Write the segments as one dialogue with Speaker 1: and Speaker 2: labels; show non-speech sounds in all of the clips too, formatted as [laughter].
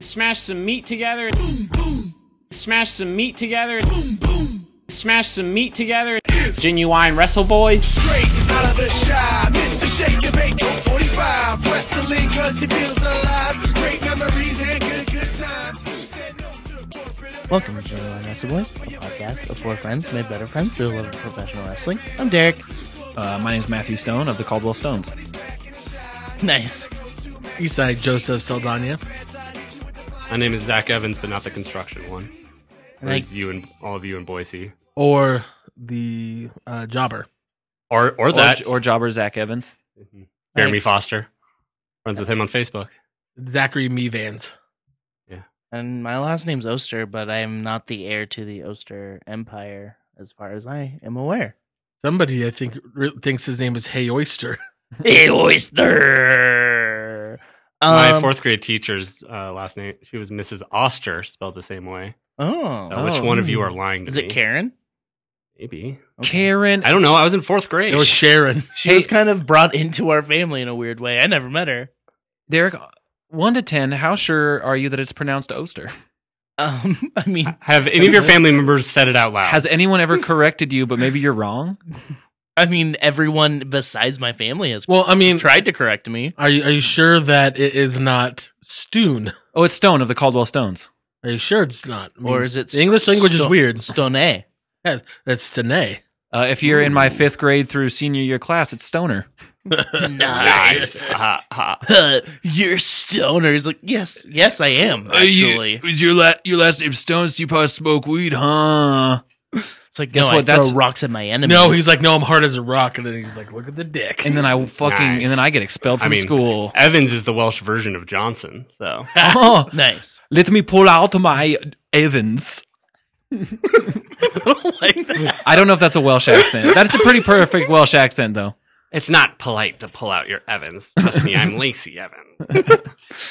Speaker 1: Smash some meat together. Smash some meat together. Smash some meat together. Genuine Wrestle Boys.
Speaker 2: Straight out of the shy, Mr. Shake Your Bacon, 45, wrestling cause he feels alive. Great memories and good, good times. Said no to corporate
Speaker 3: Welcome to Genuine Wrestle Boys, a podcast of four friends made better friends through the love of professional wrestling. I'm Derek. [laughs]
Speaker 4: Uh, my name's Matthew Stone of the Caldwell Stones.
Speaker 3: Nice.
Speaker 5: Eastside Joseph Saldana.
Speaker 6: My name is Zach Evans, but not the construction one.
Speaker 3: Like-
Speaker 6: Like you and all of you in Boise,
Speaker 5: Or the uh, Jobber.
Speaker 6: or or that, or,
Speaker 4: or jobber Zach Evans.
Speaker 6: Jeremy Foster. Friends with him on Facebook.
Speaker 5: Zachary Mevans.
Speaker 3: And my last name's Oster, but I am not the heir to the Oster Empire, as far as I am
Speaker 5: [laughs]
Speaker 3: aware.
Speaker 5: Somebody, I think, re- thinks his name is Hey [laughs] Oyster.
Speaker 3: Hey, Oyster!
Speaker 6: My
Speaker 3: Um,
Speaker 6: fourth grade teacher's uh, last name. She was Mrs. Oster, spelled the same way.
Speaker 3: Oh.
Speaker 6: So Uh, which one of you are lying to
Speaker 3: Is
Speaker 6: me?
Speaker 3: it Karen?
Speaker 6: Maybe
Speaker 4: Karen.
Speaker 6: I don't know. I was in fourth grade.
Speaker 5: It was Sharon.
Speaker 3: She was kind of brought into our family in a weird way. I never met her. [laughs]
Speaker 4: Derek, one to ten, how sure are you that it's pronounced Oster?
Speaker 3: Um, I mean,
Speaker 6: Have any of your family members said it out loud?
Speaker 4: Has anyone
Speaker 6: [laughs]
Speaker 4: ever corrected you, but maybe you're wrong?
Speaker 3: I mean, everyone besides my family has
Speaker 5: Well, I mean,
Speaker 3: tried to correct me.
Speaker 5: are you, are you sure that it is not Stoon?
Speaker 4: Oh, it's Stone of the Caldwell Stones.
Speaker 5: Are you sure it's not? I mean,
Speaker 3: Or is it
Speaker 5: the English language is
Speaker 3: Sto-
Speaker 5: weird? [laughs]
Speaker 3: Stone.
Speaker 5: Yeah, it's Stone.
Speaker 4: Uh, if you're in my fifth grade through senior year class, it's Stoner.
Speaker 6: nice. Ha, ha.
Speaker 3: uh, you're stoner. He's like, yes, yes, I am
Speaker 4: Uh,
Speaker 3: actually.
Speaker 4: is your la- your last name Stone? So you probably smoke weed, huh?
Speaker 3: it's like,
Speaker 4: guess
Speaker 3: no, I
Speaker 4: what? That's-
Speaker 3: throw rocks at my enemies.
Speaker 5: No, he's like, no, I'm hard as a rock. And then he's like, look at the dick.
Speaker 4: And then I fucking
Speaker 6: Nice.
Speaker 4: and then I get expelled
Speaker 6: I
Speaker 4: from
Speaker 6: mean- [laughs]
Speaker 4: school. [laughs]
Speaker 6: Evans is the Welsh version of Johnson. So
Speaker 4: oh,
Speaker 3: nice.
Speaker 4: let me pull out my Evans.
Speaker 3: like that.
Speaker 4: I don't know if that's a Welsh accent. That's a pretty perfect Welsh accent, though.
Speaker 6: it's not polite to pull out your Evans. Trust me, I'm Lacey Evans.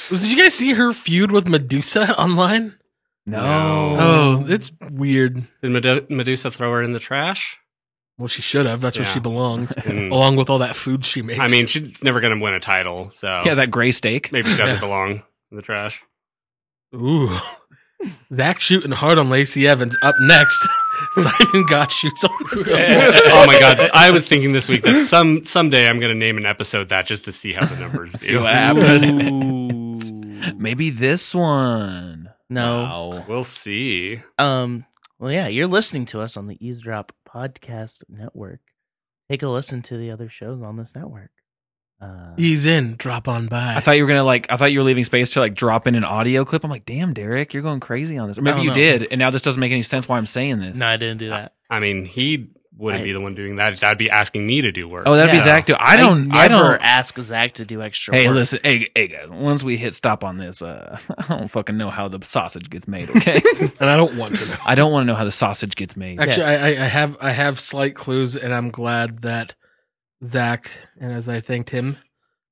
Speaker 5: Did you guys see her feud with Medusa online?
Speaker 6: No.
Speaker 5: Oh, it's weird.
Speaker 6: Did Medu- Medusa throw her in
Speaker 4: [laughs]
Speaker 6: the trash?
Speaker 5: Well, she should have. That's where
Speaker 6: Yeah.
Speaker 5: she [laughs] belongs,
Speaker 6: Mm.
Speaker 4: Oh,
Speaker 5: along with all that food she makes.
Speaker 6: I mean, she's never going to win a title, so
Speaker 4: Yeah, that gray steak.
Speaker 6: Oh. maybe she doesn't
Speaker 5: Yeah.
Speaker 6: belong in
Speaker 4: [laughs]
Speaker 6: the trash.
Speaker 5: Ooh. Zach shooting hard on Lacey Evans. Up next, [laughs] Simon Gotch shoots on.
Speaker 6: [laughs] oh my god, I was thinking this week that some someday I'm going to name an episode that just to see how the numbers do.
Speaker 4: [laughs] See [laughs] what happens. [laughs] maybe this one.
Speaker 6: Oh.
Speaker 3: No.
Speaker 6: [laughs] We'll see.
Speaker 3: Um. Well, yeah, you're listening to us on the Eavesdrop Podcast Network. Take a listen to the other shows on this network. Uh,
Speaker 5: He's in. Drop on by.
Speaker 4: I thought you were gonna like. I thought you were leaving space to like drop in an audio clip. I'm like, damn, Derek, you're going crazy on this. Or maybe
Speaker 3: don't
Speaker 4: you
Speaker 3: know.
Speaker 4: did, and now this doesn't make any sense. Why I'm saying this?
Speaker 3: no, I didn't do that.
Speaker 6: I mean, he wouldn't
Speaker 3: I-
Speaker 6: be the one doing that. That'd be asking me to do work.
Speaker 4: Oh, that'd be
Speaker 3: Yeah.
Speaker 4: Zach. Dude, I don't. I,
Speaker 3: never
Speaker 4: don't.
Speaker 3: ask Zach to do extra.
Speaker 4: Hey,
Speaker 3: work.
Speaker 4: listen, hey, hey, guys. Once we hit stop on this, uh, [laughs] I don't fucking know how the sausage gets made. Okay,
Speaker 5: and I don't want to know.
Speaker 4: I don't want to know how the sausage gets made.
Speaker 5: Actually, I, I, I have I have slight clues, and I'm glad that Zach, and as I thanked him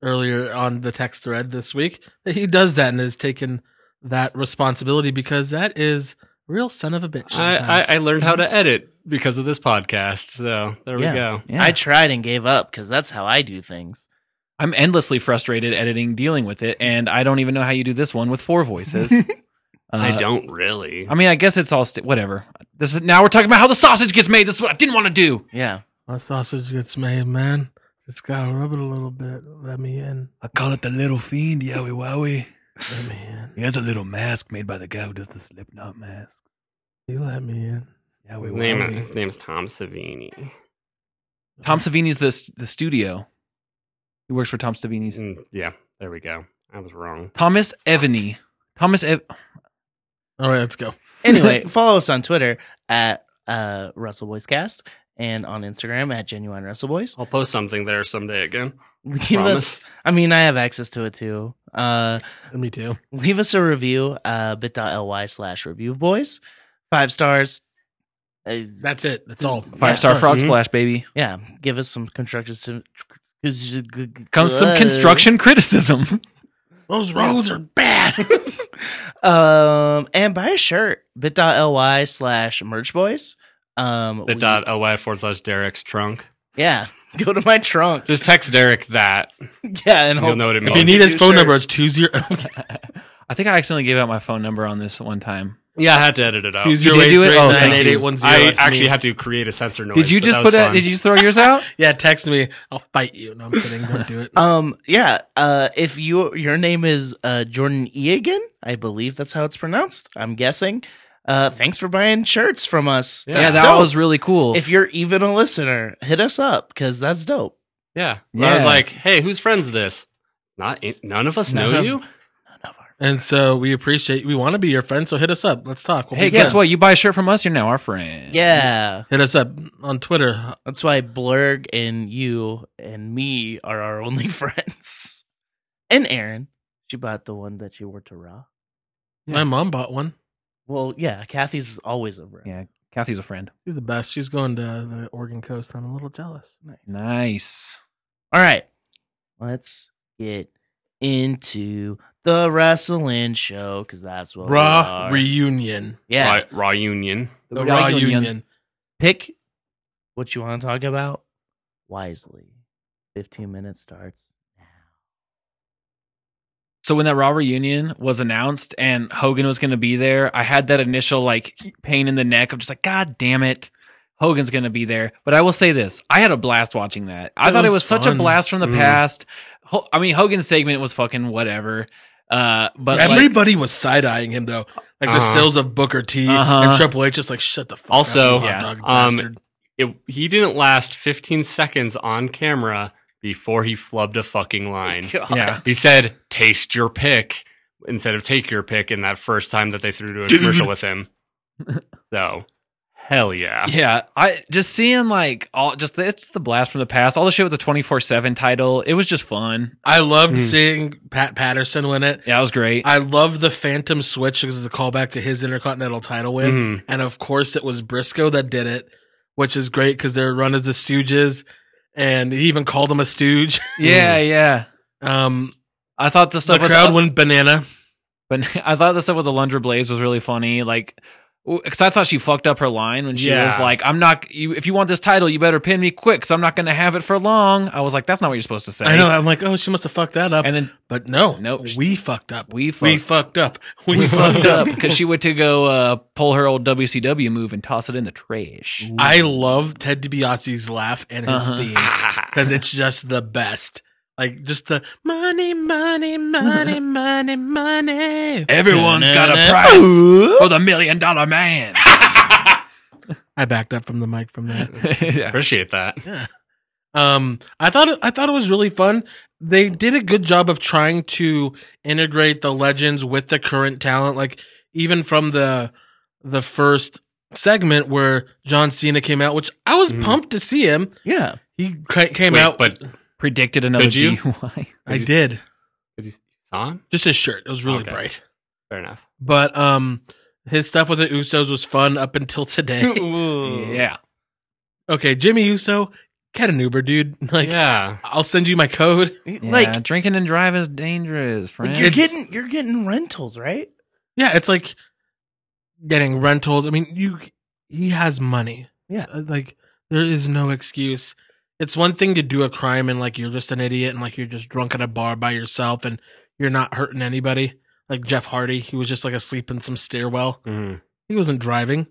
Speaker 5: earlier on the text thread this week, that he does that and has taken that responsibility because that is a real son of a bitch.
Speaker 6: I, I, I
Speaker 5: sometimes.
Speaker 6: learned how to edit because of this podcast, so there
Speaker 3: Yeah.
Speaker 6: we go.
Speaker 4: Yeah.
Speaker 3: I tried and gave up because that's how I do things.
Speaker 4: I'm endlessly frustrated editing, dealing with it, and I don't even know how you do this one with
Speaker 3: [laughs]
Speaker 4: four voices. Uh, oh,
Speaker 6: I don't really.
Speaker 4: I mean, I guess it's all st- whatever. This is, now we're talking about how the sausage gets made. This is what I didn't want to do. [laughs]
Speaker 3: Yeah.
Speaker 5: My sausage gets made, man. Just gotta rub it a little bit. Let me in.
Speaker 4: I call it the little fiend, yowie wowie.
Speaker 5: Let me in.
Speaker 4: He has a little mask made by the guy who does the Slipknot mask.
Speaker 5: You let me in.
Speaker 4: Yowie
Speaker 6: His name,
Speaker 4: wowie.
Speaker 6: his name's Tom Savini.
Speaker 4: Tom Savini's the s- the studio. He works for Tom Savini's.
Speaker 6: Mm, yeah, there we go. I was wrong.
Speaker 4: Thomas Evany. Thomas. Ev-
Speaker 5: All right, let's go.
Speaker 3: anyway, follow us on Twitter at uh, Russell Boys Cast and on Instagram at Genuine Russell Boys.
Speaker 6: I'll post something there someday again.
Speaker 3: [laughs] Leave us.
Speaker 6: Promise.
Speaker 3: I mean, I have access to it too. Uh,
Speaker 5: Me too.
Speaker 3: leave us a review. Uh, bit.ly slash review of boys. Five stars. Uh,
Speaker 5: That's it. That's all.
Speaker 4: Five star
Speaker 3: Yeah.
Speaker 4: frog
Speaker 6: Mhm.
Speaker 4: splash, baby.
Speaker 3: yeah, give us some construction.
Speaker 4: Comes some construction [laughs] criticism.
Speaker 5: Those roads
Speaker 4: [laughs]
Speaker 5: are bad.
Speaker 3: [laughs] um, and buy a shirt. Bit.ly slash merch boys. Um, we-
Speaker 6: The dot ly forward slash Derek's trunk.
Speaker 3: Yeah, [laughs] go to my trunk. [laughs]
Speaker 6: Just text Derek that.
Speaker 3: Yeah, and
Speaker 6: You'll know what it
Speaker 5: If
Speaker 6: means.
Speaker 5: you need his
Speaker 3: Two
Speaker 5: [laughs] phone number,
Speaker 3: shirts.
Speaker 5: it's two zero.
Speaker 4: I think I accidentally gave out my phone number on this one time.
Speaker 6: Yeah, I had to edit it out.
Speaker 4: You did do it? Oh, thank you.
Speaker 5: 98810,
Speaker 6: I
Speaker 5: that's
Speaker 6: actually
Speaker 5: me.
Speaker 6: had to create a censor noise.
Speaker 4: Did you
Speaker 6: but
Speaker 4: just
Speaker 6: that was
Speaker 4: put out?
Speaker 6: fun.
Speaker 4: Did you just throw yours out?
Speaker 5: Yeah, text me. I'll fight you. No, I'm kidding.
Speaker 4: [laughs]
Speaker 5: Don't do it.
Speaker 3: Um, yeah. Uh, if you your name is uh Jordan Egan, I believe that's how it's pronounced. I'm guessing. Uh, thanks for buying shirts from us.
Speaker 6: [laughs] Yeah,
Speaker 4: yeah,
Speaker 3: That's
Speaker 4: that
Speaker 3: dope.
Speaker 4: was really cool.
Speaker 3: If you're even a listener, hit us up because that's dope.
Speaker 6: Yeah. I was
Speaker 4: Yeah.
Speaker 6: like, hey, whose friend's this? Not none of us
Speaker 4: None
Speaker 6: know
Speaker 4: of-
Speaker 6: you.
Speaker 5: And so we appreciate. We want to be your friend. So hit us up. Let's talk. We'll
Speaker 4: hey,
Speaker 5: be
Speaker 4: guess
Speaker 5: friends.
Speaker 4: what? You buy a shirt from us, you're now our friend.
Speaker 3: Yeah,
Speaker 5: Hit us up on Twitter.
Speaker 3: that's why Blurg and you and me are our only [laughs] friends. And Aaron, she bought the one that she wore to Raw.
Speaker 5: My mom bought one.
Speaker 3: Well, yeah, Kathy's always over.
Speaker 4: Yeah. Kathy's a friend.
Speaker 5: She's the best. She's going to the Oregon coast. I'm a little jealous.
Speaker 4: Nice.
Speaker 3: All right. Let's get into the wrestling show because that's what we
Speaker 5: Raw
Speaker 3: are.
Speaker 5: reunion.
Speaker 3: yeah.
Speaker 6: Raw, Raw Union.
Speaker 5: The Raw union.
Speaker 3: Pick what you want to talk about wisely. 15 minutes starts now.
Speaker 4: So when that Raw reunion was announced and Hogan was going to be there, I had that initial like pain in the neck of just like, God damn it, Hogan's going to be there. But I will say this: I had a blast watching that. I
Speaker 5: That
Speaker 4: thought it
Speaker 5: was
Speaker 4: was such a
Speaker 5: fun.
Speaker 4: blast from the
Speaker 6: Mm.
Speaker 4: past. Ho- I mean, Hogan's segment was fucking whatever. Uh, but like,
Speaker 5: Everybody was side eyeing him though, like the
Speaker 6: Uh-huh.
Speaker 5: stills of Booker T
Speaker 4: Uh-huh.
Speaker 5: and Triple H. Just like shut the fuck
Speaker 6: Also,
Speaker 5: up. you hot
Speaker 4: yeah,
Speaker 5: dog
Speaker 6: um,
Speaker 5: bastard.
Speaker 6: It, he didn't last 15 seconds on camera before he flubbed a fucking line.
Speaker 4: yeah,
Speaker 6: He said, "Taste your pick" instead of "Take your pick." In that first time that they threw to a commercial
Speaker 5: [laughs]
Speaker 6: with him. So, hell yeah.
Speaker 4: yeah. I just seeing like all just the, it's the blast from the past. All the shit with the twenty four seven title. It was just fun.
Speaker 5: I loved
Speaker 4: hmm.
Speaker 6: Mm.
Speaker 5: seeing Pat Patterson win it.
Speaker 4: Yeah, it was great.
Speaker 5: I love the Phantom Switch because it's a callback to his Intercontinental title win.
Speaker 4: Mm-hmm.
Speaker 5: [laughs]
Speaker 6: Mhm.
Speaker 5: And of course, it was Briscoe that did it, which is great because their run as the Stooges, and he even called him a Stooge. [laughs]
Speaker 4: yeah, yeah.
Speaker 5: Um,
Speaker 4: I thought the
Speaker 5: the
Speaker 4: stuff with
Speaker 5: crowd went banana.
Speaker 4: But [laughs] I thought the stuff with the Lundra Blaze was really funny. Like, because I thought she fucked up her line when she
Speaker 6: Yeah.
Speaker 4: was like, "I'm not. You, if you want this title, you better pin me quick, because I'm not going to have it for long." I was like, "That's not what you're supposed to say."
Speaker 5: I know. I'm like, oh, she must have fucked that up.
Speaker 4: And then
Speaker 5: but no,
Speaker 4: Nope.
Speaker 5: we fucked up.
Speaker 4: we fucked,
Speaker 5: We fucked up. We,
Speaker 4: fucked up because she went to go uh, pull her old WCW move and toss it in the trash.
Speaker 5: I love Ted DiBiase's laugh and his
Speaker 4: Uh-huh.
Speaker 5: theme because it's just the best. Like just the money, money, [laughs] money, money, money.
Speaker 4: Everyone's got [laughs] a price
Speaker 3: Ooh.
Speaker 4: for the million dollar man.
Speaker 5: I backed up from the mic from that.
Speaker 4: [laughs] Yeah.
Speaker 6: Appreciate that.
Speaker 5: Um, I thought it, I thought it was really fun. They did a good job of trying to integrate the legends with the current talent. Like even from the the first segment where John Cena came out, which I was
Speaker 6: Mhm.
Speaker 5: pumped to see him.
Speaker 3: Yeah.
Speaker 5: He ca- came
Speaker 6: Wait,
Speaker 5: out,
Speaker 6: but
Speaker 4: Predicted another
Speaker 6: Did you?
Speaker 4: DUI.
Speaker 5: I did
Speaker 6: on.
Speaker 5: just his shirt. It was really
Speaker 6: Okay.
Speaker 5: bright,
Speaker 6: Fair enough.
Speaker 5: but um, his stuff with the Usos was fun up until today.
Speaker 4: [laughs] Yeah.
Speaker 5: [laughs] okay, Jimmy Uso, get an Uber, dude. [laughs] Like
Speaker 6: yeah.
Speaker 5: I'll send you my code. [laughs]
Speaker 4: yeah,
Speaker 3: Like,
Speaker 4: drinking and driving is dangerous, friend.
Speaker 3: like you're
Speaker 5: It's-
Speaker 3: getting you're getting rentals, right?
Speaker 5: Yeah, it's like getting rentals. I mean, you he has money.
Speaker 3: Yeah.
Speaker 5: Uh, Like there is no excuse. It's one thing to do a crime and like you're just an idiot and like you're just drunk at a bar by yourself and you're not hurting anybody. Like Jeff Hardy, he was just like asleep in some stairwell.
Speaker 6: Mhm.
Speaker 5: He wasn't driving.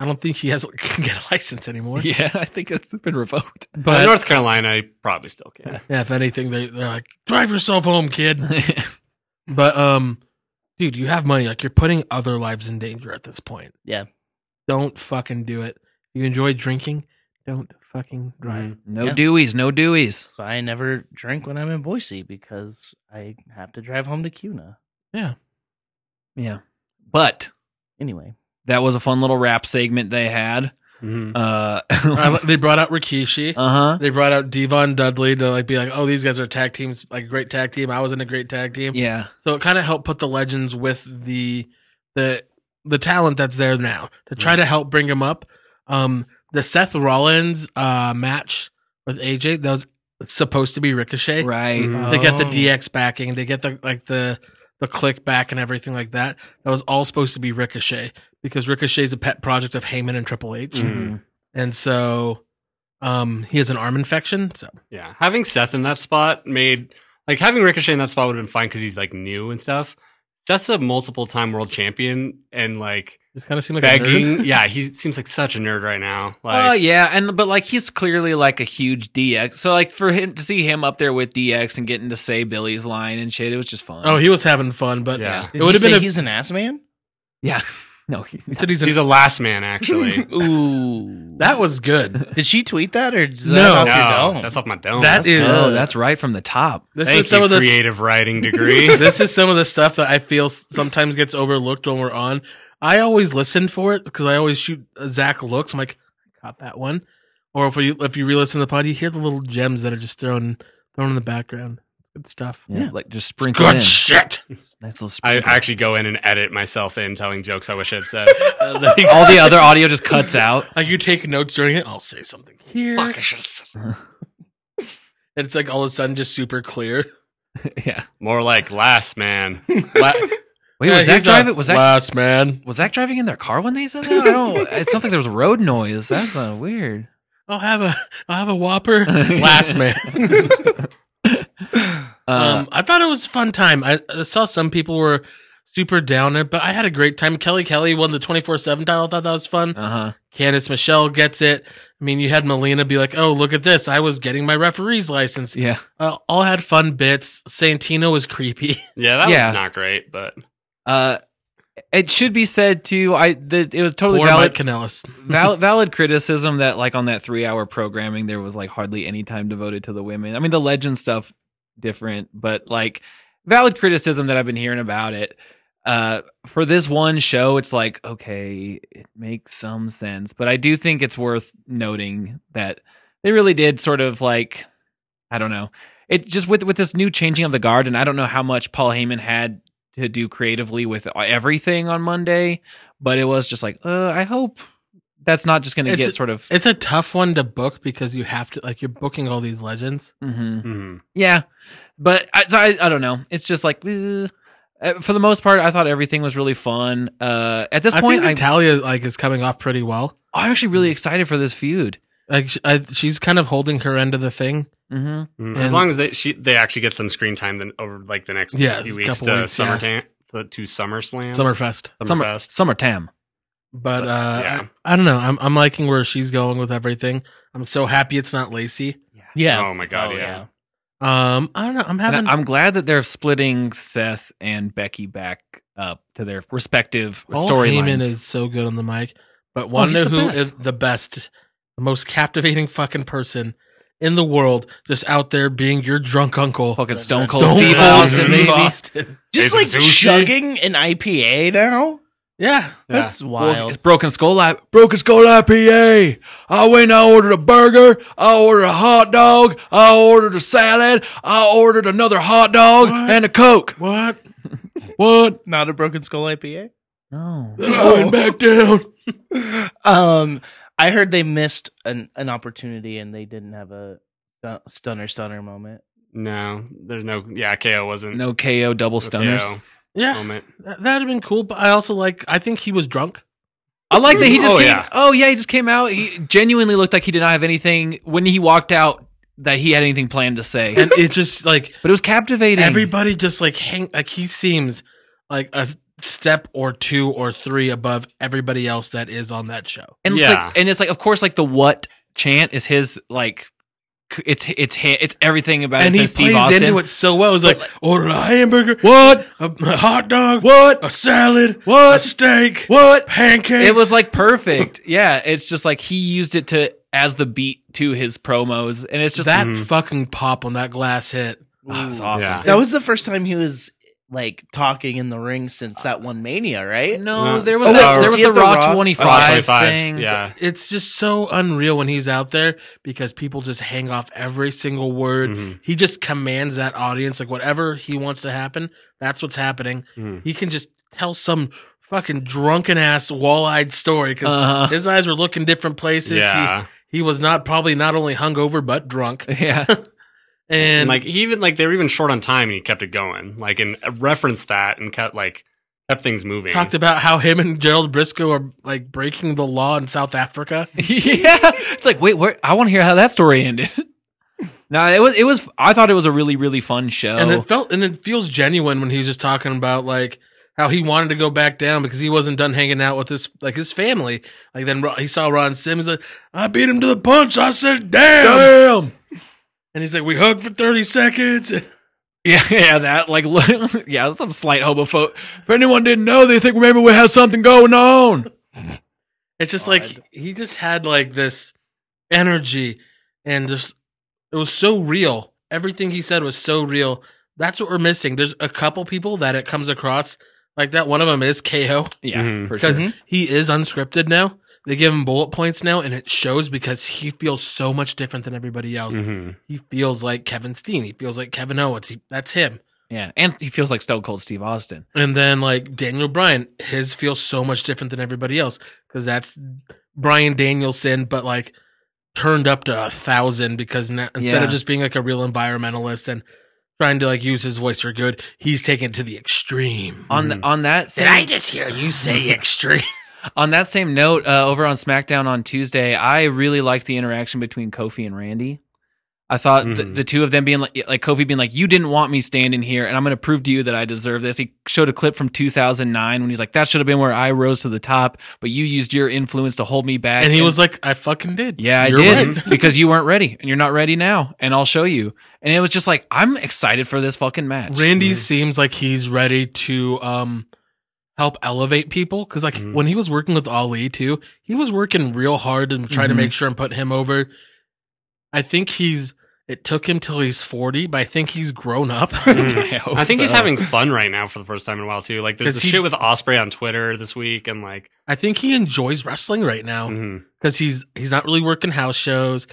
Speaker 5: I don't think he has can [laughs] get a license anymore.
Speaker 4: [laughs] Yeah, I think it's been revoked.
Speaker 6: In
Speaker 5: But
Speaker 6: North Carolina, I probably still can.
Speaker 5: yeah, if anything, they, they're like, drive yourself home, kid. But um, dude, you have money. Like you're putting other lives in danger at this point.
Speaker 3: Yeah.
Speaker 5: Don't fucking do it. You enjoy drinking. Don't fucking drive.
Speaker 4: No
Speaker 3: Yeah.
Speaker 4: Deweys, no Deweys.
Speaker 3: So I never drink when I'm in Boise because I have to drive home to Cuna.
Speaker 4: Yeah. But
Speaker 3: Anyway,
Speaker 4: that was a fun little rap segment they had.
Speaker 6: Mhm.
Speaker 4: Uh [laughs] uh-huh.
Speaker 5: Uh, they brought out Rikishi.
Speaker 4: huh.
Speaker 5: They brought out Devon Dudley to like be like, oh, these guys are tag teams, like a great tag team. I was in a great tag team.
Speaker 4: Yeah.
Speaker 5: So it kind of helped put the legends with the the the talent that's there now to try to help bring them up. Um, the Seth Rollins uh match with AJ that was supposed to be Ricochet.
Speaker 4: Right.
Speaker 6: Mhm.
Speaker 5: They get the
Speaker 3: Oh.
Speaker 5: DX backing. They get the like the the click back and everything like that. That was all supposed to be Ricochet because Ricochet is a pet project of Heyman and Triple H,
Speaker 6: Mhm.
Speaker 5: and so um he has an arm infection. So
Speaker 6: Yeah. Having Seth in that spot made like having Ricochet in that spot would have been fine because he's like new and stuff. That's a multiple time world champion and like
Speaker 5: He's kind of seemed like a nerd.
Speaker 6: begging. yeah, he seems like such a nerd right now.
Speaker 4: oh
Speaker 6: Like,
Speaker 4: yeah, and but like he's clearly like a huge DX. So like for him to see him up there with DX and getting to say Billy's line and shit, it was just fun.
Speaker 5: Oh, he was having fun, but
Speaker 6: yeah.
Speaker 5: it would have been a,
Speaker 3: he's an ass man.
Speaker 4: yeah, [laughs] no, he,
Speaker 5: he said he's an,
Speaker 6: He's a last
Speaker 5: [laughs]
Speaker 6: man, actually.
Speaker 3: Ooh,
Speaker 5: that was good.
Speaker 3: did she tweet that or is that
Speaker 5: No.
Speaker 3: off your
Speaker 6: no,
Speaker 3: dome?
Speaker 6: that's off my dome.
Speaker 5: That is
Speaker 4: oh, that's right from the top.
Speaker 5: this
Speaker 6: Thank
Speaker 5: is some
Speaker 6: you,
Speaker 5: of the [laughs]
Speaker 6: creative writing degree.
Speaker 5: this is some of the stuff that I feel s- sometimes gets overlooked when we're on. I always listen for it because I always shoot uh, Zach looks. I'm like, I caught that one. Or if you if you re-listen to the pod, you hear the little gems that are just thrown thrown in the background. Good stuff.
Speaker 4: Yeah, like just sprinkle
Speaker 5: Good
Speaker 4: in.
Speaker 5: [laughs] shit.
Speaker 4: Nice little
Speaker 6: I
Speaker 4: sprinkle.
Speaker 6: actually go in and edit myself in telling jokes I wish I'd said.
Speaker 5: Uh,
Speaker 4: [laughs] All the other audio just cuts out.
Speaker 5: [laughs] Like you take notes during it. I'll say something here.
Speaker 6: Fuck, I should've
Speaker 4: [laughs]
Speaker 6: said-
Speaker 5: [laughs] And it's like all of a sudden just super clear.
Speaker 4: yeah.
Speaker 6: More like last man.
Speaker 5: [laughs]
Speaker 6: La-
Speaker 4: Wait, was
Speaker 5: uh,
Speaker 4: Zach driving? Was Zach
Speaker 5: last man?
Speaker 4: was Zach driving in their car when they said that? I don't. It sounds like there was road noise. That's uh, weird.
Speaker 5: I'll have a I'll have
Speaker 4: [laughs]
Speaker 5: a Whopper. last man.
Speaker 4: Uh,
Speaker 5: um, I thought it was a fun time. I, I saw some people were super downer, but I had a great time. Kelly Kelly won the 24 7 title. I thought that was fun.
Speaker 4: uh huh.
Speaker 5: Candice Michelle gets it. I mean, you had Melina be like, oh, look at this. I was getting my referee's license.
Speaker 4: Yeah.
Speaker 5: Uh, all had fun bits. Santino
Speaker 4: [laughs]
Speaker 5: was creepy.
Speaker 6: yeah, that
Speaker 4: Yeah.
Speaker 6: was not great, but
Speaker 4: Uh, it should be said too. I that it was totally
Speaker 5: or
Speaker 4: valid,
Speaker 5: Mike [laughs] Kanellis.
Speaker 4: valid valid criticism that like on that three hour programming there was like hardly any time devoted to the women. I mean the legend stuff different, but like valid criticism that I've been hearing about it. Uh, for this one show, it's like okay, it makes some sense, but I do think it's worth noting that they really did sort of like I don't know. It just with with this new changing of the guard, and I don't know how much Paul Heyman had to do creatively with everything on Monday, but it was just like, uh, I hope that's not just going to
Speaker 5: It's-
Speaker 4: get sort of.
Speaker 5: It's a tough one to book because you have to, like, you're booking all these legends.
Speaker 4: Mhm.
Speaker 6: mhm.
Speaker 4: Yeah, but I, so I I don't know. It's just like eh. Uh, for the most part, I thought everything was really fun. Uh, at this
Speaker 5: I
Speaker 4: point,
Speaker 5: think
Speaker 4: I,
Speaker 5: Natalia, like, Mm. is coming off pretty well.
Speaker 4: I'm actually really excited for this feud.
Speaker 5: Like, sh- I, she's kind of holding her end of the thing.
Speaker 4: hmm
Speaker 6: Mm, as
Speaker 5: And-
Speaker 6: long as they she, they actually get some screen time then over like the next
Speaker 5: Yeah, it's
Speaker 6: few
Speaker 5: a
Speaker 6: weeks
Speaker 5: couple
Speaker 6: to
Speaker 5: weeks,
Speaker 6: summer
Speaker 5: yeah.
Speaker 6: tam- to, to SummerSlam,
Speaker 5: Summerfest.
Speaker 4: Summer,
Speaker 6: Summerfest.
Speaker 4: summer tam.
Speaker 5: But uh,
Speaker 6: yeah.
Speaker 5: I, I don't know. I'm I'm liking where she's going with everything. I'm so happy it's not Lacey.
Speaker 3: yeah.
Speaker 6: Oh my god,
Speaker 3: Oh,
Speaker 6: yeah.
Speaker 5: Um, I don't know. I'm
Speaker 4: And
Speaker 5: having.
Speaker 4: I- I'm glad that they're splitting Seth and Becky back up to their respective
Speaker 5: Paul
Speaker 4: storylines. Oh,
Speaker 5: Heyman is so good on the mic, but want
Speaker 4: he's
Speaker 5: to know
Speaker 4: the
Speaker 5: who is
Speaker 4: best.
Speaker 5: the best, the most captivating fucking person in the world, just out there being your drunk uncle,
Speaker 4: Fucking Stone Cold
Speaker 5: Stone
Speaker 4: Steve
Speaker 5: Cold
Speaker 4: Austin,
Speaker 5: Steve
Speaker 4: baby.
Speaker 5: Austin.
Speaker 3: Just
Speaker 6: Jason
Speaker 3: like
Speaker 6: Zushi?
Speaker 3: chugging an IPA now.
Speaker 5: Yeah,
Speaker 3: That's
Speaker 4: Well,
Speaker 3: wild.
Speaker 4: it's Broken Skull I Broken Skull IPA. I went. I ordered a burger. I ordered a hot dog. I ordered a salad. I ordered another hot dog and a coke. [laughs]
Speaker 5: what?
Speaker 4: What?
Speaker 3: Not a broken skull IPA.
Speaker 4: No.
Speaker 5: Going back down.
Speaker 3: [laughs] Um, I heard they missed an, an opportunity and they didn't have a stu- stunner stunner moment.
Speaker 6: No, there's no. Yeah, KO wasn't.
Speaker 4: No KO double stunners.
Speaker 6: KO
Speaker 4: Um,
Speaker 5: Yeah, [laughs]
Speaker 6: moment.
Speaker 5: that- that'd have been cool. But I also like. I think he was drunk.
Speaker 4: I like that he just
Speaker 6: Oh,
Speaker 4: came.
Speaker 6: yeah.
Speaker 4: Oh yeah, he just came out. He genuinely looked like he did not have anything when he walked out that he had anything planned to say.
Speaker 5: And it just like
Speaker 4: but it was captivating.
Speaker 5: Everybody just like hang like he seems like a step or two or three above everybody else that is on that show.
Speaker 4: and it's
Speaker 6: Yeah.
Speaker 4: like, and it's like, of course, like the what chant is his like. c- It's it's hi- it's everything about
Speaker 5: and
Speaker 4: it.
Speaker 5: he
Speaker 4: says Steve
Speaker 5: plays
Speaker 4: Austin.
Speaker 5: into it so well. He's like, order a hamburger,
Speaker 4: what
Speaker 5: a, a hot dog,
Speaker 4: what
Speaker 5: a salad, a
Speaker 4: what
Speaker 5: steak,
Speaker 4: what?
Speaker 5: pancakes.
Speaker 4: It
Speaker 5: [laughs]
Speaker 4: was like perfect. yeah, it's just like he used it to as the beat to his promos, and it's just Mm-hmm.
Speaker 5: that
Speaker 6: Mhm.
Speaker 5: fucking pop on that glass hit.
Speaker 4: oh,
Speaker 3: Ah,
Speaker 4: it was awesome.
Speaker 6: Yeah.
Speaker 3: That was the first time he was like talking in the ring since that one mania, right?
Speaker 4: No,
Speaker 6: No.
Speaker 4: there was
Speaker 6: Oh,
Speaker 4: that-
Speaker 6: wait,
Speaker 4: there
Speaker 6: was
Speaker 4: was
Speaker 3: he
Speaker 4: the
Speaker 3: at the Raw?
Speaker 4: Raw twenty
Speaker 6: Oh,
Speaker 4: five
Speaker 6: 25,
Speaker 4: thing.
Speaker 6: Yeah.
Speaker 5: It's just so unreal when he's out there because people just hang off every single word.
Speaker 6: Mhm.
Speaker 5: He just commands that audience like whatever he wants to happen, that's what's happening.
Speaker 6: Mhm.
Speaker 5: he can just tell some fucking drunken ass wall-eyed story because [laughs]
Speaker 4: Uh-huh.
Speaker 5: his eyes were looking different places.
Speaker 6: Yeah.
Speaker 5: He, he was not probably not only hungover but drunk.
Speaker 4: yeah. [laughs]
Speaker 5: And
Speaker 6: And like he even like they were even short on time and he kept it going. Like and referenced that and kept like kept things moving.
Speaker 5: talked about how him and Gerald Briscoe are like breaking the law in South Africa.
Speaker 4: yeah. It's like, wait, where I want to hear how that story ended. [laughs] no, it was it was I thought it was a really, really fun show.
Speaker 5: And it felt and it feels genuine when he was just talking about like how he wanted to go back down because he wasn't done hanging out with his like his family. Like then Ro- he saw Ron Sims like I beat him to the punch. I said, "Damn!" And he's like, "We hugged for thirty seconds." [laughs]
Speaker 4: [laughs] Yeah, yeah, that like, yeah, some slight homophobe. If anyone didn't know, they think maybe we have something going on.
Speaker 5: It's just
Speaker 4: God.
Speaker 5: like he just had like this energy and just it was so real. Everything he said was so real. That's what we're missing. There's a couple people that it comes across like that. One of them is KO
Speaker 4: Yeah,
Speaker 6: Mhm.
Speaker 4: for sure.
Speaker 5: because he is unscripted now. They give him bullet points now, and it shows because he feels so much different than everybody else.
Speaker 4: Mm.
Speaker 6: hmm
Speaker 5: He feels like Kevin Steen. He feels like Kevin Owens. He, that's him.
Speaker 4: Yeah, and he feels like Stone Cold Steve Austin.
Speaker 5: And then like Daniel Bryan, his feels so much different than everybody else because that's Brian Danielson, but like turned up to a thousand because now, instead of
Speaker 4: Yeah.
Speaker 5: just being like a real environmentalist and trying to like use his voice for good, he's taking it to the extreme.
Speaker 4: On the, on that, same,
Speaker 5: just hear
Speaker 4: [laughs]
Speaker 5: you say extreme?
Speaker 4: on that same note, uh, over on SmackDown on Tuesday, I really liked the interaction between Kofi and Randy. I thought th-
Speaker 6: Mhm.
Speaker 4: the two of them being like, like Kofi being like, "You didn't want me standing here, and I'm going to prove to you that I deserve this." He showed a clip from 2009 when he's like, "That should have been where I rose to the top, but you used your influence to hold me back."
Speaker 5: and he was like, I fucking did.
Speaker 4: Yeah, I
Speaker 5: You're
Speaker 4: did [laughs]
Speaker 5: right.
Speaker 4: because you weren't ready, and you're not ready now, and I'll show you. And it was just like I'm excited for this fucking match. [laughs]
Speaker 5: Randy seems like he's ready to um help elevate people because like
Speaker 6: Mhm.
Speaker 5: when he was working with Ali too, he was working real hard and trying
Speaker 4: Mhm.
Speaker 5: to make sure and put him over. I think he's it took him till he's forty, but I think he's grown up. [laughs]
Speaker 6: Mhm.
Speaker 4: hope
Speaker 6: I think he's
Speaker 4: so.
Speaker 6: having fun right now for the first time in a while too. Like there's
Speaker 5: Does
Speaker 6: the
Speaker 5: he-
Speaker 6: shit with Osprey on Twitter this week, and like
Speaker 5: I think he enjoys wrestling right now
Speaker 6: mhm.
Speaker 5: because he's he's not really working house shows.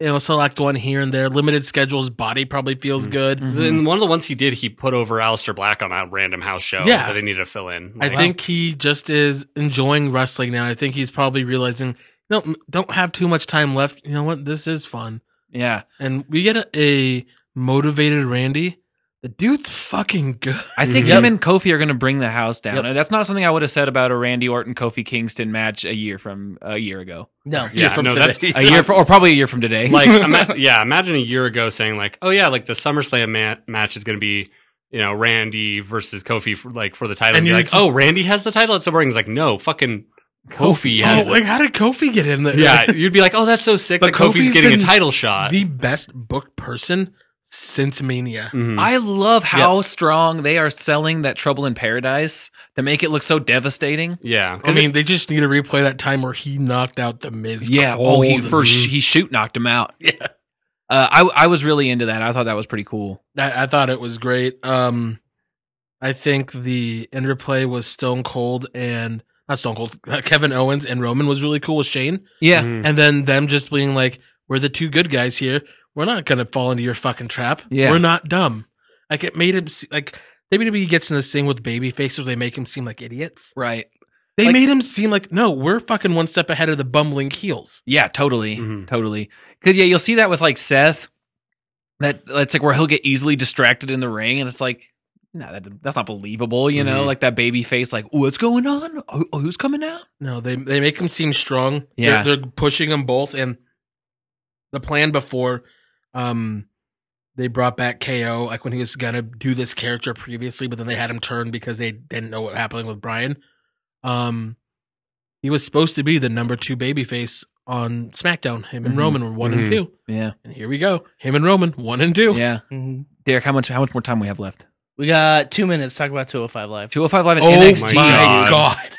Speaker 5: He'll select one here and there. Limited schedules. Body probably feels
Speaker 6: Mhm.
Speaker 5: good.
Speaker 4: Mhm.
Speaker 6: and one of the ones he did, he put over Aleister Black on a random house show
Speaker 5: Yeah.
Speaker 6: that they needed to fill in.
Speaker 5: I
Speaker 6: Like,
Speaker 5: think he just is enjoying wrestling now. I think he's probably realizing, no, m- don't have too much time left. You know what? This is fun.
Speaker 4: Yeah,
Speaker 5: And we get a, a motivated Randy. The dude's fucking good. [laughs]
Speaker 4: I think
Speaker 3: Yep.
Speaker 4: him and Kofi are going to bring the house down.
Speaker 3: Yep.
Speaker 4: And That's not something I would have said about a Randy Orton Kofi Kingston match a year from a year ago,
Speaker 3: No.
Speaker 6: yeah, no, that's
Speaker 5: [laughs]
Speaker 4: [laughs] a year fro- or probably a year from [laughs] today.
Speaker 6: like ima- yeah imagine a year ago saying like oh yeah like the summerslam ma- match is going to be you know randy versus kofi for, like for the title
Speaker 5: And
Speaker 6: and you're
Speaker 5: you're
Speaker 6: like oh randy has the title at some rings like no fucking kofi
Speaker 5: Oh,
Speaker 6: has it.
Speaker 5: like how did Kofi get in there?
Speaker 6: [laughs] yeah you'd be like oh that's so sick
Speaker 5: But
Speaker 6: that kofi's,
Speaker 5: Kofi's
Speaker 6: getting a
Speaker 5: been
Speaker 6: title shot
Speaker 5: the best booked person since Mania.
Speaker 6: Mhm.
Speaker 4: I love how strong they are selling that Trouble in Paradise to make it look so devastating.
Speaker 6: yeah
Speaker 5: I mean, they just need to replay that time where he knocked out the Miz.
Speaker 4: oh, he
Speaker 5: cold. Mm-hmm.
Speaker 4: first he shoot knocked him out. Yeah, uh, I I was really into that. I thought that was pretty cool.
Speaker 5: I, I thought it was great. Um, I think the interplay was Stone Cold and not Stone Cold, [laughs] uh, Kevin Owens and Roman was really cool with Shane,
Speaker 4: Yeah,
Speaker 6: Mhm.
Speaker 5: and then them just being like, "We're the two good guys here. We're not gonna fall into your fucking trap.
Speaker 4: Yeah.
Speaker 5: we're not dumb." Like it made him se- like WWE gets in this thing with baby faces. They make him seem like idiots.
Speaker 4: right.
Speaker 5: They
Speaker 4: Like-
Speaker 5: made him seem like no, we're fucking one step ahead of the bumbling heels.
Speaker 4: Yeah, totally,
Speaker 5: Mm-hmm.
Speaker 6: Mhm.
Speaker 4: totally. Because yeah, you'll see that with like Seth. That that's like where he'll get easily distracted in the ring, and it's like, no, that, that's not believable. You
Speaker 5: Mm-hmm.
Speaker 4: know,
Speaker 6: Mhm.
Speaker 4: like that baby face, like what's going on? Who- Who's coming out?
Speaker 5: No, they they make him seem strong.
Speaker 4: Yeah.
Speaker 5: they're, they're pushing them both, and the plan before, um, they brought back KO like when he was gonna do this character previously, but then they had him turn because they didn't know what happened with Brian. Um, he was supposed to be the number two babyface on SmackDown. Him and
Speaker 4: Mhm.
Speaker 5: Roman were one
Speaker 6: Mhm.
Speaker 5: and two,
Speaker 4: Yeah,
Speaker 5: and here we go. Him and Roman one and two.
Speaker 4: yeah.
Speaker 3: Mhm.
Speaker 4: Derek, how much how much more time we have left?
Speaker 3: We got two minutes. Talk about 205 Live.
Speaker 4: Two hundred five live and
Speaker 5: Oh
Speaker 4: NXT.
Speaker 5: my
Speaker 6: God.
Speaker 5: god. [laughs]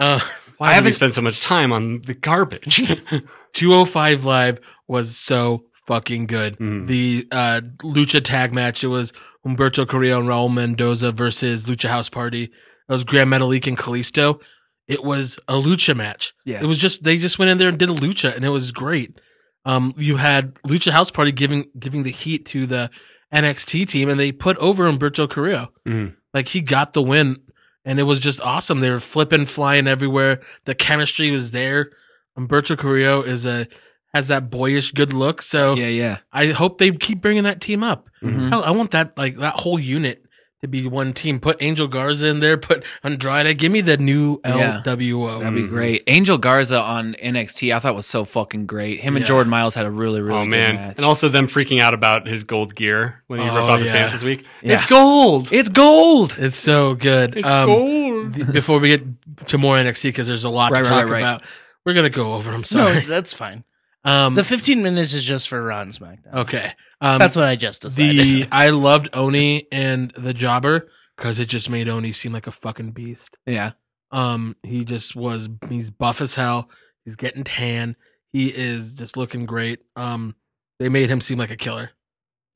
Speaker 5: Uh,
Speaker 6: why
Speaker 4: I
Speaker 6: have we
Speaker 4: haven't-
Speaker 6: spent so much time on
Speaker 5: [laughs]
Speaker 6: the garbage [laughs] Mm-hmm.
Speaker 5: 205 Live was so fucking good.
Speaker 6: Mhm.
Speaker 5: The uh, Lucha tag match, it was Humberto Carrillo and Raul Mendoza versus Lucha House Party. It was Grand Metalik and Kalisto. It was a Lucha match.
Speaker 4: Yeah.
Speaker 5: It was just, they just went in there and did a Lucha, and it was great. Um, you had Lucha House Party giving giving the heat to the NXT team, and they put over Humberto Carrillo.
Speaker 4: Mm-hmm.
Speaker 6: Mhm.
Speaker 5: Like, he got the win, and it was just awesome. They were flipping, flying everywhere. The chemistry was there. Humberto Carrillo is a has that boyish good look. So
Speaker 4: Yeah, yeah.
Speaker 5: I hope they keep bringing that team up.
Speaker 4: Mhm.
Speaker 5: Hell, I want that like that whole unit to be one team. Put Angel Garza in there. Put Andrade. Give me the new
Speaker 4: Yeah.
Speaker 5: LWO.
Speaker 4: That'd be
Speaker 6: Mhm.
Speaker 4: great. Angel Garza on NXT, I thought was so fucking great. Him and
Speaker 5: Yeah.
Speaker 4: Jordan Miles had a really, really
Speaker 6: oh
Speaker 4: good
Speaker 6: man,
Speaker 4: match.
Speaker 6: and also them freaking out about his gold gear when he
Speaker 5: Oh,
Speaker 6: ripped off his
Speaker 5: yeah.
Speaker 6: pants this week.
Speaker 4: Yeah.
Speaker 6: It's gold.
Speaker 4: it's gold.
Speaker 5: It's so good. Um,
Speaker 6: gold.
Speaker 5: Before we get to more NXT, because there's a lot
Speaker 4: Right,
Speaker 5: to
Speaker 4: right,
Speaker 5: talk
Speaker 4: right, right.
Speaker 5: about. We're gonna go over. I'm [laughs] sorry.
Speaker 3: No, that's fine.
Speaker 5: um,
Speaker 3: the 15 minutes is just for Raw and SmackDown.
Speaker 5: okay. Um,
Speaker 3: that's what I just decided.
Speaker 5: the I loved Oni and the Jobber because it just made Oni seem like a fucking beast.
Speaker 4: Yeah.
Speaker 5: Um, he just was. He's buff as hell. He's getting tan. He is just looking great. Um, they made him seem like a killer,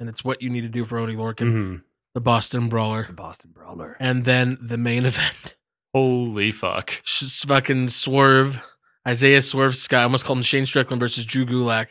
Speaker 5: and it's what you need to do for Oni Lorcan,
Speaker 6: hmm
Speaker 5: the Boston Brawler,
Speaker 4: Boston Brawler.
Speaker 5: and then the main [laughs] event.
Speaker 6: Holy fuck.
Speaker 5: Sh- fucking Swerve, Isaiah Swerve Scott. I almost called him Shane Strickland versus Drew Gulak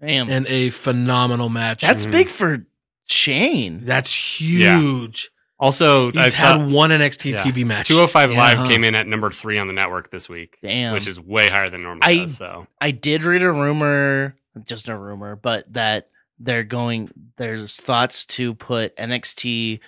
Speaker 6: Um,
Speaker 3: Damn.
Speaker 5: in a phenomenal match.
Speaker 3: that's
Speaker 6: Mhm.
Speaker 3: big for Shane.
Speaker 5: that's
Speaker 6: Yeah.
Speaker 5: huge.
Speaker 6: Also, I
Speaker 5: He's
Speaker 6: saw
Speaker 5: had one NXT
Speaker 6: yeah.
Speaker 5: TV match.
Speaker 6: 205
Speaker 4: Yeah,
Speaker 6: Live
Speaker 4: huh.
Speaker 6: came in at number three on the network this week,
Speaker 3: Damn.
Speaker 6: which is way higher than normal.
Speaker 3: I-
Speaker 6: does, so
Speaker 3: I did read a rumor, just a rumor, but that they're going. There's thoughts to put NXT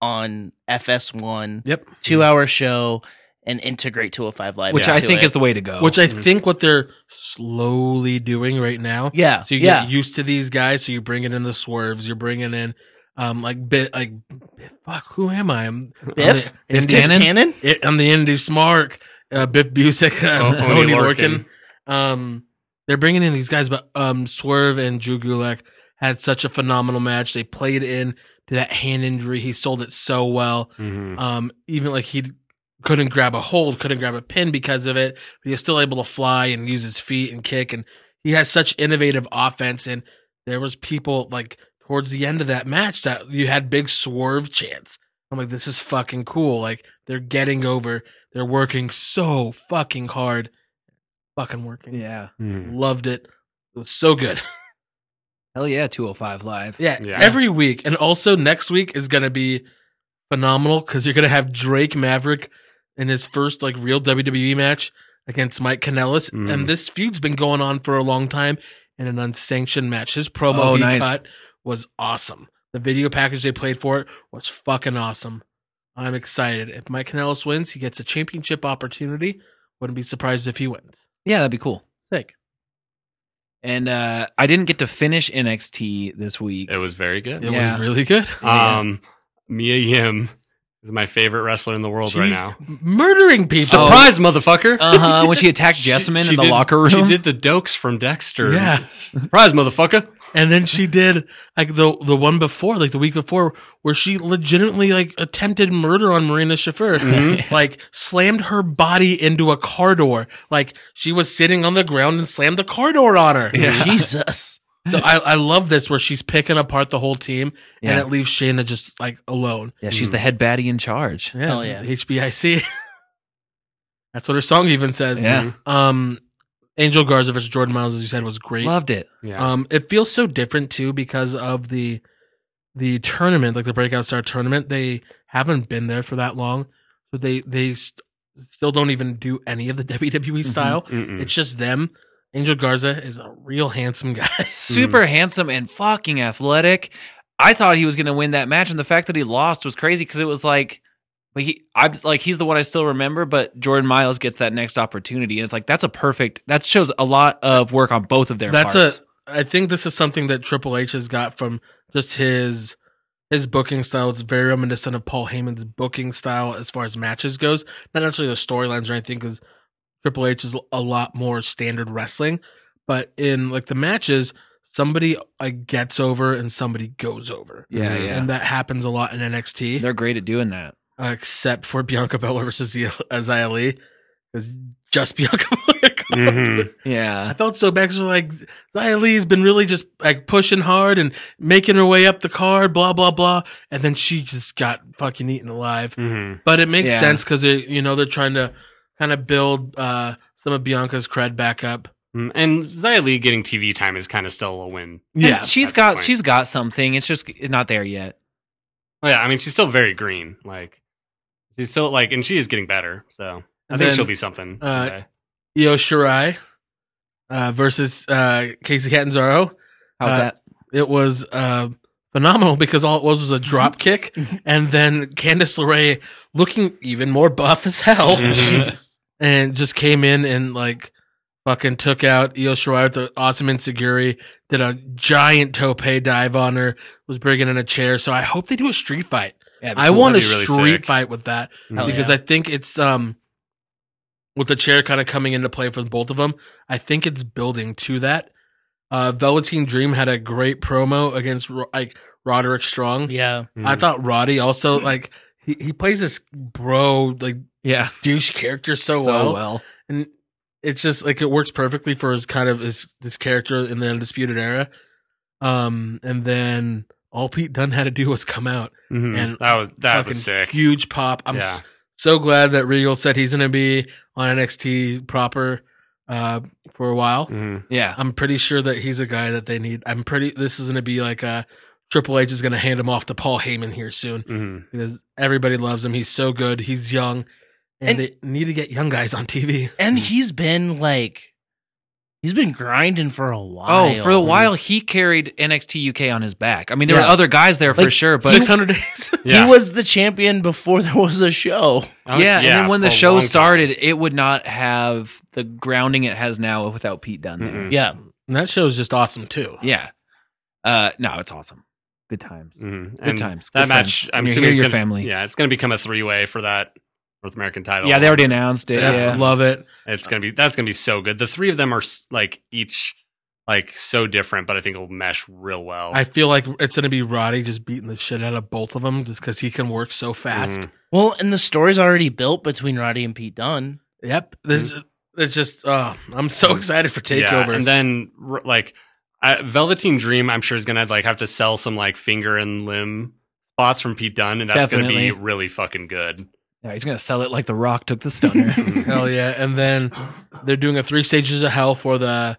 Speaker 3: on FS1,
Speaker 5: Yep.
Speaker 3: two hour show, and integrate 205 Live.
Speaker 4: Which I
Speaker 3: into
Speaker 4: think
Speaker 3: it.
Speaker 4: is the way to go.
Speaker 5: Which I
Speaker 6: Mhm.
Speaker 5: think what they're slowly doing right now.
Speaker 3: yeah,
Speaker 5: So you
Speaker 3: yeah.
Speaker 5: get used to these guys. So you're bringing in the swerves. You're bringing in, um, like bit like, fuck, who am I? I'm
Speaker 3: Biff?
Speaker 5: I'm
Speaker 4: Biff
Speaker 5: the, Indie-
Speaker 4: Tannen?
Speaker 3: Cannon.
Speaker 5: it- I'm the Indy Smart, uh, Biff Busick, [laughs] uh,
Speaker 6: Oh,
Speaker 5: Oni
Speaker 6: Oni
Speaker 5: Lorcan.
Speaker 6: Lorcan.
Speaker 5: Um, they're bringing in these guys, but um, Swerve and Drew Gulak had such a phenomenal match. They played in to that hand injury. He sold it so well.
Speaker 4: Mm-hmm.
Speaker 6: Mhm.
Speaker 5: Um, even like he couldn't grab a hold, couldn't grab a pin because of it, but he was still able to fly and use his feet and kick. And he has such innovative offense. And there was people like towards the end of that match that you had big swerve chants. I'm like, this is fucking cool. Like they're getting over. They're working so fucking hard. Fucking working.
Speaker 4: Yeah.
Speaker 6: Mhm.
Speaker 5: Loved it. It was so good.
Speaker 4: Hell yeah, 205 Live.
Speaker 5: Yeah,
Speaker 6: Yeah.
Speaker 5: every week. And also next week is going to be phenomenal because you're going to have Drake Maverick in his first like real WWE match against Mike Kanellis.
Speaker 6: Mm.
Speaker 5: And this feud's been going on for a long time in an unsanctioned match. His promo
Speaker 4: Oh,
Speaker 5: he
Speaker 4: nice.
Speaker 5: cut was awesome. The video package they played for it was fucking awesome. I'm excited. If Mike Kanellis wins, he gets a championship opportunity. Wouldn't be surprised if he wins.
Speaker 4: Yeah, that'd be cool.
Speaker 3: Sick.
Speaker 4: And uh, I didn't get to finish NXT this week.
Speaker 6: It was very good.
Speaker 5: It
Speaker 4: Yeah. Oh,
Speaker 5: was really good.
Speaker 4: Yeah.
Speaker 6: Um, Mia Yim is my favorite wrestler in the world right
Speaker 5: She's
Speaker 6: now.
Speaker 5: murdering people.
Speaker 6: Surprise, motherfucker!
Speaker 4: Uh huh. When she attacked Jessamine
Speaker 6: She-
Speaker 4: in
Speaker 6: she
Speaker 4: the
Speaker 6: did-
Speaker 4: locker room.
Speaker 6: She did the dokes from Dexter.
Speaker 5: Yeah.
Speaker 4: [laughs]
Speaker 6: Surprise, motherfucker!
Speaker 5: And then she did like the the one before, like the week before, where she legitimately like attempted murder on Marina Shafir.
Speaker 4: Mm.
Speaker 5: [laughs]
Speaker 6: Mhm.
Speaker 5: Like slammed her body into a car door. Like she was sitting on the ground and slammed the car door on
Speaker 3: [laughs]
Speaker 5: her.
Speaker 3: Jesus.
Speaker 5: So I, I love this where she's picking apart the whole team and
Speaker 4: Yeah.
Speaker 5: it leaves Shayna just like alone.
Speaker 4: yeah, she's the head baddie in charge.
Speaker 5: Yeah,
Speaker 3: Hell yeah.
Speaker 5: HBIC. [laughs] That's what her song even says.
Speaker 4: Yeah.
Speaker 5: Um Angel Garza versus Jordan Miles, as you said, was great.
Speaker 4: Loved it.
Speaker 6: Yeah.
Speaker 5: Um, it feels so different too because of the the tournament, like the Breakout Star tournament. They haven't been there for that long, so they they st- still don't even do any of the [laughs] WWE style.
Speaker 6: Mm-mm.
Speaker 5: It's just them. Angel Garza is a real handsome [laughs] guy.
Speaker 4: Super handsome and fucking athletic. I thought he was going to win that match, and the fact that he lost was crazy because it was like, but he, I'm like, he's the one I still remember. But Jordan Miles gets that next opportunity, and it's like that's a perfect. That shows a lot of work on both of their.
Speaker 5: That's
Speaker 4: parts.
Speaker 5: a. I think this is something that Triple H has got from just his his booking style. It's very reminiscent of Paul Heyman's booking style as far as matches goes. Not necessarily the storylines or anything, because Triple H is a lot more standard wrestling. But in like the matches, somebody like gets over and somebody goes over,
Speaker 4: yeah, yeah.
Speaker 5: and that happens a lot in NXT
Speaker 4: They're great at doing that.
Speaker 5: uh, except for Bianca Belair versus Zia- [laughs] Zia Lee. 'Cause Just [laughs] Bianca Belair. got
Speaker 6: Mhm.
Speaker 5: I
Speaker 4: Yeah.
Speaker 5: felt so bad because like Zia Lee's been really just like pushing hard and making her way up the card, blah blah blah, and then she just got fucking eaten alive.
Speaker 6: Mhm.
Speaker 5: But it makes
Speaker 4: Yeah.
Speaker 5: sense because they, you know, they're trying to kind of build uh, some of Bianca's cred back up.
Speaker 6: Mm, And Xia Li getting TV time is kind of still a win.
Speaker 5: Yeah,
Speaker 4: And she's
Speaker 6: that's
Speaker 4: got
Speaker 6: fine.
Speaker 4: she's got something. It's just not there yet.
Speaker 6: Oh, yeah, I mean she's still very green. Like she's still like, and she is getting better. So I
Speaker 5: And
Speaker 6: think
Speaker 5: then,
Speaker 6: she'll be something.
Speaker 5: uh,
Speaker 6: one day.
Speaker 5: Io Shirai uh, versus uh, Casey Catanzaro.
Speaker 4: How's
Speaker 5: Uh,
Speaker 4: that?
Speaker 5: It was uh, phenomenal because all it was was a
Speaker 4: Mm-hmm.
Speaker 5: drop kick, and then Candice LeRae, looking even more buff as
Speaker 4: oh,
Speaker 5: hell,
Speaker 4: Mm-hmm.
Speaker 5: and just came in and like fucking took out Io Shirai with the awesome Insiguri, did a giant tope dive on her, was bringing in a chair. So I hope they do a street fight. I want a
Speaker 6: That'd be really
Speaker 5: street
Speaker 6: sick.
Speaker 5: fight with that
Speaker 3: Hell
Speaker 5: because
Speaker 3: yeah.
Speaker 5: I think it's um with the chair kind of coming into play for both of them. I think it's building to that. Uh, Velveteen Dream had a great promo against Ro- like Roderick Strong.
Speaker 3: yeah,
Speaker 6: Mm.
Speaker 5: I thought Roddy also like he, he plays this bro like
Speaker 4: Yeah.
Speaker 5: douche character so,
Speaker 4: So
Speaker 5: Oh, well,
Speaker 4: well.
Speaker 5: and it's just like it works perfectly for his kind of his this character in the Undisputed Era. Um, and then all Pete Dunne had to do was come out
Speaker 6: Mhm.
Speaker 5: and
Speaker 6: that was that
Speaker 5: fucking
Speaker 6: was sick.
Speaker 5: Huge pop. I'm
Speaker 6: Yeah.
Speaker 5: s- so glad that Regal said he's going to be on NXT proper uh, for a while.
Speaker 6: Mhm.
Speaker 4: Yeah.
Speaker 5: I'm pretty sure that he's a guy that they need. I'm pretty. This is going to be like a Triple H is going to hand him off to Paul Heyman here soon
Speaker 6: Mhm.
Speaker 5: because everybody loves him. He's so good. He's young, and,
Speaker 3: And-
Speaker 5: they need to get young guys on TV.
Speaker 3: and he's been like, he's been grinding for a while.
Speaker 4: Oh, for a while he carried NXT UK on his back. I mean, there
Speaker 3: Yeah.
Speaker 4: were other guys there for
Speaker 3: Like,
Speaker 4: sure, but
Speaker 5: 600 days.
Speaker 6: Yeah.
Speaker 3: He was the champion before there was a show.
Speaker 6: Oh,
Speaker 4: yeah, and then when the
Speaker 6: for a
Speaker 4: show
Speaker 6: long time.
Speaker 4: started, it would not have the grounding it has now without Pete Dunne. there.
Speaker 6: Mhm.
Speaker 3: Yeah,
Speaker 5: and that show's just awesome too.
Speaker 4: Yeah. Uh, no, it's awesome. Good times.
Speaker 6: Mhm.
Speaker 4: Good times.
Speaker 6: That
Speaker 4: Good
Speaker 6: match,
Speaker 4: friends.
Speaker 6: I'm
Speaker 4: You're
Speaker 6: assuming
Speaker 4: here,
Speaker 6: it's
Speaker 4: your
Speaker 6: gonna-
Speaker 4: family.
Speaker 6: Yeah, it's going to become a three way for that North American title.
Speaker 4: Yeah, they already announced it.
Speaker 5: Yeah,
Speaker 4: Yeah.
Speaker 5: love it.
Speaker 6: It's going to be that's going to be so good. The three of them are s- like each like so different, but I think it'll mesh real well.
Speaker 5: I feel like it's going to be Roddy just beating the shit out of both of them just because he can work so fast.
Speaker 6: Mhm.
Speaker 3: well, and the story's already built between Roddy and Pete Dunne.
Speaker 5: Yep. There's it's just uh I'm so excited for Takeover.
Speaker 6: and then r- like I, Velveteen Dream, I'm sure is going to like have to sell some like finger and limb spots from Pete Dunne, and that's going to be
Speaker 4: Definitely.
Speaker 6: really fucking good.
Speaker 4: Yeah, he's gonna sell it like The Rock took the stunner.
Speaker 6: [laughs]
Speaker 5: Hell yeah. And then they're doing a three stages of hell for the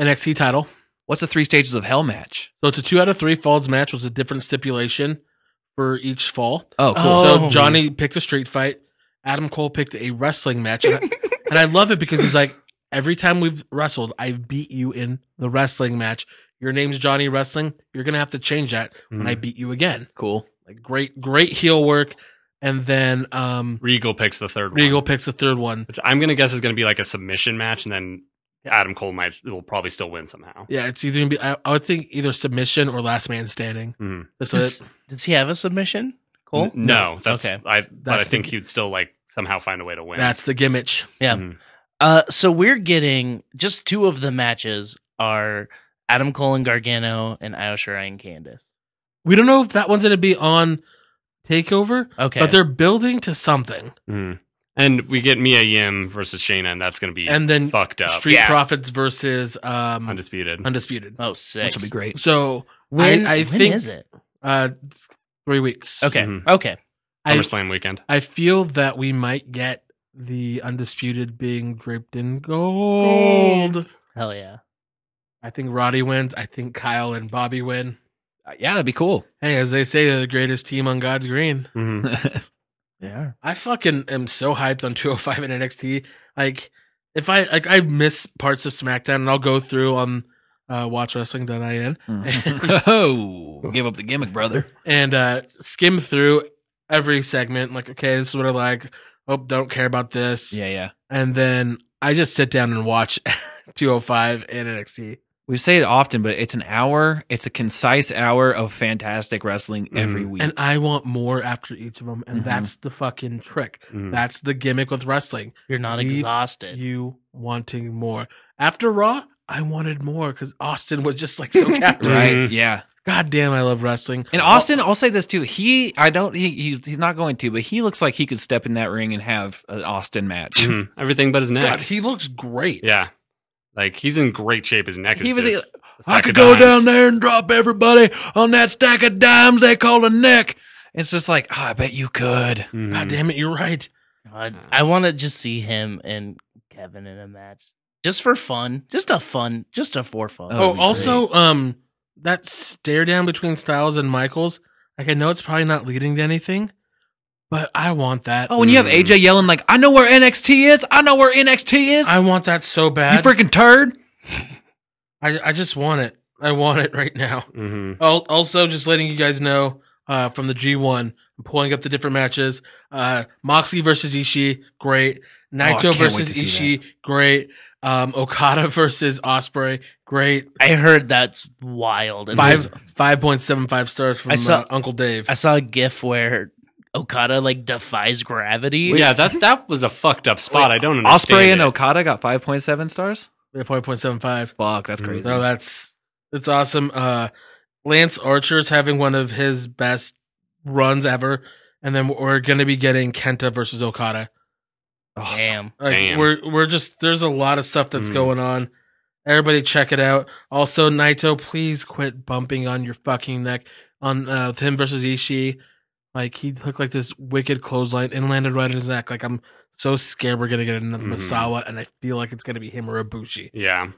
Speaker 5: NXT title.
Speaker 4: [laughs] What's the three stages of hell match?
Speaker 5: So it's a two out of three falls match was a different stipulation for each fall.
Speaker 4: Oh, cool.
Speaker 3: Oh.
Speaker 5: So Johnny picked a street fight. Adam Cole picked a wrestling match. And I,
Speaker 4: [laughs]
Speaker 5: and I love it because he's like, every time we've wrestled, I've beat you in the wrestling match. Your name's Johnny Wrestling. You're gonna have to change that when I beat you again.
Speaker 4: Mm. cool.
Speaker 5: Like great, great heel work. And then um
Speaker 6: Regal picks the third
Speaker 5: Regal
Speaker 6: one,
Speaker 5: picks the third one.
Speaker 6: which I'm going to guess is going to be like a submission match, and then Adam Cole might will probably still win somehow.
Speaker 5: Yeah, it's either gonna be. I, I would think either submission or last man standing.
Speaker 6: Mhm.
Speaker 5: That's
Speaker 3: Does,
Speaker 5: it.
Speaker 3: does he have a submission? Cool.
Speaker 6: N- No, that's
Speaker 3: Okay.
Speaker 6: I. But
Speaker 5: That's
Speaker 6: I think
Speaker 5: the-
Speaker 6: he'd still like somehow find a way to win.
Speaker 5: That's the gimmick.
Speaker 3: Yeah.
Speaker 6: Mhm.
Speaker 3: Uh, so we're getting just two of the matches are Adam Cole and Gargano and Io Shirai and Candice.
Speaker 5: We don't know if that one's gonna be on Takeover,
Speaker 3: Okay,
Speaker 5: but they're building to something.
Speaker 6: Mhm. And we get Mia Yim versus Shayna, and that's going to be
Speaker 5: And then
Speaker 6: fucked up.
Speaker 5: Street
Speaker 6: Yeah.
Speaker 5: Profits versus um, undisputed.
Speaker 6: undisputed.
Speaker 3: oh sick.
Speaker 4: Which will be great.
Speaker 5: So
Speaker 3: When
Speaker 5: I- I
Speaker 3: when
Speaker 5: think- Mm-hmm.
Speaker 3: is it?
Speaker 5: uh, three weeks.
Speaker 3: Okay,
Speaker 6: Mhm.
Speaker 3: okay.
Speaker 5: I,
Speaker 6: SummerSlam weekend.
Speaker 5: I feel that we might get the undisputed being draped in gold.
Speaker 3: Hell yeah.
Speaker 5: I think Roddy wins. I think Kyle and Bobby win.
Speaker 4: Uh, Yeah, that'd be cool.
Speaker 5: Hey, as they say, they're the greatest team on God's green.
Speaker 6: Mhm.
Speaker 3: Yeah.
Speaker 5: I fucking am so hyped on [laughs] 205 and NXT. Like, if I like, I miss parts of SmackDown, and I'll go through on uh, WatchWrestling.in
Speaker 4: [laughs] oh, give up the gimmick, brother.
Speaker 5: and uh, skim through every segment. Like, okay, this is what I like. Oh, don't care about this.
Speaker 4: Yeah, yeah.
Speaker 5: And then I just sit down and watch [laughs] 205 and NXT.
Speaker 4: We say it often, but it's an hour. It's a concise hour of fantastic wrestling
Speaker 6: Mhm.
Speaker 4: every week.
Speaker 5: And I want more after each of them, and
Speaker 4: Mhm.
Speaker 5: that's the fucking trick.
Speaker 6: Mhm.
Speaker 5: That's the gimmick with wrestling.
Speaker 3: You're not
Speaker 5: Leave
Speaker 3: exhausted.
Speaker 5: you wanting more. After Raw, I wanted more because Austin was just like so captivating.
Speaker 4: [laughs] right?
Speaker 6: Mhm.
Speaker 4: Yeah.
Speaker 5: God damn, I love wrestling. Oh,
Speaker 4: And Austin, I'll say this too. He, I don't, he, he's, he's not going to, but he looks like he could step in that ring and have an Austin match.
Speaker 6: Mhm. Everything but his neck.
Speaker 5: God, he looks great.
Speaker 6: Yeah. Like he's in great shape. His neck is
Speaker 4: He was
Speaker 6: just
Speaker 4: I
Speaker 6: stack
Speaker 4: could
Speaker 6: of
Speaker 4: go
Speaker 6: dimes.
Speaker 4: down there [laughs] and drop everybody on that stack of [laughs] dimes they call a neck. It's just like, "Ah, I bet you could.
Speaker 6: Mhm.
Speaker 5: God damn it, you're right. mm.
Speaker 3: God, I want to just see him and Kevin in a match, just for fun, just a fun, just a for fun.
Speaker 4: That would
Speaker 5: Oh,
Speaker 4: be
Speaker 5: also, um, that stare down between Styles and Michaels. Like, I know it's probably not leading to anything, but I want that.
Speaker 4: Oh, and you have
Speaker 6: Mm.
Speaker 4: AJ yelling like, I know where NXT is. I know where NXT is.
Speaker 5: I want that so
Speaker 4: you
Speaker 5: bad.
Speaker 4: freaking turd.
Speaker 5: I, I just want it. I want it right now.
Speaker 6: hmm
Speaker 5: Al- Also, just letting you guys know uh, from the G1, I'm pulling up the different matches. Uh, Moxley versus Ishii, great. Naito
Speaker 4: Oh, can't wait
Speaker 5: versus
Speaker 4: to see
Speaker 5: Ishii, great. Um, Okada [laughs] versus Osprey, great.
Speaker 3: I heard that's wild. And
Speaker 5: Five
Speaker 3: there's-
Speaker 5: five point seven five stars from
Speaker 3: I saw-
Speaker 5: uh, Uncle Dave.
Speaker 3: I saw a GIF where Okada like defies gravity.
Speaker 6: Yeah, that that was a fucked up spot. I don't understand.
Speaker 4: Osprey and
Speaker 6: it.
Speaker 4: Okada got 5.7 stars.
Speaker 5: Five point seven five.
Speaker 4: Fuck, that's
Speaker 6: Mhm.
Speaker 4: crazy.
Speaker 5: No, that's it's awesome. Uh, Lance Archer's having one of his best runs ever, and then we're gonna be getting Kenta versus Okada.
Speaker 4: Awesome.
Speaker 3: Damn.
Speaker 5: Like
Speaker 6: Damn.
Speaker 5: we're we're just there's a lot of stuff that's
Speaker 6: Mm.
Speaker 5: going on. Everybody check it out. Also, Naito, please quit bumping on your fucking neck on uh, with him versus Ishii. Like he took like this wicked clothesline and landed right on his neck. Like I'm so scared we're gonna get another
Speaker 6: Mhm.
Speaker 5: Masawa, and I feel like it's gonna be him or Ibushi.
Speaker 6: Yeah,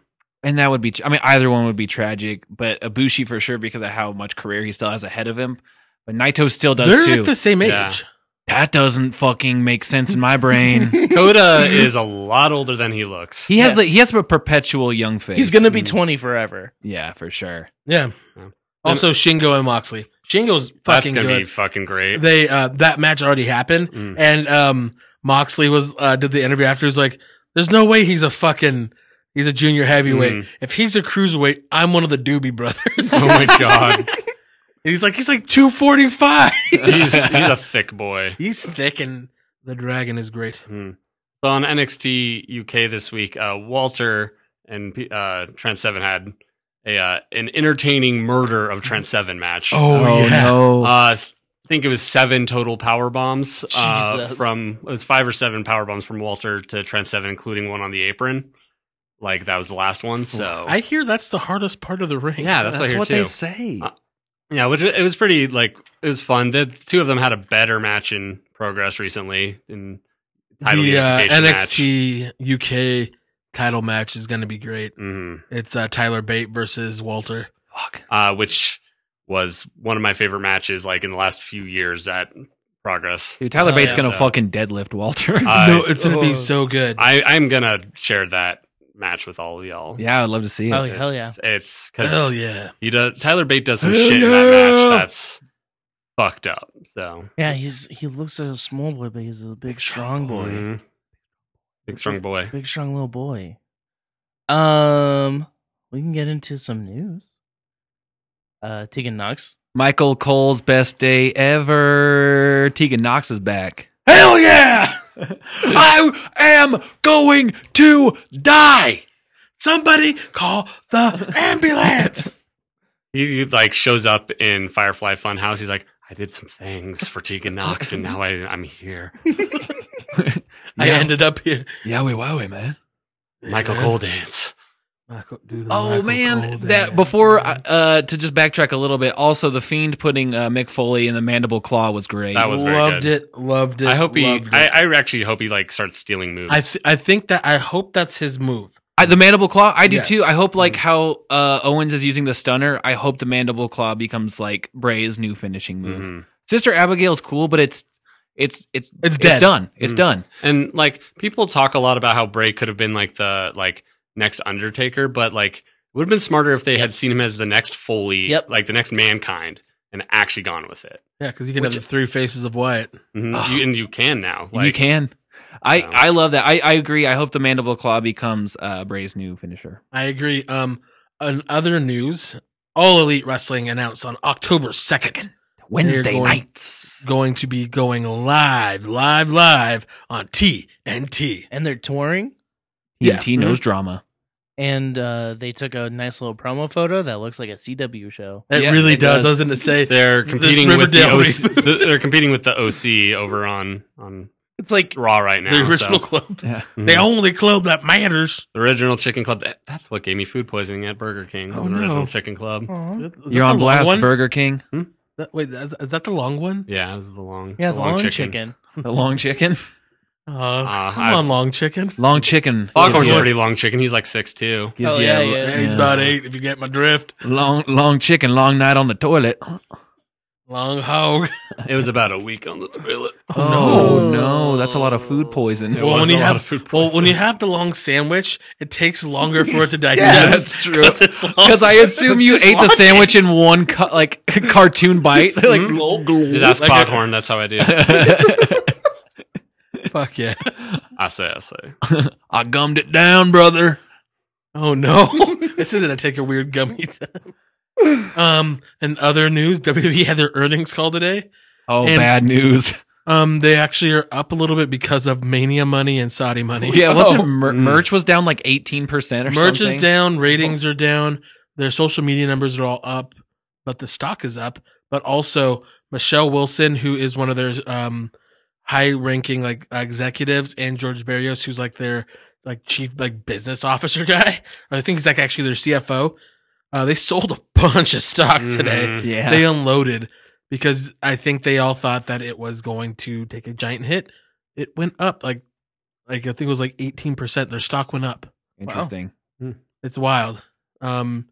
Speaker 4: And that would be, I mean, either one would be tragic, but Ibushi for sure because of how much career he still has ahead of him. But Naito still does
Speaker 5: They're
Speaker 4: too.
Speaker 5: at the same age.
Speaker 6: Yeah.
Speaker 4: that doesn't fucking make sense in my brain.
Speaker 6: [laughs] Coda is a lot older than he looks.
Speaker 4: he has
Speaker 3: Yeah.
Speaker 4: the he has a perpetual young face.
Speaker 3: He's gonna be
Speaker 6: Mm.
Speaker 3: twenty forever.
Speaker 4: yeah, for sure.
Speaker 5: Yeah.
Speaker 6: Yeah.
Speaker 5: Also, Shingo and Moxley. Shingo's
Speaker 6: That's
Speaker 5: fucking
Speaker 6: gonna
Speaker 5: good.
Speaker 6: be fucking great.
Speaker 5: they uh that match already happened
Speaker 6: Mm.
Speaker 4: [laughs]
Speaker 5: [laughs] and um Moxley was uh did the interview after he was like there's no way he's a fucking he's a junior heavyweight
Speaker 6: Mm.
Speaker 5: if he's a cruiserweight I'm one of the Doobie brothers
Speaker 6: [laughs]
Speaker 5: [laughs]
Speaker 6: oh my
Speaker 4: [laughs]
Speaker 6: god,
Speaker 5: he's like he's like 245
Speaker 6: he's he's a thick boy.
Speaker 5: [laughs] he's thick and the dragon is great
Speaker 6: Hmm. So on NXT UK this week, uh, Walter and P- uh, Trent Seven had a uh, an entertaining murder of Trent Seven match.
Speaker 4: Oh,
Speaker 5: Oh,
Speaker 4: no.
Speaker 6: Uh, s- I think it was seven total power bombs uh,
Speaker 3: Jesus.
Speaker 6: from it was five or seven power bombs from Walter to Trent Seven, including one on the apron. Like that was the last one. So
Speaker 5: I hear that's the hardest part of the ring
Speaker 6: yeah, that's, what I hear too.
Speaker 4: say.
Speaker 6: Uh, Yeah, which it was pretty like it was fun. The two of them had a better match in progress recently in title
Speaker 5: the uh,
Speaker 6: unification match.
Speaker 5: NXT UK title match is going to be great
Speaker 6: Mhm.
Speaker 5: it's uh Tyler Bate versus Walter
Speaker 4: Fuck.
Speaker 6: uh, which was one of my favorite matches like in the last few years at Progress.
Speaker 4: Dude, Tyler
Speaker 3: Oh,
Speaker 4: Bates
Speaker 3: yeah.
Speaker 4: gonna
Speaker 6: So-
Speaker 4: fucking deadlift Walter.
Speaker 6: Uh,
Speaker 5: no it's going to
Speaker 3: oh.
Speaker 5: be so good
Speaker 6: I, I'm gonna share that match with all of
Speaker 4: [laughs]
Speaker 6: y'all.
Speaker 4: yeah, I'd love to see it.
Speaker 3: Oh hell yeah.
Speaker 6: It's
Speaker 5: hell
Speaker 6: because
Speaker 5: yeah
Speaker 6: you do, Tyler Bate does some
Speaker 5: Hell
Speaker 6: shit in that
Speaker 5: yeah.
Speaker 6: match that's fucked up. So
Speaker 3: Yeah, he's he looks like a small boy, but he's a big strong
Speaker 5: Oh,
Speaker 3: boy.
Speaker 6: Mhm. Big strong boy.
Speaker 3: Big strong little boy. Um we can get into some news. Uh Tegan Knox.
Speaker 4: Michael Cole's best day ever. Tegan Knox is back.
Speaker 5: hell yeah
Speaker 4: I am going to die.
Speaker 5: Somebody call the ambulance.
Speaker 6: He like shows up in Firefly Funhouse. He's like, I did some things for Tegan Knox, and now I,
Speaker 5: [laughs]
Speaker 6: I'm here.
Speaker 5: I ended up here.
Speaker 4: Yowie wowie, man.
Speaker 6: Michael
Speaker 5: Yeah.
Speaker 6: Cole dance.
Speaker 4: Oh man, that before uh to just backtrack a little bit. Also, the fiend putting uh, Mick Foley in the mandible claw was great.
Speaker 6: That was very
Speaker 5: loved
Speaker 6: good.
Speaker 5: it. Loved it.
Speaker 6: I hope he.
Speaker 5: loved it.
Speaker 6: I, I actually hope he like starts stealing moves.
Speaker 5: I, th- I think that I hope that's his move.
Speaker 4: I, the mandible claw. I do
Speaker 5: Yes.
Speaker 4: too. I hope like how uh Owens is using the stunner. I hope the mandible claw becomes like Bray's new finishing move.
Speaker 6: Mhm.
Speaker 4: Sister Abigail's cool, but it's it's it's
Speaker 5: It's dead.
Speaker 4: done. It's
Speaker 6: Mm.
Speaker 4: done.
Speaker 6: And like people talk a lot about how Bray could have been like the like next Undertaker, but like it would have been smarter if they had seen him as the next Foley,
Speaker 3: Yep.
Speaker 6: like the next Mankind, and actually gone with it.
Speaker 5: Yeah, because you can
Speaker 4: Which-
Speaker 5: have the three faces of Wyatt.
Speaker 6: Mhm.
Speaker 4: Ugh.
Speaker 6: You, and you can now.
Speaker 4: you
Speaker 6: Like,
Speaker 4: can. I,
Speaker 6: Um,
Speaker 4: I love that. I, I agree. I hope the mandible claw becomes uh, Bray's new finisher.
Speaker 5: I agree. Um, on other news, All Elite Wrestling announced on October second,
Speaker 4: Wednesday
Speaker 5: going-
Speaker 4: nights.
Speaker 5: going to be going live, live, live on TNT.
Speaker 3: And they're touring
Speaker 5: Yeah.
Speaker 4: TNT E knows drama.
Speaker 3: and uh they took a nice little promo photo that looks like a CW show.
Speaker 5: It
Speaker 4: Yeah,
Speaker 5: really
Speaker 4: it
Speaker 5: does.
Speaker 4: does.
Speaker 5: I was going to say
Speaker 6: They're
Speaker 5: This
Speaker 6: competing with the
Speaker 5: Riverdale
Speaker 6: OC,
Speaker 5: reboot.
Speaker 6: [laughs] th- they're competing with the OC over on on
Speaker 3: It's like
Speaker 6: Raw right now.
Speaker 5: the original
Speaker 6: so.
Speaker 5: club,
Speaker 4: Yeah.
Speaker 6: Mhm.
Speaker 5: the only club that matters.
Speaker 6: The original Chicken Club. That, that's what gave me food poisoning at Burger King.
Speaker 5: Oh,
Speaker 6: was an
Speaker 5: no.
Speaker 6: original Chicken Club.
Speaker 3: Aw.
Speaker 4: You're on blast,
Speaker 5: one?
Speaker 4: Burger King.
Speaker 5: That- wait, is is that the long one?
Speaker 6: Yeah, it was the long.
Speaker 3: Yeah, the long, chicken.
Speaker 4: The long chicken.
Speaker 5: Uh, come
Speaker 6: I-
Speaker 5: on, long chicken.
Speaker 4: Long chicken.
Speaker 6: Foghorn's
Speaker 4: Gives
Speaker 6: a
Speaker 4: you-
Speaker 6: pretty long chicken. He's like six two.
Speaker 4: gives
Speaker 3: Oh,
Speaker 4: you-
Speaker 3: yeah, yeah.
Speaker 5: Yeah, he's about eight. If you get my drift,
Speaker 4: [gasps] Oh, Long long chicken. Long night on the toilet.
Speaker 5: Long hog.
Speaker 6: It was about a week on
Speaker 5: [laughs]
Speaker 6: the toilet.
Speaker 4: Oh, no, that's a lot of food poison.
Speaker 6: It
Speaker 5: Well,
Speaker 6: was
Speaker 5: when you
Speaker 6: a
Speaker 5: [laughs]
Speaker 6: lot
Speaker 5: have-
Speaker 6: of food
Speaker 5: Well, when you
Speaker 6: poisoning.
Speaker 5: have the long sandwich, it takes longer for it to
Speaker 4: Yeah,
Speaker 5: digest.
Speaker 4: that's
Speaker 5: [laughs]
Speaker 4: true.
Speaker 6: it's long.
Speaker 4: Because I assume you
Speaker 6: Just
Speaker 4: ate the
Speaker 6: long.
Speaker 4: sandwich in one cu- like [laughs] cartoon bite. like,
Speaker 6: Just ask
Speaker 4: Like a-
Speaker 6: Foghorn. That's how I do.
Speaker 5: [laughs]
Speaker 6: it.
Speaker 5: Fuck yeah.
Speaker 6: I say, I say.
Speaker 4: I gummed it down, brother.
Speaker 5: Oh no. [laughs] this is gonna take a weird gummy time. Um, and other news, WWE had their earnings call today.
Speaker 4: Oh,
Speaker 5: And-
Speaker 4: bad news. [laughs]
Speaker 5: Um, they actually are up a little bit because of Mania money and Saudi money. [laughs]
Speaker 4: Yeah, wasn't
Speaker 6: Oh.
Speaker 4: mer-
Speaker 6: Mm.
Speaker 4: merch was down like eighteen percent or
Speaker 5: Merch
Speaker 4: something?
Speaker 5: is down, ratings are down, their social media numbers are all up, but the stock is up. But also Michelle Wilson, who is one of their um high ranking like executives, and George Barrios, who's like their like chief like business officer [laughs] guy. I think he's like actually their CFO. Uh, they sold a bunch of stock today.
Speaker 6: Mhm.
Speaker 4: Yeah,
Speaker 5: They unloaded because I think they all thought that it was going to take a giant hit. It went up like like I think it was like eighteen percent. Their stock went up. Hmm.
Speaker 4: interesting.
Speaker 5: It's wild. Um,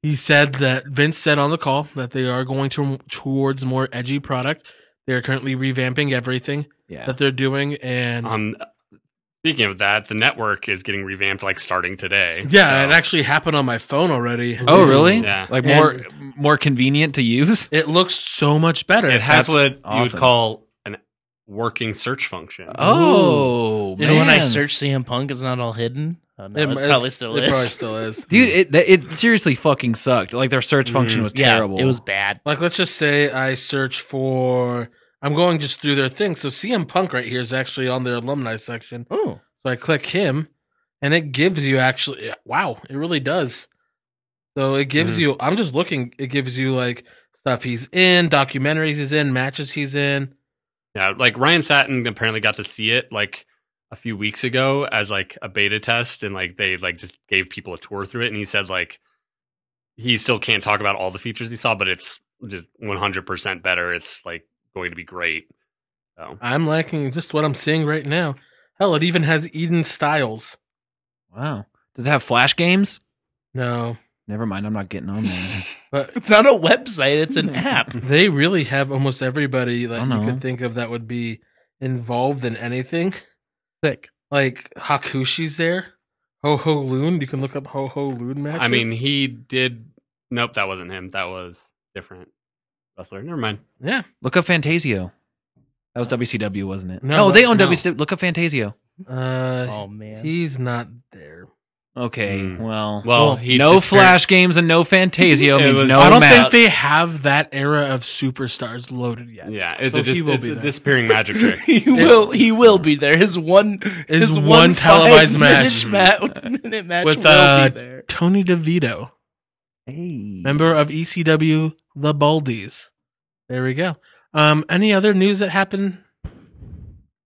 Speaker 5: he said that Vince said on the call that they are going to towards more edgy product. They're currently revamping everything
Speaker 4: Yeah,
Speaker 5: that they're doing, and
Speaker 6: Um, speaking of that, the network is getting revamped like starting today.
Speaker 5: yeah, it
Speaker 6: So-
Speaker 5: actually happened on my phone already.
Speaker 4: Oh, really?
Speaker 6: Yeah.
Speaker 4: Like
Speaker 5: And-
Speaker 4: more more convenient to use.
Speaker 5: It looks so much better.
Speaker 6: It
Speaker 4: That's
Speaker 6: has what you
Speaker 4: awesome.
Speaker 6: would call an working search function.
Speaker 4: Oh,
Speaker 5: Ooh.
Speaker 4: man.
Speaker 5: So
Speaker 3: So when I search CM Punk, it's not all hidden. Oh, no, it,
Speaker 5: it's-
Speaker 3: probably still
Speaker 5: it
Speaker 3: is.
Speaker 5: probably still is.
Speaker 4: dude, it that- it seriously fucking sucked. Like their search function
Speaker 6: Mm.
Speaker 4: was
Speaker 3: [laughs] yeah,
Speaker 4: terrible.
Speaker 3: it was bad.
Speaker 5: Like, let's just say I search for. I'm going just through their thing. So CM Punk right here is actually on their alumni section.
Speaker 3: Oh,
Speaker 5: So I click him, and it gives you actually wow, it really does. So it gives
Speaker 6: Mhm.
Speaker 5: you. I'm just looking. It gives you like stuff he's in, documentaries he's in, matches he's in.
Speaker 6: Yeah, like Ryan Satin apparently got to see it like a few weeks ago as like a beta test, and like they like just gave people a tour through it, and he said like he still can't talk about all the features he saw, but it's just 100 percent better. It's like going to be great. So
Speaker 5: I'm liking just what I'm seeing right now. Hell, it even has Eden Styles.
Speaker 4: wow. Does it have flash games?
Speaker 5: No,
Speaker 4: Never mind. I'm not getting on there.
Speaker 5: but
Speaker 3: it's not a website; it's [laughs] an app.
Speaker 5: they really have almost everybody that
Speaker 4: I
Speaker 5: you
Speaker 4: know.
Speaker 5: could think of that would be involved in anything.
Speaker 3: Sick.
Speaker 5: Like Hakushi's there. Ho Ho Loon. You can look up Ho Ho Loon matches.
Speaker 6: I mean, he did. Nope, that wasn't him. That was different wrestler. Never mind.
Speaker 5: yeah.
Speaker 4: Look up Fantasio. That was WCW, wasn't it?
Speaker 5: No,
Speaker 4: No, they
Speaker 5: that-
Speaker 4: own
Speaker 5: no.
Speaker 4: WCW. Look up Fantasio.
Speaker 5: Uh,
Speaker 3: Oh man,
Speaker 5: He's not there.
Speaker 4: Okay,
Speaker 6: Mm.
Speaker 4: well,
Speaker 6: Well,
Speaker 3: Well,
Speaker 6: he
Speaker 4: no
Speaker 6: disappeared.
Speaker 4: flash games and no Fantasio
Speaker 6: It
Speaker 4: means
Speaker 6: was-
Speaker 4: no
Speaker 5: I don't
Speaker 4: match.
Speaker 5: think they have that era of superstars loaded yet.
Speaker 6: Yeah, it's
Speaker 5: So
Speaker 6: a, dis-
Speaker 5: he will
Speaker 6: it's
Speaker 5: be
Speaker 6: a
Speaker 5: there.
Speaker 6: disappearing magic
Speaker 3: [laughs]
Speaker 6: trick.
Speaker 3: he will. He will be there. His one.
Speaker 5: His
Speaker 3: His,
Speaker 5: one
Speaker 3: one
Speaker 5: televised
Speaker 3: five-minute
Speaker 6: match.
Speaker 3: ma- minute [laughs] match
Speaker 5: With,
Speaker 3: will
Speaker 5: uh,
Speaker 3: be there.
Speaker 5: Tony DeVito,
Speaker 4: Hey.
Speaker 5: member of ECW The Baldies. There we go. Um, any other news that happened?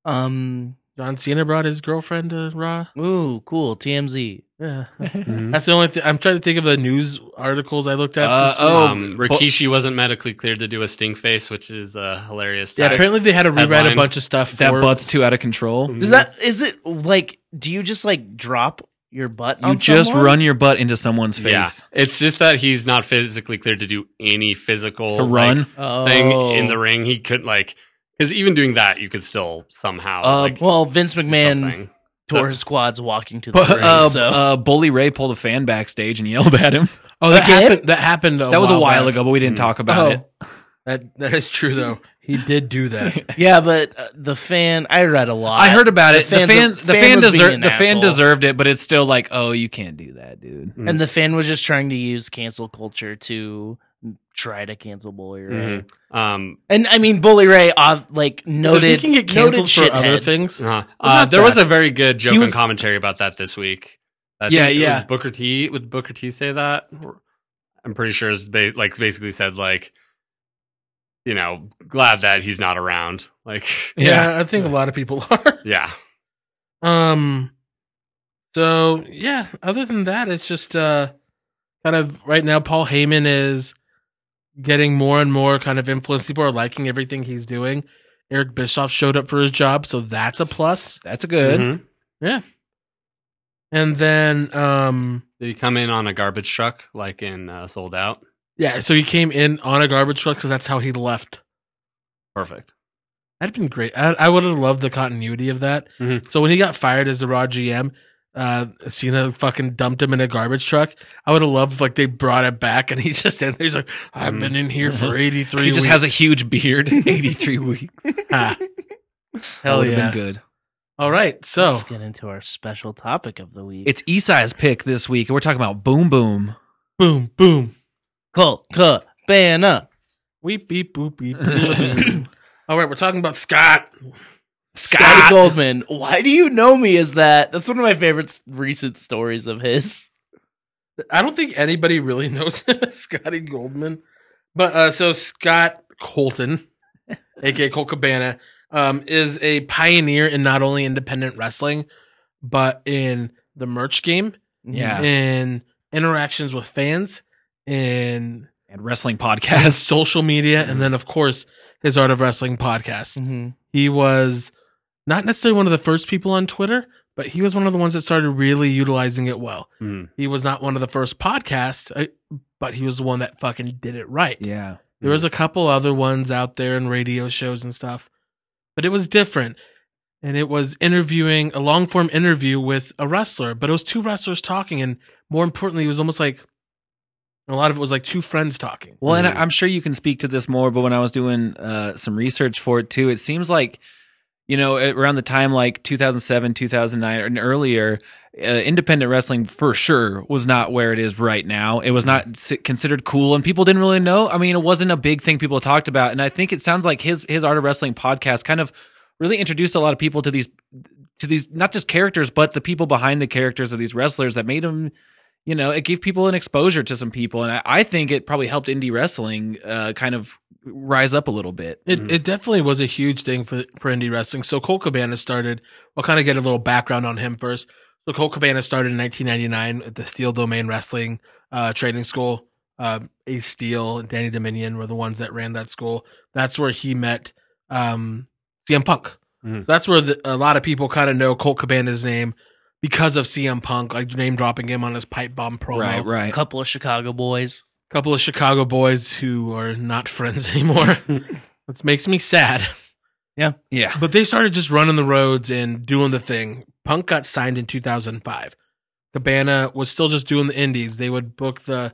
Speaker 3: Um.
Speaker 5: John Cena brought his girlfriend to Raw.
Speaker 3: Ooh, cool. TMZ.
Speaker 5: Yeah,
Speaker 6: Mhm.
Speaker 5: that's the only. thing. I'm trying to think of the news articles I looked at.
Speaker 4: Uh,
Speaker 5: this week.
Speaker 4: oh,
Speaker 6: um, Rikishi wasn't medically cleared to do a sting face, which is uh, hilarious.
Speaker 5: yeah. Apparently, they had to rewrite a
Speaker 6: Headline.
Speaker 5: bunch of stuff.
Speaker 4: that
Speaker 5: for,
Speaker 4: butt's too out of control.
Speaker 6: Mhm.
Speaker 3: Is that? Is it like? Do you just like drop your butt?
Speaker 4: You
Speaker 3: on
Speaker 4: just
Speaker 3: someone?
Speaker 4: run your butt into someone's face
Speaker 6: Yeah, it's just that he's not physically cleared to do any physical
Speaker 4: to run.
Speaker 6: like,
Speaker 3: oh.
Speaker 6: thing in the ring. He could like because even doing that, you could still somehow
Speaker 4: Uh,
Speaker 6: like,
Speaker 3: Well, Vince
Speaker 6: do
Speaker 3: McMahon
Speaker 6: something. [laughs]
Speaker 3: tore his quads walking to the
Speaker 4: But
Speaker 3: ring.
Speaker 4: uh,
Speaker 3: so. Oh,
Speaker 4: uh, Bully Ray pulled a fan backstage and yelled at him.
Speaker 5: Oh, that
Speaker 3: Again?
Speaker 5: happened. That happened.
Speaker 4: that was a while
Speaker 5: back.
Speaker 4: ago, but we didn't
Speaker 6: Mm.
Speaker 4: talk about
Speaker 3: Oh.
Speaker 4: it.
Speaker 5: That that is true though. He did do [laughs] that.
Speaker 3: yeah, but uh, the fan. I read a lot.
Speaker 4: I heard about it. The
Speaker 3: fan-
Speaker 4: fan, the
Speaker 3: the fan
Speaker 4: fan,
Speaker 3: was being
Speaker 4: deserved,
Speaker 3: an
Speaker 4: the fan
Speaker 3: asshole.
Speaker 4: deserved it, but it's still like, oh, you can't do that, dude.
Speaker 3: and the fan was just trying to use cancel culture to try to cancel Bully Ray.
Speaker 6: Mhm. um,
Speaker 3: And I mean, Bully Ray, uh, like noted,
Speaker 5: he can get
Speaker 3: noted
Speaker 5: canceled for
Speaker 3: shithead.
Speaker 5: other things.
Speaker 6: uh, uh, there was a very good joke
Speaker 3: He was-
Speaker 6: and commentary about that this week. I
Speaker 4: Yeah,
Speaker 6: think it
Speaker 4: yeah.
Speaker 6: was Booker T would Booker T say that? I'm pretty sure it's ba- like basically said like, you know, glad that he's not around. Like, [laughs]
Speaker 5: Yeah, I think a lot of people [laughs] are.
Speaker 6: yeah.
Speaker 5: Um so yeah, other than that, it's just uh kind of right now Paul Heyman is getting more and more kind of influence. People are liking everything he's doing. Eric Bischoff showed up for his job, so that's a plus.
Speaker 4: That's a good.
Speaker 6: Mhm.
Speaker 5: And um, then um
Speaker 6: Did he come in on a garbage truck like in uh, Sold Out?
Speaker 5: Yeah, so he came in on a garbage truck, so that's how he left.
Speaker 6: Perfect.
Speaker 5: That'd been great. I, I would have loved the continuity of that.
Speaker 4: Mm-hmm.
Speaker 6: Mhm.
Speaker 5: So when he got fired as the Raw GM, uh, Cena fucking dumped him in a garbage truck. I would have loved if, like they brought it back and he [laughs] just in there. He's like, I've
Speaker 6: Mhm.
Speaker 5: been in here for eighty three.
Speaker 4: Mm-hmm. he just has a huge
Speaker 5: [laughs]
Speaker 4: beard. Eighty three weeks.
Speaker 5: hell
Speaker 4: Would've
Speaker 5: yeah.
Speaker 4: been good.
Speaker 5: Ah. All right, so
Speaker 3: Let's get into our special topic of the week.
Speaker 4: It's Esai's pick this week, and we're talking about Boom Boom.
Speaker 5: boom, boom,
Speaker 3: Colt Cabana.
Speaker 5: weep, beep, boop, beep.
Speaker 4: [laughs]
Speaker 5: boop, boop. All right, we're talking about Scott.
Speaker 3: Scotty Goldman. Why do you know me as that? That's one of my favorite s- recent stories of his.
Speaker 5: I don't think anybody really [laughs] knows Scotty Goldman, but uh, so Scott Colton, aka Colt Cabana, um, is a pioneer in not only independent wrestling, but in the merch game,
Speaker 4: Yeah.
Speaker 5: in interactions with fans, in
Speaker 4: and wrestling podcast.
Speaker 5: social media, and then of course his Art of Wrestling podcast.
Speaker 3: Mhm.
Speaker 5: He was not necessarily one of the first people on Twitter, but he was one of the ones that started really utilizing it well
Speaker 6: Mm.
Speaker 5: he was not one of the first podcasts, uh, but he was the one that fucking did it right.
Speaker 4: yeah.
Speaker 5: There was a couple other ones out there and radio shows and stuff, but it was different. And it was interviewing a long form interview with a wrestler, but it was two wrestlers talking. And more importantly, it was almost like a lot of it was like two friends talking.
Speaker 4: Well, and I-
Speaker 6: Mhm.
Speaker 4: I'm sure you can speak to this more, but when I was doing uh, some research for it too, it seems like, you know, at- around the time like 2007, 2009, and earlier, uh, independent wrestling for sure was not where it is right now. It was not s- considered cool, and people didn't really know. I mean, it wasn't a big thing people talked about, and I think it sounds like his his art of wrestling podcast kind of really introduced a lot of people to these to these not just characters, but the people behind the characters of these wrestlers that made them you know, it gave people an exposure to some people, and I, I think it probably helped indie wrestling uh, kind of rise up a little bit.
Speaker 5: It,
Speaker 6: Mhm.
Speaker 5: it definitely was a huge thing for, for indie wrestling. So Cole Cabana started. I'll kind of get a little background on him first. So Cole Cabana started in 1999 at the Steel Domain Wrestling uh, Training School. Um, Ace Steel and Danny Dominion were the ones that ran that school. That's where he met um, CM Punk.
Speaker 6: Mhm.
Speaker 5: That's where the, a lot of people kind of know Colt Cabana's name because of CM Punk, like name dropping him on his pipe bomb promo.
Speaker 4: Right,
Speaker 3: A
Speaker 4: right.
Speaker 3: couple of Chicago boys.
Speaker 5: couple of Chicago boys who are not friends [laughs] anymore, which makes me sad.
Speaker 4: Yeah.
Speaker 5: But they started just running the roads and doing the thing. Punk got signed in 2005. Cabana was still just doing the indies. They would book the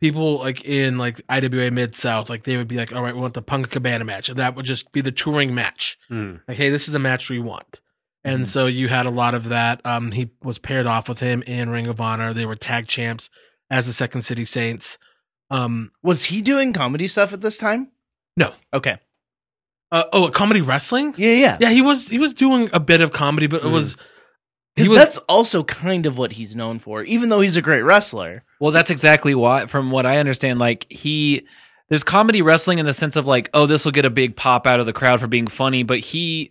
Speaker 5: people like in like IWA Mid South. Like they would be like, all right, we want the Punk Cabana match. And that would just be the touring match.
Speaker 6: Mm.
Speaker 5: Like, hey, this is the match we want. And
Speaker 4: Mhm.
Speaker 5: so you had a lot of that. Um, he was paired off with him in Ring of Honor. They were tag champs as the Second City Saints. Um,
Speaker 3: Was he doing comedy stuff at this time?
Speaker 5: No.
Speaker 3: Okay.
Speaker 5: uh, oh, comedy wrestling.
Speaker 3: Yeah, yeah.
Speaker 5: Yeah, he was he was doing a bit of comedy, but it
Speaker 6: Mm.
Speaker 5: was
Speaker 3: 'Cause
Speaker 5: he was
Speaker 3: that's also kind of what he's known for, even though he's a great wrestler.
Speaker 4: Well, that's exactly why, from what I understand, like he, there's comedy wrestling in the sense of like, oh, this will get a big pop out of the crowd for being funny, but he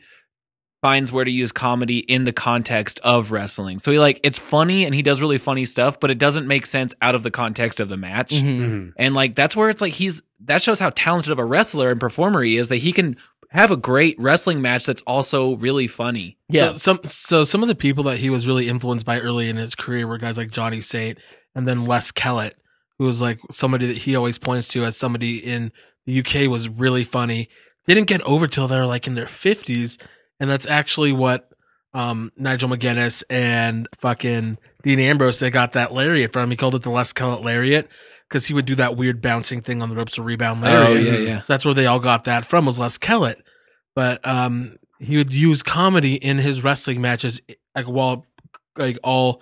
Speaker 4: finds where to use comedy in the context of wrestling. So he like it's funny and he does really funny stuff, but it doesn't make sense out of the context of the match.
Speaker 5: Mm-hmm.
Speaker 6: Mhm.
Speaker 4: And like that's where it's like he's that shows how talented of a wrestler and performer he is that he can have a great wrestling match that's also really funny.
Speaker 3: Yeah.
Speaker 5: So some so some of the people that he was really influenced by early in his career were guys like Johnny Saint and then Les Kellett, who was like somebody that he always points to as somebody in the UK was really funny. They didn't get over till they were like in their fifties, and that's actually what um, Nigel McGuinness and fucking Dean Ambrose they got that lariat from. He called it the Les Kellett lariat because he would do that weird bouncing thing on the ropes to rebound lariat.
Speaker 4: Oh, yeah.
Speaker 5: So that's where they all got that from was Les Kellett. But um, he would use comedy in his wrestling matches, like while like all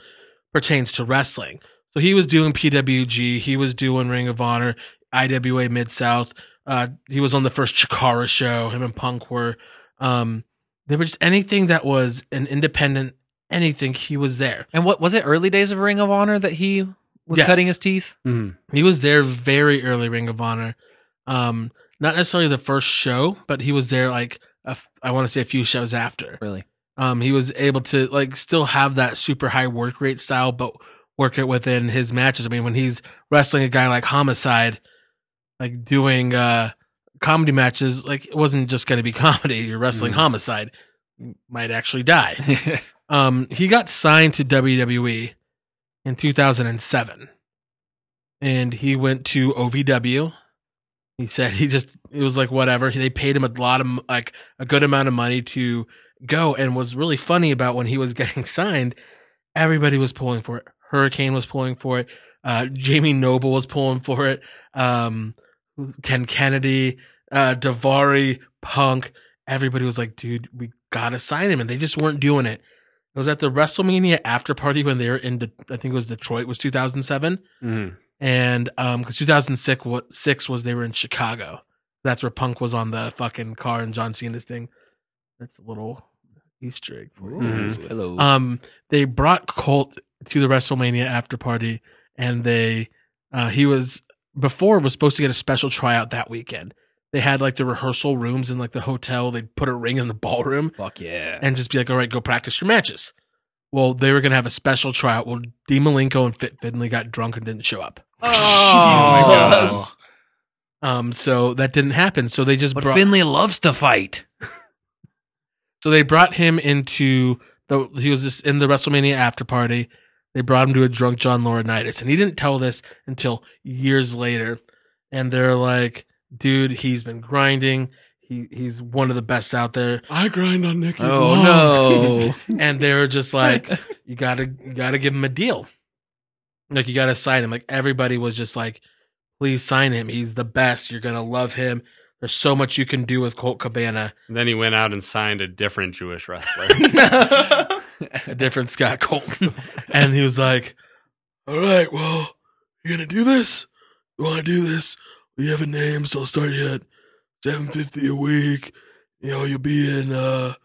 Speaker 5: pertains to wrestling. So he was doing PWG, he was doing Ring of Honor, IWA Mid South. Uh, he was on the first Chikara show. Him and Punk were. Um, there were just anything that was an independent anything. He was there.
Speaker 4: And what was it early days of Ring of Honor that he was
Speaker 5: Yes.
Speaker 4: cutting his teeth?
Speaker 6: Mhm.
Speaker 5: He was there very early Ring of Honor. Um, not necessarily the first show, but he was there like a f- I want to say a few shows after.
Speaker 4: Really?
Speaker 5: Um, he was able to like still have that super high work rate style, but work it within his matches. I mean, when he's wrestling a guy like Homicide, like doing uh comedy matches, like it wasn't just going to be [laughs] comedy. You're wrestling
Speaker 6: Mhm.
Speaker 5: Homicide, you might actually die. E Um, he got signed to WWE in 2007. and he went to OVW. He said he just it was like whatever. They paid him a lot of like a good amount of money to go, and was really funny about when he was [laughs] getting signed. Everybody was pulling for it. Hurricane was pulling for it. Uh, Jamie Noble was pulling for it. Um, Ken Kennedy, uh, Davari, Punk. Everybody was like, dude, we gotta sign him, and they just weren't doing it. It was at the WrestleMania after party when they were in, De- I think it was Detroit, was 2007
Speaker 6: Mhm.
Speaker 5: and um because 2006 wa- six was they were in chicago that's where punk was on the fucking car and john cena's thing that's a little easter egg for you guys.
Speaker 4: Hello.
Speaker 5: um they brought colt to the wrestlemania after party and they uh he was before was supposed to get a special tryout that weekend they had like the rehearsal rooms in like the hotel they'd put a ring in the ballroom
Speaker 4: Fuck yeah.
Speaker 5: and just be like, all right, go practice your matches. Well, they were going to have a special tryout. Well, D. Malenko and Fit Finley got drunk and didn't show up.
Speaker 4: Oh
Speaker 6: God.
Speaker 3: Jesus.
Speaker 5: Um, so that didn't happen. So they just
Speaker 4: But
Speaker 5: brought,
Speaker 4: Finley loves to fight.
Speaker 5: so they brought him into the he was just in the WrestleMania after party. They brought him to a drunk John Laurinaitis, and he didn't tell this until years later. And they're like, dude, he's been grinding. He he's one of the best out there.
Speaker 2: I grind on Nikki's
Speaker 4: [laughs] Oh no.
Speaker 5: and they were
Speaker 4: [laughs]
Speaker 5: just like, "You gotta, you gotta give him a deal. Like you gotta sign him." Like everybody was just like, "Please sign him. He's the best. You're gonna love him. There's so much you can do with Colt Cabana."
Speaker 6: And then he went out and signed a different Jewish wrestler.
Speaker 5: Oh [laughs] A different Scott Colton, and he was like,
Speaker 2: All right, well, you gonna do this? You wanna do this? We haven't named, so I'll start you at seven fifty a week. You know, you'll be in uh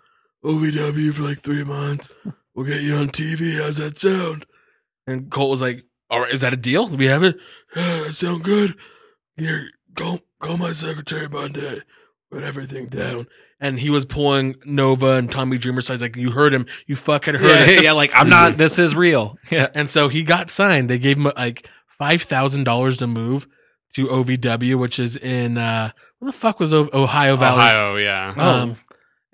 Speaker 2: OVW for like three months. We'll get you on TV. How's that sound?
Speaker 5: and Colt was like, "All right, is that a deal? Do we have it."
Speaker 2: Yeah, that sound good? Here, call call my secretary Monday. Put everything down.
Speaker 5: And he was pulling Nova and Tommy Dreamer sides. Like you heard him. You fucking heard
Speaker 4: [laughs] [laughs] yeah,
Speaker 5: him. [laughs]
Speaker 2: [laughs]
Speaker 4: yeah, like I'm not. This is real. Yeah.
Speaker 5: And so he got signed. They gave him uh, like five thousand dollars to move to OVW, which is in uh, where the fuck was o- Ohio Valley?
Speaker 6: [laughs] Ohio, yeah.
Speaker 5: Um,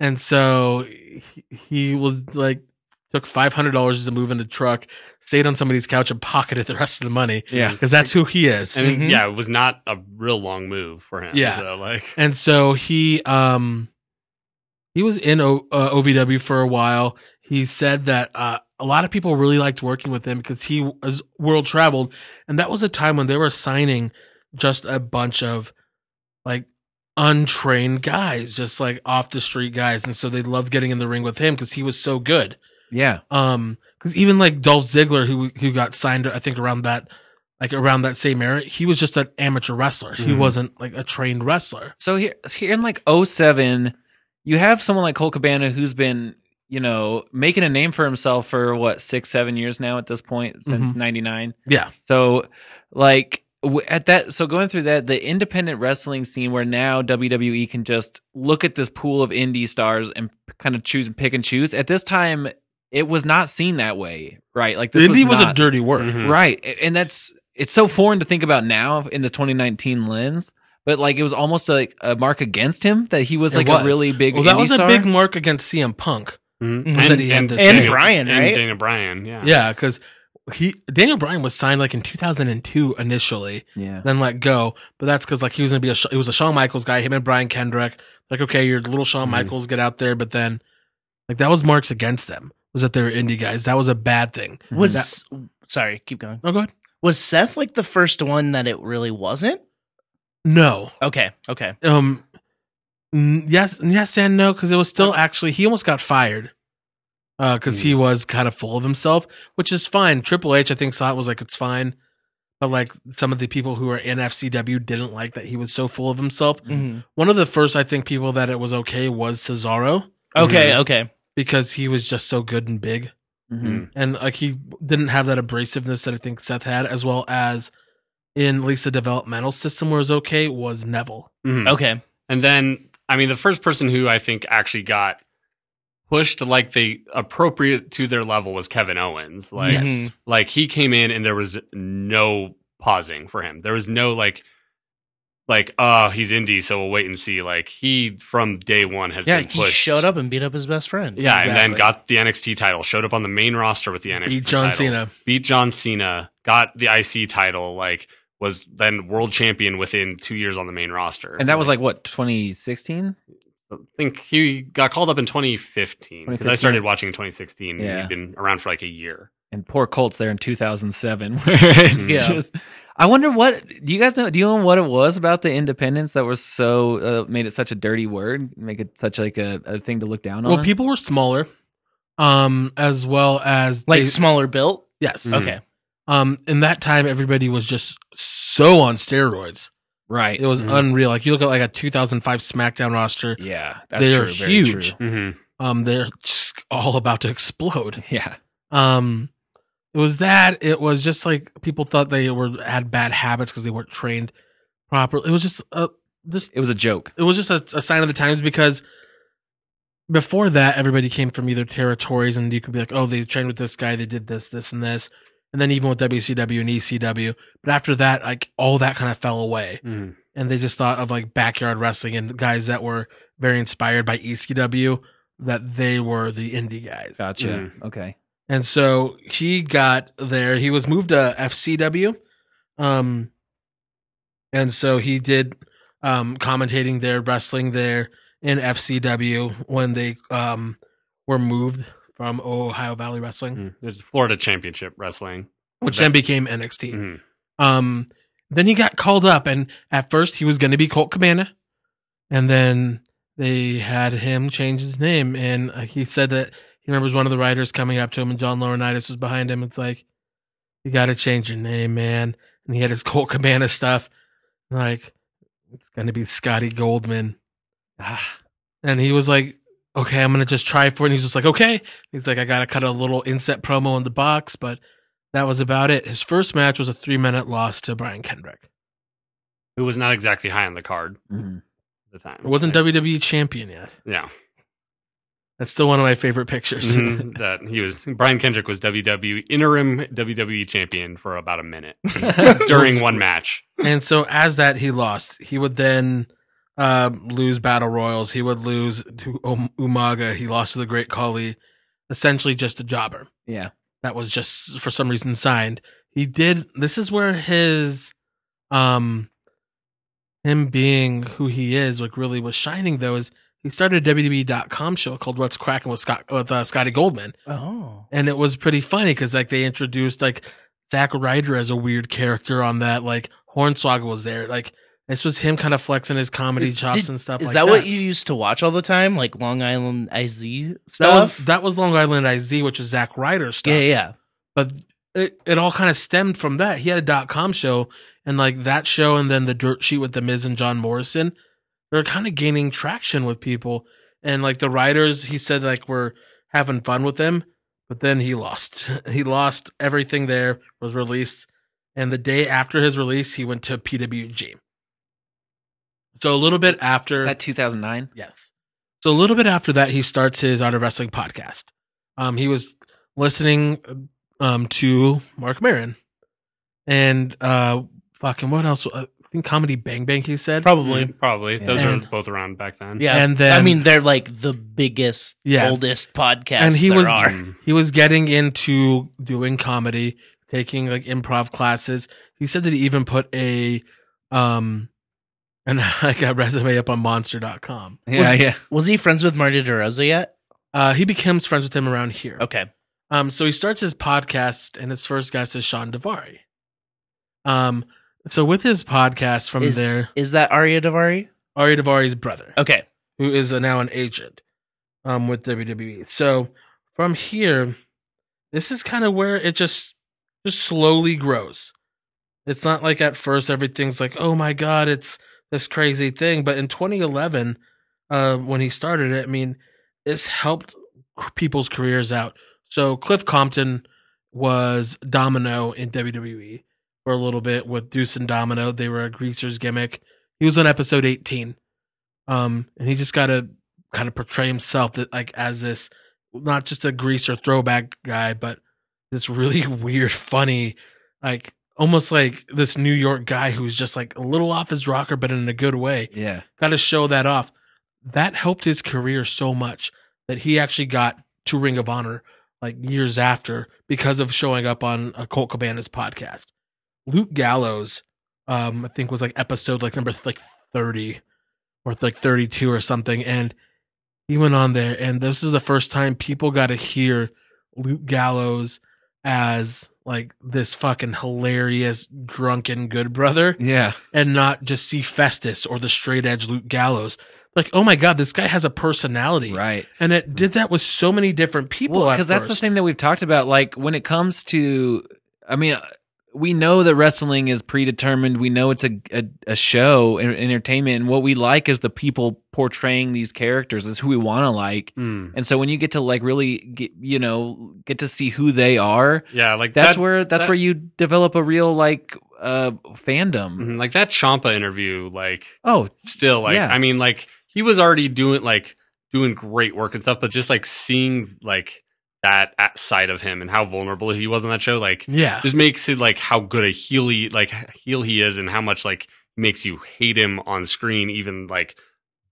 Speaker 5: and so he, he was like took five hundred dollars to move in a truck, stayed on somebody's couch, and pocketed the rest of the money
Speaker 4: Yeah.
Speaker 5: because that's who he is.
Speaker 6: And
Speaker 3: Mhm.
Speaker 6: yeah, it was not a real long move for him.
Speaker 5: Yeah.
Speaker 6: So, like,
Speaker 5: And so he um he was in o- uh, OVW for a while. He said that uh, a lot of people really liked working with him because he was world traveled, and that was a time when they were signing just a bunch of like untrained guys, just like off the street guys, and so they loved getting in the ring with him because he was so good.
Speaker 4: Yeah.
Speaker 5: Um, because even like Dolph Ziggler, who who got signed, I think around that, like around that same era, he was just an amateur wrestler. He
Speaker 6: Mhm.
Speaker 5: wasn't like a trained wrestler.
Speaker 4: So here, here in like 07, you have someone like Cole Cabana who's been, you know, making a name for himself for what six, seven years now at this point since '99.
Speaker 5: Mm-hmm. Yeah.
Speaker 4: So, like w- at that, so going through that, the independent wrestling scene where now WWE can just look at this pool of indie stars and kind of choose and pick and choose. At this time, it was not seen that way, right? Like this
Speaker 5: Indy was,
Speaker 4: not- Mm-hmm.
Speaker 5: a dirty word.
Speaker 6: mhm.
Speaker 4: right A- and that's it's so foreign to think about now in the 2019 lens but like it was almost like a mark against him that he was
Speaker 5: It
Speaker 4: like
Speaker 5: was.
Speaker 4: a really big
Speaker 5: Well, that
Speaker 4: indie
Speaker 5: was a
Speaker 4: star.
Speaker 5: big mark against CM Punk.
Speaker 6: Mhm.
Speaker 5: Was that he had this
Speaker 3: And
Speaker 5: thing.
Speaker 3: Brian,
Speaker 6: and
Speaker 3: right?
Speaker 6: Dana Bryan, yeah.
Speaker 5: Yeah, because he Daniel Bryan was signed like in 2002 initially,
Speaker 4: yeah
Speaker 5: then let go. But that's because like he was gonna be a Sh- it was a Shawn Michaels guy. Him and Brian Kendrick, like okay, you're little Shawn
Speaker 6: Mhm.
Speaker 5: Michaels, get out there. But then like that was marks against them. Was that they were indie guys? That was a bad thing.
Speaker 3: [laughs] Was
Speaker 5: That-
Speaker 3: sorry, keep going.
Speaker 5: Oh, go ahead.
Speaker 3: Was Seth like the first one that it really wasn't?
Speaker 5: No,
Speaker 3: Okay, okay.
Speaker 5: um n- yes yes and no because it was still actually he almost got fired uh because he was kind of full of himself which is fine triple h i think saw it was like it's fine but like some of the people who were in fcw didn't like that he was so full of himself one of the first i think people that it was okay was cesaro
Speaker 3: Okay, okay.
Speaker 5: because he was just so good and big
Speaker 6: Mhm.
Speaker 5: and like he didn't have that abrasiveness that i think seth had as well as in at least the developmental system was okay was neville
Speaker 6: Mhm.
Speaker 3: Okay.
Speaker 6: And then, I mean, the first person who I think actually got pushed like they appropriate to their level was Kevin Owens. Like,
Speaker 3: Yes.
Speaker 6: like he came in and there was no pausing for him. There was no like, like, oh, he's indie, so we'll wait and see. Like, he from day one has
Speaker 3: Yeah,
Speaker 6: been
Speaker 3: he
Speaker 6: pushed.
Speaker 3: showed up and beat up his best friend.
Speaker 6: Yeah, and
Speaker 5: Exactly.
Speaker 6: then got the NXT title. Showed up on the main roster with the NXT.
Speaker 5: beat john
Speaker 6: title,
Speaker 5: cena
Speaker 6: Beat John Cena. Got the IC title. Like was then world champion within two years on the main roster.
Speaker 4: And that was like what 2016.
Speaker 6: I think he got called up in 2015 because I
Speaker 4: 2015.
Speaker 6: started watching in 2016. And
Speaker 4: Yeah.
Speaker 6: he'd been around for like a year.
Speaker 4: and poor Colts there in 2007.
Speaker 5: [laughs]
Speaker 4: Where [laughs] it's
Speaker 6: Yeah.
Speaker 5: Hmm.
Speaker 4: just, I wonder what do you guys know? Do you know what it was about the independence that was so uh, made it such a dirty word, make it such like a, a thing to look down on?
Speaker 5: Well, people were smaller, um, as well as
Speaker 3: like
Speaker 5: they-
Speaker 3: smaller built.
Speaker 5: yes.
Speaker 6: Mhm.
Speaker 3: Okay,
Speaker 4: mm.
Speaker 5: Um, in that time, everybody was just so on steroids.
Speaker 4: right?
Speaker 5: It was
Speaker 6: Mhm.
Speaker 5: unreal. Like you look at like a 2005 SmackDown roster.
Speaker 4: yeah, that's
Speaker 5: They're
Speaker 4: true. Very
Speaker 5: huge.
Speaker 4: true.
Speaker 6: Mm-hmm.
Speaker 5: Um, they're just all about to explode.
Speaker 4: [laughs] Yeah,
Speaker 5: Um, it was that. It was just like people thought they were had bad habits because they weren't trained properly. It was just a just
Speaker 4: it was a joke.
Speaker 5: it was just a, a sign of the times because before that everybody came from either territories and you could be like oh they trained with this guy they did this this and this and then even with WCW and ECW but after that like all that kind of fell away and they just thought of like backyard wrestling and guys that were very inspired by ECW that they were the indie guys
Speaker 4: Gotcha.
Speaker 5: Hmm.
Speaker 6: Mhm.
Speaker 4: Okay.
Speaker 5: and so he got there. He was moved to FCW. Um, and so he did um, commentating there, wrestling there in FCW when they um, were moved from Ohio Valley Wrestling,
Speaker 6: There's Florida Championship Wrestling.
Speaker 4: Oh,
Speaker 5: which then became NXT.
Speaker 6: Mhm.
Speaker 5: Um, then he got called up, and at first he was going to be Colt Cabana, and then they had him change his name, and uh, he said that he remembers one of the writers coming up to him, and John Laurinaitis was behind him. It's like, you got to change your name, man. And he had his [laughs] Colt Cabana stuff, like it's going to be Scotty Goldman,
Speaker 4: Ah,
Speaker 5: and he was like. Okay, I'm gonna just try for it. And he's just like, okay. He's like, I gotta cut a little inset promo in the box, but that was about it. His first match was a three minute loss to Brian Kendrick.
Speaker 6: Who was not exactly high on the card
Speaker 4: mhm.
Speaker 6: at the time.
Speaker 5: It wasn't
Speaker 6: Like,
Speaker 5: WWE champion yet.
Speaker 4: [laughs]
Speaker 6: Yeah.
Speaker 5: That's still one of my favorite pictures.
Speaker 6: Mhm. that he was Brian Kendrick was WWE interim WWE champion for about
Speaker 4: [laughs]
Speaker 6: a minute during one match.
Speaker 5: and so as that he lost, he would then um, lose battle royals. He would lose to um- Umaga. He lost to the Great Khali. Essentially, just a jobber
Speaker 4: Yeah.
Speaker 5: that was just for some reason signed. He did. This is where his, um, him being who he is, like really was shining. Though is he started a WWE.com show called What's Cracking with Scott with uh, Scotty Goldman.
Speaker 3: Oh,
Speaker 5: and it was pretty funny because like they introduced like Zack Ryder as a weird character on that. Like Hornswoggle was there. Like this was him kind of flexing his comedy
Speaker 3: Is-
Speaker 5: chops
Speaker 3: did-
Speaker 5: and stuff.
Speaker 3: Is
Speaker 5: like
Speaker 3: that, what you used to watch all the time, like Long Island IZ
Speaker 5: That was
Speaker 3: stuff?
Speaker 5: that was Long Island IZ, which is Zack Ryder stuff.
Speaker 3: yeah, yeah.
Speaker 5: But it, it all kind of stemmed from that. He had a dot com show, and like that show, and then the Dirt Sheet with the Miz and John Morrison. They're kind of gaining traction with people, and like the writers, he said like were having fun with them, but then he lost. [laughs] he lost everything. There was released, and the day after his release, he went to PWG. So a little bit after
Speaker 4: Is that 2009?
Speaker 5: Yes. So a little bit after that, he starts his Art of Wrestling podcast. Um, he was listening um, to Mark Marin and uh, fucking what else? I think Comedy Bang Bang, he said.
Speaker 3: Probably.
Speaker 6: Mhm, Probably.
Speaker 4: Yeah.
Speaker 6: Those are
Speaker 5: And-
Speaker 6: both around back then.
Speaker 3: Mm-hmm. Yeah.
Speaker 5: And then-
Speaker 3: I mean, they're like the biggest,
Speaker 5: Yeah.
Speaker 3: oldest podcast.
Speaker 5: And he
Speaker 3: there
Speaker 5: was- [laughs]
Speaker 3: are.
Speaker 6: Mhm.
Speaker 5: He was getting into doing comedy, taking like improv classes. He said that he even put a, um, [laughs] and I got resume up on monster.com.
Speaker 4: Yeah, yeah.
Speaker 3: Was he friends with Marty DeRosa yet?
Speaker 5: Uh, he becomes friends with him around here.
Speaker 3: Okay.
Speaker 5: Um, so he starts his podcast, and his first guest is Sean Devari. Um, so with his podcast from
Speaker 3: is,
Speaker 5: there,
Speaker 3: is that Arya Davari?
Speaker 5: Ari Davari's brother,
Speaker 3: Okay.
Speaker 5: who is uh now an agent, um, with WWE. So from here, this is kind of where it just just slowly grows. It's not like at first everything's like, oh my god, it's this crazy thing. But in 2011, uh, when he started it, I mean, it's helped c- people's careers out. So Cliff Compton was Domino in WWE for a little bit with Deuce and Domino. They were a greaser's gimmick. He was on episode 18, um, and he just got to kind of portray himself that, like as this not just a greaser throwback guy, but this really [laughs] weird, funny, like almost like this New York guy who's just like a little off his rocker, but in a good way
Speaker 4: Yeah.
Speaker 5: got to show that off. That helped his career so much that he actually got to Ring of Honor like years after because of showing up on a Colt Cabana's podcast. Luke Gallows um I think was like episode like number like 30 or like 32 or something and he went on there and this is the first time people got to hear Luke Gallows as like this fucking hilarious drunken good brother
Speaker 4: Yeah.
Speaker 5: and not just see Festus or the straight edge Luke Gallows. Like, oh my God, this guy has a [laughs] personality.
Speaker 4: Right.
Speaker 5: And it did that with so many different people.
Speaker 4: Well,
Speaker 5: at
Speaker 4: because that's the
Speaker 5: first.
Speaker 4: thing that we've talked about. Like when it comes to, I mean, uh, we know that wrestling is predetermined. We know it's a a, a show and entertainment. And what we like is the people portraying these characters. It's who we want to like.
Speaker 6: Mm.
Speaker 4: And so when you get to like really get, you know, get to see who they are,
Speaker 6: Yeah, like
Speaker 4: that's
Speaker 6: that,
Speaker 4: where that's
Speaker 6: that-
Speaker 4: where you develop a real like uh fandom.
Speaker 5: Mm-hmm.
Speaker 6: mhm, like that Champa interview. Like
Speaker 4: Oh,
Speaker 6: still, like
Speaker 4: Yeah.
Speaker 6: I mean, like he was already doing like doing great work and stuff, but just like seeing like that at side of him and how vulnerable he was on that show, like
Speaker 5: Yeah.
Speaker 6: just makes it like how good a heel he like heel he is and how much like makes you hate him on screen even like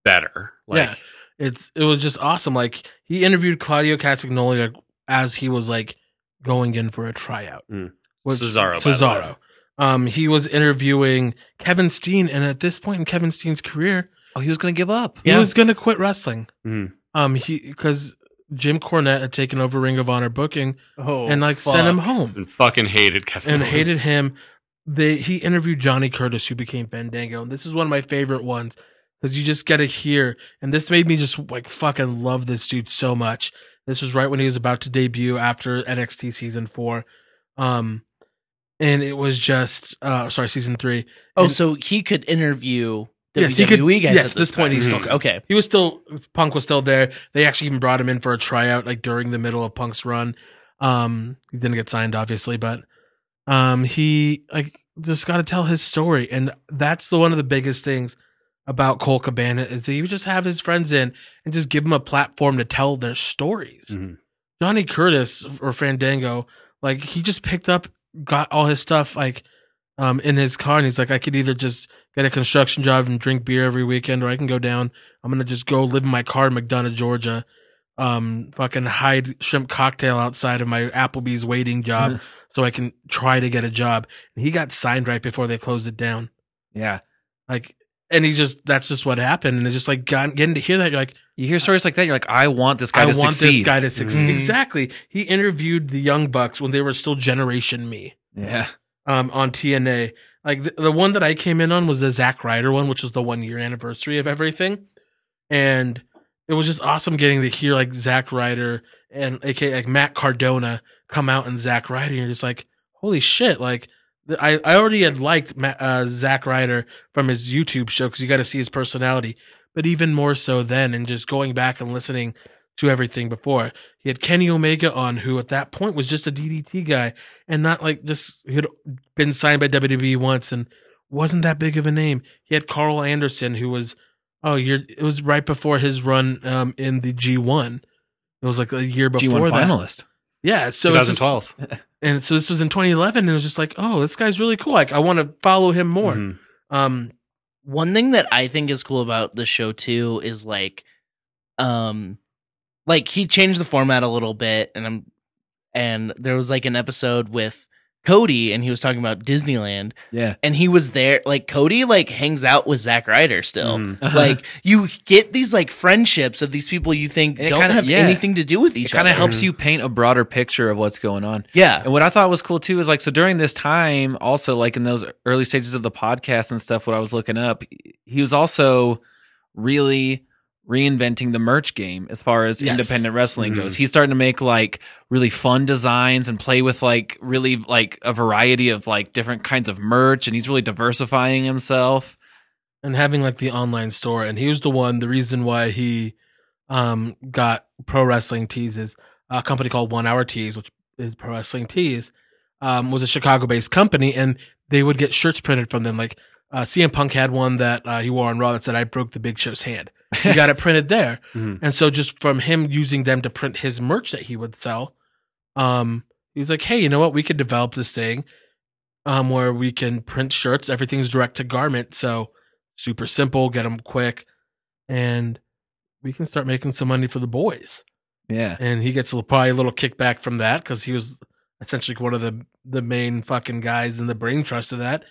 Speaker 6: better. Like
Speaker 5: Yeah. It's it was just awesome. Like he interviewed Claudio Castagnoli like, as he was like going in for a tryout.
Speaker 6: Mm.
Speaker 5: With
Speaker 6: Cesaro, by the way.
Speaker 5: Cesaro. Um, he was interviewing Kevin Steen, and at this point in Kevin Steen's career,
Speaker 4: oh, he was gonna give up.
Speaker 5: he was gonna quit wrestling.
Speaker 6: Mm.
Speaker 5: Um, he because Jim Cornette had taken over Ring of Honor booking
Speaker 3: Oh,
Speaker 5: and like sent him home.
Speaker 6: and fucking hated Kevin
Speaker 5: and
Speaker 6: Owens.
Speaker 5: hated him. They he interviewed Johnny Curtis, who became Fandango, and this is one of my favorite ones because you just get to hear. And this made me just like fucking love this dude so much. This was right when he was about to debut after NXT season four, um, and it was just uh, sorry season three.
Speaker 3: Oh,
Speaker 5: and-
Speaker 3: so he could interview WWE
Speaker 5: Yes, he could-
Speaker 3: guys.
Speaker 5: yes,
Speaker 3: at
Speaker 5: this point
Speaker 3: time.
Speaker 5: he
Speaker 6: still
Speaker 3: Mhm.
Speaker 5: could.
Speaker 3: okay.
Speaker 5: He was still Punk was still there. They actually even brought him in for a tryout like during the middle of Punk's run. Um he didn't get signed obviously, but um he like just got to tell his story and that's the one of the biggest things about Cole Cabana is that he would just have his friends in and just give them a platform to tell their stories.
Speaker 6: Mhm.
Speaker 5: Johnny Curtis or Fandango, like he just picked up got all his stuff like um in his car and he's like I could either just get a construction job and drink beer every weekend or I can go down I'm gonna just go live in my car in McDonough, Georgia. Um, fucking hide shrimp cocktail outside of my Applebee's waiting job so I can try to get a job. And he got signed right before they closed it down.
Speaker 4: Yeah.
Speaker 5: Like, and he just that's just what happened. And it's just like got, getting to hear that you're like,
Speaker 4: You hear stories like that, you're like, I want this guy
Speaker 5: I
Speaker 4: to
Speaker 5: want
Speaker 4: succeed.
Speaker 5: this guy to succeed.
Speaker 4: Mhm.
Speaker 5: Exactly. He interviewed the Young Bucks when they were still Generation Me
Speaker 4: Yeah.
Speaker 5: um, on TNA. Like the, the one that I came in on was the Zack Ryder one, which was the one year anniversary of everything, and it was just awesome getting to hear like Zack Ryder and aka like Matt Cardona come out and Zack Ryder. And you're just like, holy shit! Like th- I I already had liked Matt, uh, Zack Ryder from his YouTube show because you got to see his personality, but even more so then, and just going back and listening. To everything before he had Kenny Omega on, who at that point was just a DDT guy and not like just he had been signed by WWE once and wasn't that big of a name. He had Carl Anderson, who was oh, you're it was right before his run um in the G1. It was like a year before
Speaker 4: G1
Speaker 5: that.
Speaker 4: finalist.
Speaker 5: Yeah, so it's just-
Speaker 6: 2012.
Speaker 5: and so this was in 2011, and it was just like, oh, this guy's really cool. Like I want to follow him more.
Speaker 6: Mhm.
Speaker 5: Um,
Speaker 3: One thing that I think is cool about the show too is like, um, like he changed the format a little bit, and I'm, and there was like an episode with Cody, and he was talking about Disneyland,
Speaker 4: Yeah.
Speaker 3: and he was there. Like Cody, like hangs out with Zack Ryder still.
Speaker 4: [laughs]
Speaker 6: Mhm.
Speaker 3: Like you get these like friendships of these people you think
Speaker 4: And it
Speaker 3: don't
Speaker 4: kinda-
Speaker 3: have
Speaker 4: yeah.
Speaker 3: anything to do with
Speaker 4: It
Speaker 3: each
Speaker 4: kind
Speaker 3: other.
Speaker 4: of
Speaker 5: Mm-hmm.
Speaker 4: helps you paint a broader picture of what's going on.
Speaker 3: yeah.
Speaker 4: And what I thought was cool too is like, so during this time, also like in those early stages of the podcast and stuff, what I was looking up, he was also really reinventing the merch game as far as
Speaker 5: Yes. Mm-hmm.
Speaker 4: independent wrestling
Speaker 6: Mhm.
Speaker 4: goes. He's starting to make like really fun designs and play with like really like a variety of like different kinds of merch and he's really diversifying himself.
Speaker 5: and having like the online store, and he was the one. The reason why he um got pro wrestling tees is a company called One Hour Tees, which is pro wrestling tees, um, was a Chicago-based company, and they would get shirts printed from them. Like uh, CM Punk had one that uh, he wore on Raw that said, "I broke the Big Show's hand." He got it printed there,
Speaker 6: Mhm.
Speaker 5: and so just from him using them to print his merch that he would sell, um, he was like, "Hey, you know what? We could develop this thing." Um, where we can print shirts, everything's direct to garment, so super simple, get them quick, and we can start making some money for the boys.
Speaker 4: Yeah.
Speaker 5: And he gets a, probably a little kickback from that because he was essentially one of the the main fucking guys in the brain trust of that.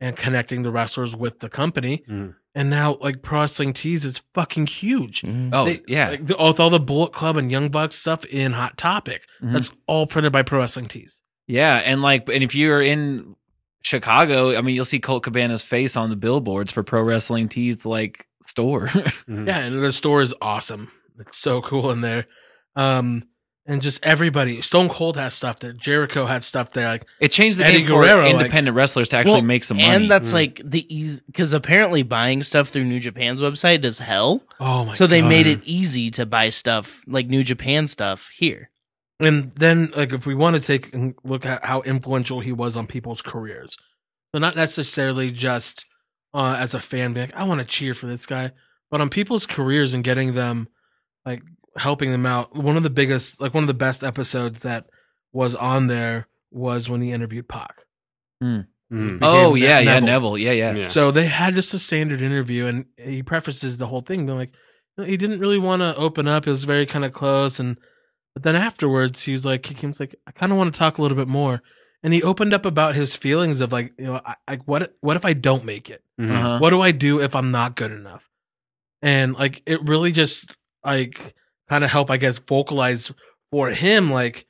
Speaker 5: and connecting the wrestlers with the company.
Speaker 6: Mm.
Speaker 5: And now, like pro wrestling tees is fucking huge.
Speaker 4: Oh
Speaker 5: They-
Speaker 4: yeah,
Speaker 5: like, the- with all the Bullet Club and Young Bucks stuff in Hot Topic,
Speaker 4: Mhm.
Speaker 3: Mm-hmm.
Speaker 5: that's all printed by pro wrestling tees.
Speaker 4: yeah, and like, and if you're in Chicago, I mean, you'll see Colt Cabana's face on the billboards for pro wrestling tees like store. [laughs]
Speaker 3: Mm-hmm.
Speaker 6: Mhm.
Speaker 5: Yeah, and the store is awesome. It's so cool in there. Um, and just everybody, Stone Cold has stuff there. Jericho had stuff there. Like,
Speaker 4: it changed the
Speaker 5: Eddie
Speaker 4: game for
Speaker 5: Guerrero, like-
Speaker 4: independent wrestlers to actually
Speaker 3: Well,
Speaker 4: make some money.
Speaker 3: and that's
Speaker 6: Mm.
Speaker 3: like the easy because apparently buying stuff through New Japan's website is hell.
Speaker 5: oh my!
Speaker 3: so they
Speaker 5: God.
Speaker 3: made it easy to buy stuff like New Japan stuff here.
Speaker 5: And then, like, if we want to take and look at how influential he was on people's careers, so not necessarily just uh, as a fan, being like, I want to cheer for this guy, but on people's careers and getting them, like, helping them out. One of the biggest, like, one of the best episodes that was on there was when he interviewed Pac.
Speaker 6: Mhm.
Speaker 4: oh
Speaker 5: became
Speaker 4: yeah,
Speaker 5: Ne-
Speaker 4: yeah,
Speaker 5: Neville.
Speaker 4: Neville, yeah, yeah.
Speaker 6: Yeah.
Speaker 5: Mm-hmm. So they had just a standard interview, and he prefaces the whole thing. being like, "No, he didn't really want to open up. It was very kind of close, and but then afterwards, he was like, he was like, I kind of want to talk a little bit more, and he opened up about his feelings of like, you know, I- like what what if I don't make it?
Speaker 6: Mhm.
Speaker 4: Uh-huh.
Speaker 5: What do I do if I'm not good enough? And like, it really just like kind of help, I guess, vocalize for him, like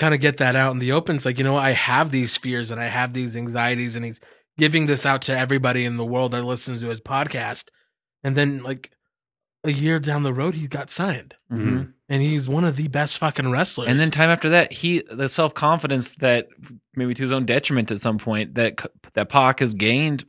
Speaker 5: kind of get that out in the open. It's like, you know, I have these fears and I have these anxieties, and he's giving this out to everybody in the world that listens to his podcast. And then, like, a year down the road, he got signed,
Speaker 3: Mm-hmm.
Speaker 4: Mhm.
Speaker 5: and he's one of the best fucking wrestlers.
Speaker 4: And then time after that, he the self confidence that maybe to his own detriment at some point that that Pac has gained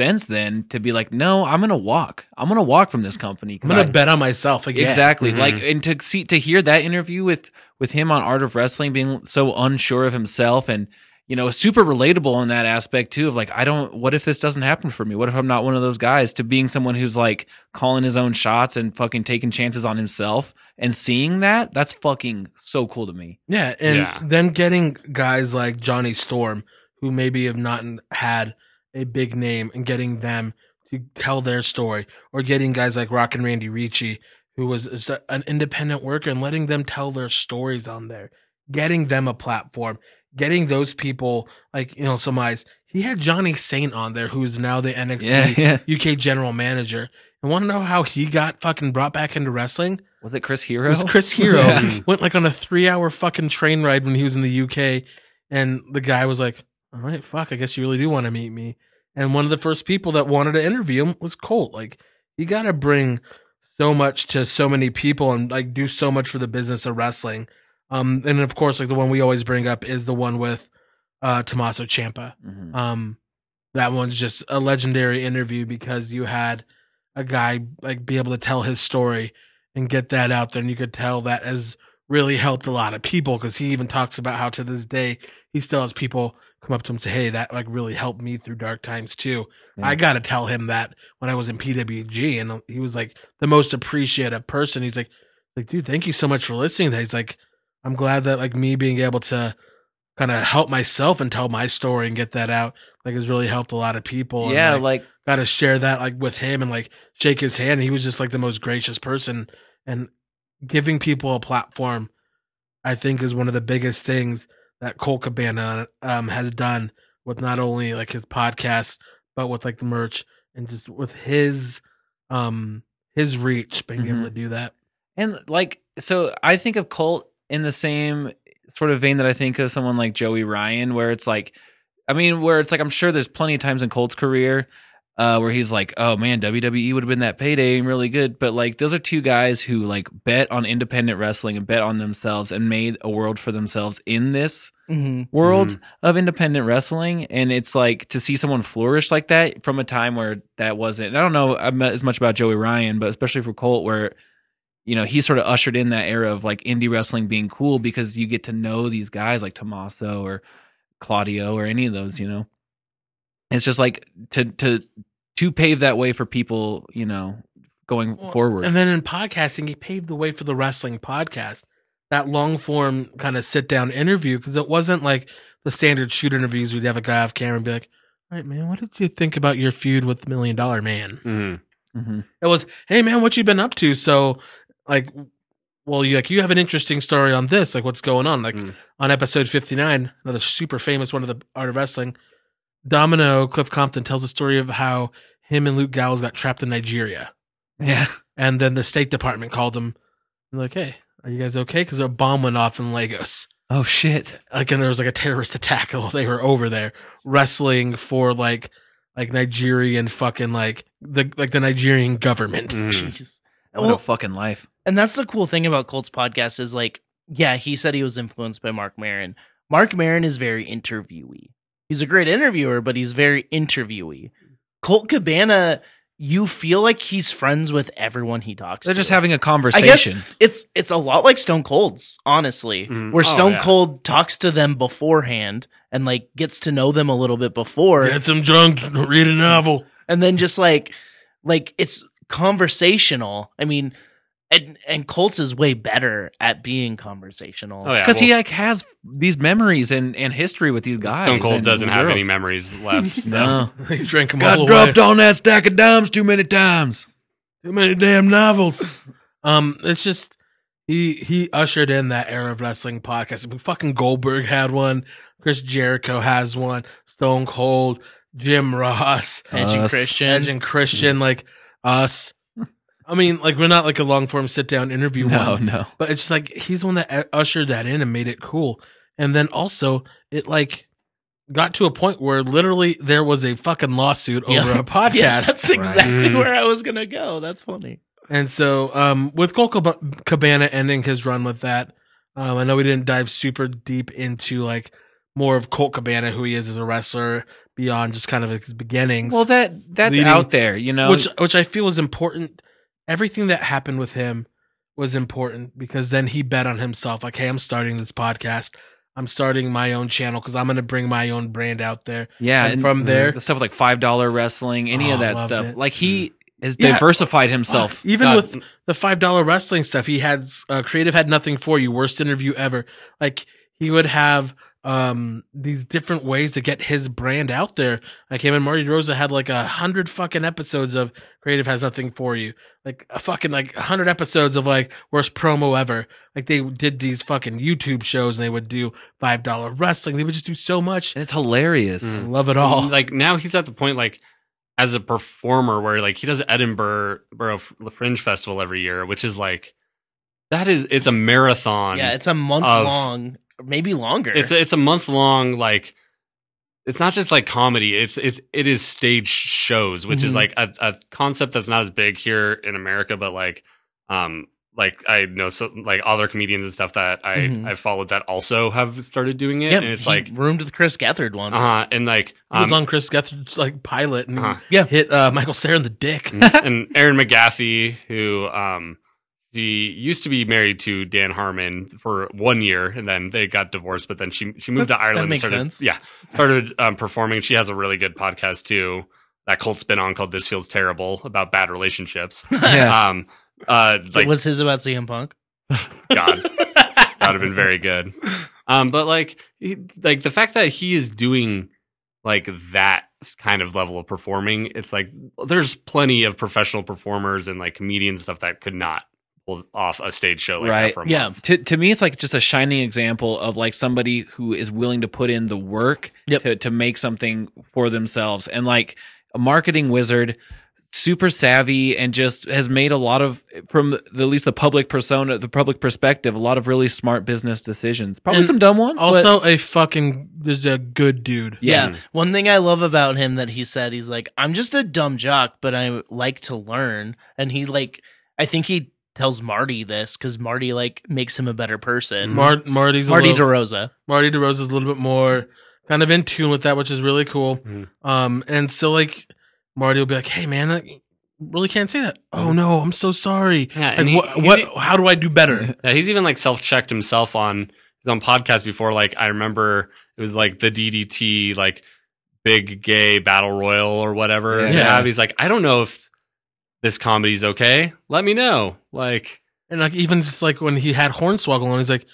Speaker 4: since then to be like, no, I'm gonna walk. I'm gonna walk from this company. 'cause
Speaker 5: I'm gonna
Speaker 4: I-
Speaker 5: bet on myself again.
Speaker 4: exactly
Speaker 6: Mhm.
Speaker 4: like and to see to hear that interview with with him on Art of Wrestling being so unsure of himself and you know super relatable on that aspect too of like I don't what if this doesn't happen for me what if I'm not one of those guys to being someone who's like calling his own shots and fucking taking chances on himself and seeing that that's fucking so cool to me
Speaker 5: Yeah, and
Speaker 6: Yeah.
Speaker 5: then getting guys like Johnny Storm, who maybe have not had a big name, and getting them to tell their story, or getting guys like Rock and Randy Ricci, who was just a- an independent worker, and letting them tell their stories on there, getting them a platform, getting those people like you know some eyes. He had Johnny Saint on there, who's now the NXT
Speaker 4: yeah [laughs]
Speaker 5: UK general manager. And want to know how he got fucking brought back into wrestling?
Speaker 4: was it Chris
Speaker 5: It
Speaker 4: Hero
Speaker 5: was Chris Hero
Speaker 4: Yeah.
Speaker 5: [laughs] went like on a three hour fucking train ride when he was in the UK, and the guy was like, "All right, fuck, I guess you really do want to meet me." And one of the first people that wanted to interview him was Colt. Like, you got to bring so much to so many people and like do so much for the business of wrestling. Um, and of course, like the one we always bring up is the one with uh Tommaso Ciampa.
Speaker 4: Mhm.
Speaker 5: Um, that one's just a legendary interview because you had a guy like be able to tell his story and get that out there, and you could tell that has really helped a lot of people because he even talks about how to this day he still has people come up to him and say, "Hey, that like really helped me through dark times too."
Speaker 4: Yeah.
Speaker 5: I got to tell him that when I was in PWG, and he was like the most appreciative person. He's like, "Like, dude, thank you so much for listening." To that. He's like, "I'm glad that like me being able to." kind of help myself and tell my story and get that out like has really helped a lot of people and,
Speaker 4: yeah like
Speaker 5: got to share that like with him and like shake his hand he was just like the most gracious person and giving people a platform i think is one of the biggest things that cole cabana um, has done with not only like his podcast but with like the merch and just with his um his reach being
Speaker 4: Mhm.
Speaker 5: able to do that
Speaker 4: And like, so I think of Colt in the same sort of vein that I think of someone like Joey Ryan, where it's like, I mean, where it's like, I'm sure there's plenty of times in Colt's career uh, where he's like, oh man, WWE would have been that payday and really good. But like, those are two guys who like bet on independent wrestling and bet on themselves and made a world for themselves in this
Speaker 3: Mm-hmm.
Speaker 4: world of independent wrestling and it's like to see someone flourish like that from a time where that wasn't and i don't know um, as much about joey ryan but especially for colt where you know he sort of ushered in that era of like indie wrestling being cool because you get to know these guys like Tommaso or claudio or any of those you know it's just like to to to pave that way for people you know going
Speaker 5: Well,
Speaker 4: forward
Speaker 5: And then in podcasting, he paved the way for the wrestling podcast, that long form kind of sit down interview, because it wasn't like the standard shoot interviews we'd have a guy off camera and be like, all right, man, what did you think about your feud with Million Dollar Man?
Speaker 6: Mhm.
Speaker 4: Mhm.
Speaker 5: It was, hey, man, what you been up to? So, like, well, you like you have an interesting story on this, like what's going on? Like
Speaker 6: Mm.
Speaker 5: on episode fifty nine, another super famous one of the Art of Wrestling. Domino Cliff Compton tells the story of how him and Luke Gallows got trapped in Nigeria,
Speaker 4: Yeah.
Speaker 5: and then the State Department called him, and like, "Hey, are you guys okay?" Because a bomb went off in Lagos.
Speaker 4: Oh shit.
Speaker 5: like and there was like a terrorist [laughs] attack while they were over there wrestling for like like Nigerian fucking like the like the Nigerian government.
Speaker 6: Mhm.
Speaker 3: Jeez.
Speaker 4: That was
Speaker 3: Well-
Speaker 4: a fucking life.
Speaker 3: And that's the cool thing about Colt's podcast is like, yeah, he said he was influenced by Mark Marin. Mark Marin is very interviewee. He's a great interviewer, but he's very interviewee. Colt Cabana, you feel like he's friends with everyone he talks
Speaker 4: They're
Speaker 3: to.
Speaker 4: just having a conversation.
Speaker 3: it's it's a lot like Stone Cold's, honestly,
Speaker 6: Mm.
Speaker 3: where
Speaker 6: Oh,
Speaker 3: Stone
Speaker 6: yeah.
Speaker 3: Cold talks to them beforehand and like gets to know them a little bit before,
Speaker 5: Get some drunk, read a [laughs] novel.
Speaker 3: and then just like like it's conversational. I mean, and and Colt's is way better at being conversational.
Speaker 6: Oh yeah,
Speaker 4: Because
Speaker 6: well,
Speaker 4: he like has these memories and, and history with these guys.
Speaker 6: Stone Cold
Speaker 4: and
Speaker 6: doesn't have any
Speaker 4: girls.
Speaker 5: [laughs]
Speaker 6: memories left.
Speaker 4: No.
Speaker 5: He drank them all
Speaker 4: Got
Speaker 5: away.
Speaker 4: dropped on that stack of dimes too many times.
Speaker 5: Too many damn novels. um, it's just he he ushered in that era of wrestling podcast. Fucking Goldberg had one. Chris Jericho has one. Stone Cold, Jim Ross.
Speaker 3: Edge and
Speaker 4: Us.
Speaker 3: Christian.
Speaker 5: Edge and Christian, like us. I mean, like we're not like a long form sit down interview
Speaker 4: No,
Speaker 5: one,
Speaker 4: no.
Speaker 5: but it's just like he's the one that u- ushered that in and made it cool. And then also it like got to a point where literally there was a fucking lawsuit
Speaker 3: Yeah. [laughs]
Speaker 5: over a
Speaker 3: [laughs]
Speaker 5: podcast. [laughs]
Speaker 3: Yeah, that's exactly
Speaker 6: Mm.
Speaker 3: where I was gonna go. That's funny.
Speaker 5: And so, um, with Cole Cab- Cabana ending his run with that, um, I know we didn't dive super deep into like more of Colt Cabana, who he is as a wrestler, beyond just kind of his
Speaker 4: [laughs]
Speaker 5: beginnings.
Speaker 4: Well, that that's
Speaker 5: Leading-
Speaker 4: out there, you know.
Speaker 5: which which I feel was important. Everything that happened with him was important because then he bet on himself. Like, hey, I'm starting this podcast. I'm starting my own channel because I'm going to bring my own brand out there.
Speaker 4: yeah,
Speaker 5: and from there-
Speaker 4: the stuff with like five dollar wrestling, any
Speaker 5: Oh,
Speaker 4: of that
Speaker 5: loved
Speaker 4: stuff.
Speaker 5: it.
Speaker 4: Like he has
Speaker 5: Yeah.
Speaker 4: diversified himself.
Speaker 5: Uh, Even
Speaker 4: God,
Speaker 5: with the five dollar wrestling stuff, he had uh, creative had nothing for you. Worst interview ever. Like he would have um these different ways to get his brand out there. Like him and Marty Rosa had like a hundred fucking episodes of creative has nothing for you. Like a fucking like a hundred episodes of like worst promo ever. Like they did these fucking YouTube shows and they would do five dollar wrestling. They would just do so much.
Speaker 4: and it's hilarious.
Speaker 6: Mm.
Speaker 5: Love it
Speaker 3: Oh.
Speaker 5: all.
Speaker 6: Like now he's at the point like as a performer where like he does Edinburgh Borough Fringe Festival every year, which is like that is it's a marathon.
Speaker 3: yeah, it's a month
Speaker 6: of-
Speaker 3: long, or maybe longer.
Speaker 6: it's a, it's a month long like it's not just like comedy it's it, it is stage shows which
Speaker 3: Mhm.
Speaker 6: is like a, a concept that's not as big here in america but like um like i know some like other comedians and stuff that i
Speaker 3: Mhm.
Speaker 6: i followed that also have started doing it
Speaker 3: yeah,
Speaker 6: and it's
Speaker 3: he
Speaker 6: like
Speaker 3: roomed with Chris Gethard once.
Speaker 6: uh and like
Speaker 5: He was
Speaker 6: um,
Speaker 5: on Chris Gethard's like pilot and
Speaker 6: Uh-huh.
Speaker 3: Yeah.
Speaker 5: hit uh, Michael Sarah in the dick.
Speaker 3: [laughs]
Speaker 6: Mm. and Aaron McGathy, who um, she used to be married to Dan Harmon for one year, and then they got divorced. But then she she moved
Speaker 3: That-
Speaker 6: to Ireland.
Speaker 3: that makes
Speaker 6: and started,
Speaker 3: sense.
Speaker 6: Yeah, started um, performing. She has a really good podcast too that Colt's been on called "This Feels Terrible" about
Speaker 3: [laughs]
Speaker 6: bad relationships.
Speaker 4: Yeah.
Speaker 6: Um, uh, like
Speaker 3: was his about CM Punk?
Speaker 6: God, that would have been very good. Um, but like, he, like the fact that he is doing like that kind of level of performing, it's like there's plenty of professional performers and like comedians and stuff that could not pull off a stage show like
Speaker 4: Right.
Speaker 6: that. From
Speaker 3: Yeah,
Speaker 4: to to me it's like just a shining example of like somebody who is willing to put in the work
Speaker 3: Yep.
Speaker 4: to to make something for themselves and like a marketing wizard super savvy and just has made a lot of from the, at least the public persona the public perspective a lot of really smart business decisions probably
Speaker 5: And
Speaker 4: some dumb ones but-
Speaker 5: Also, a fucking just a good dude.
Speaker 3: yeah.
Speaker 6: Yeah. Mm.
Speaker 3: One thing I love about him that he said, he's like, I'm just a dumb jock, but I like to learn. And he like, I think he tells Marty this because Marty like makes him a better person.
Speaker 6: Mm-hmm.
Speaker 5: Mar- Marty's
Speaker 3: Marty
Speaker 5: a little,
Speaker 3: DeRosa.
Speaker 5: Marty DeRosa's a little bit more kind of in tune with that, which is really cool.
Speaker 6: Mhm.
Speaker 5: Um, and so like Marty will be like, "Hey man, I really can't say that. Oh no, I'm so sorry.
Speaker 6: yeah,
Speaker 5: Like,
Speaker 6: and he-
Speaker 5: what?
Speaker 6: he's-
Speaker 5: what how do I do
Speaker 6: [laughs]
Speaker 5: better?
Speaker 6: Yeah, he's even like self checked himself on he's on podcast before. Like I remember it was like the DDT like big gay battle royal or whatever. And
Speaker 5: Yeah.
Speaker 6: Abby's like, I don't know if this comedy's okay. Let me know. Like
Speaker 5: And like even just like when he had Hornswoggle on, he's like,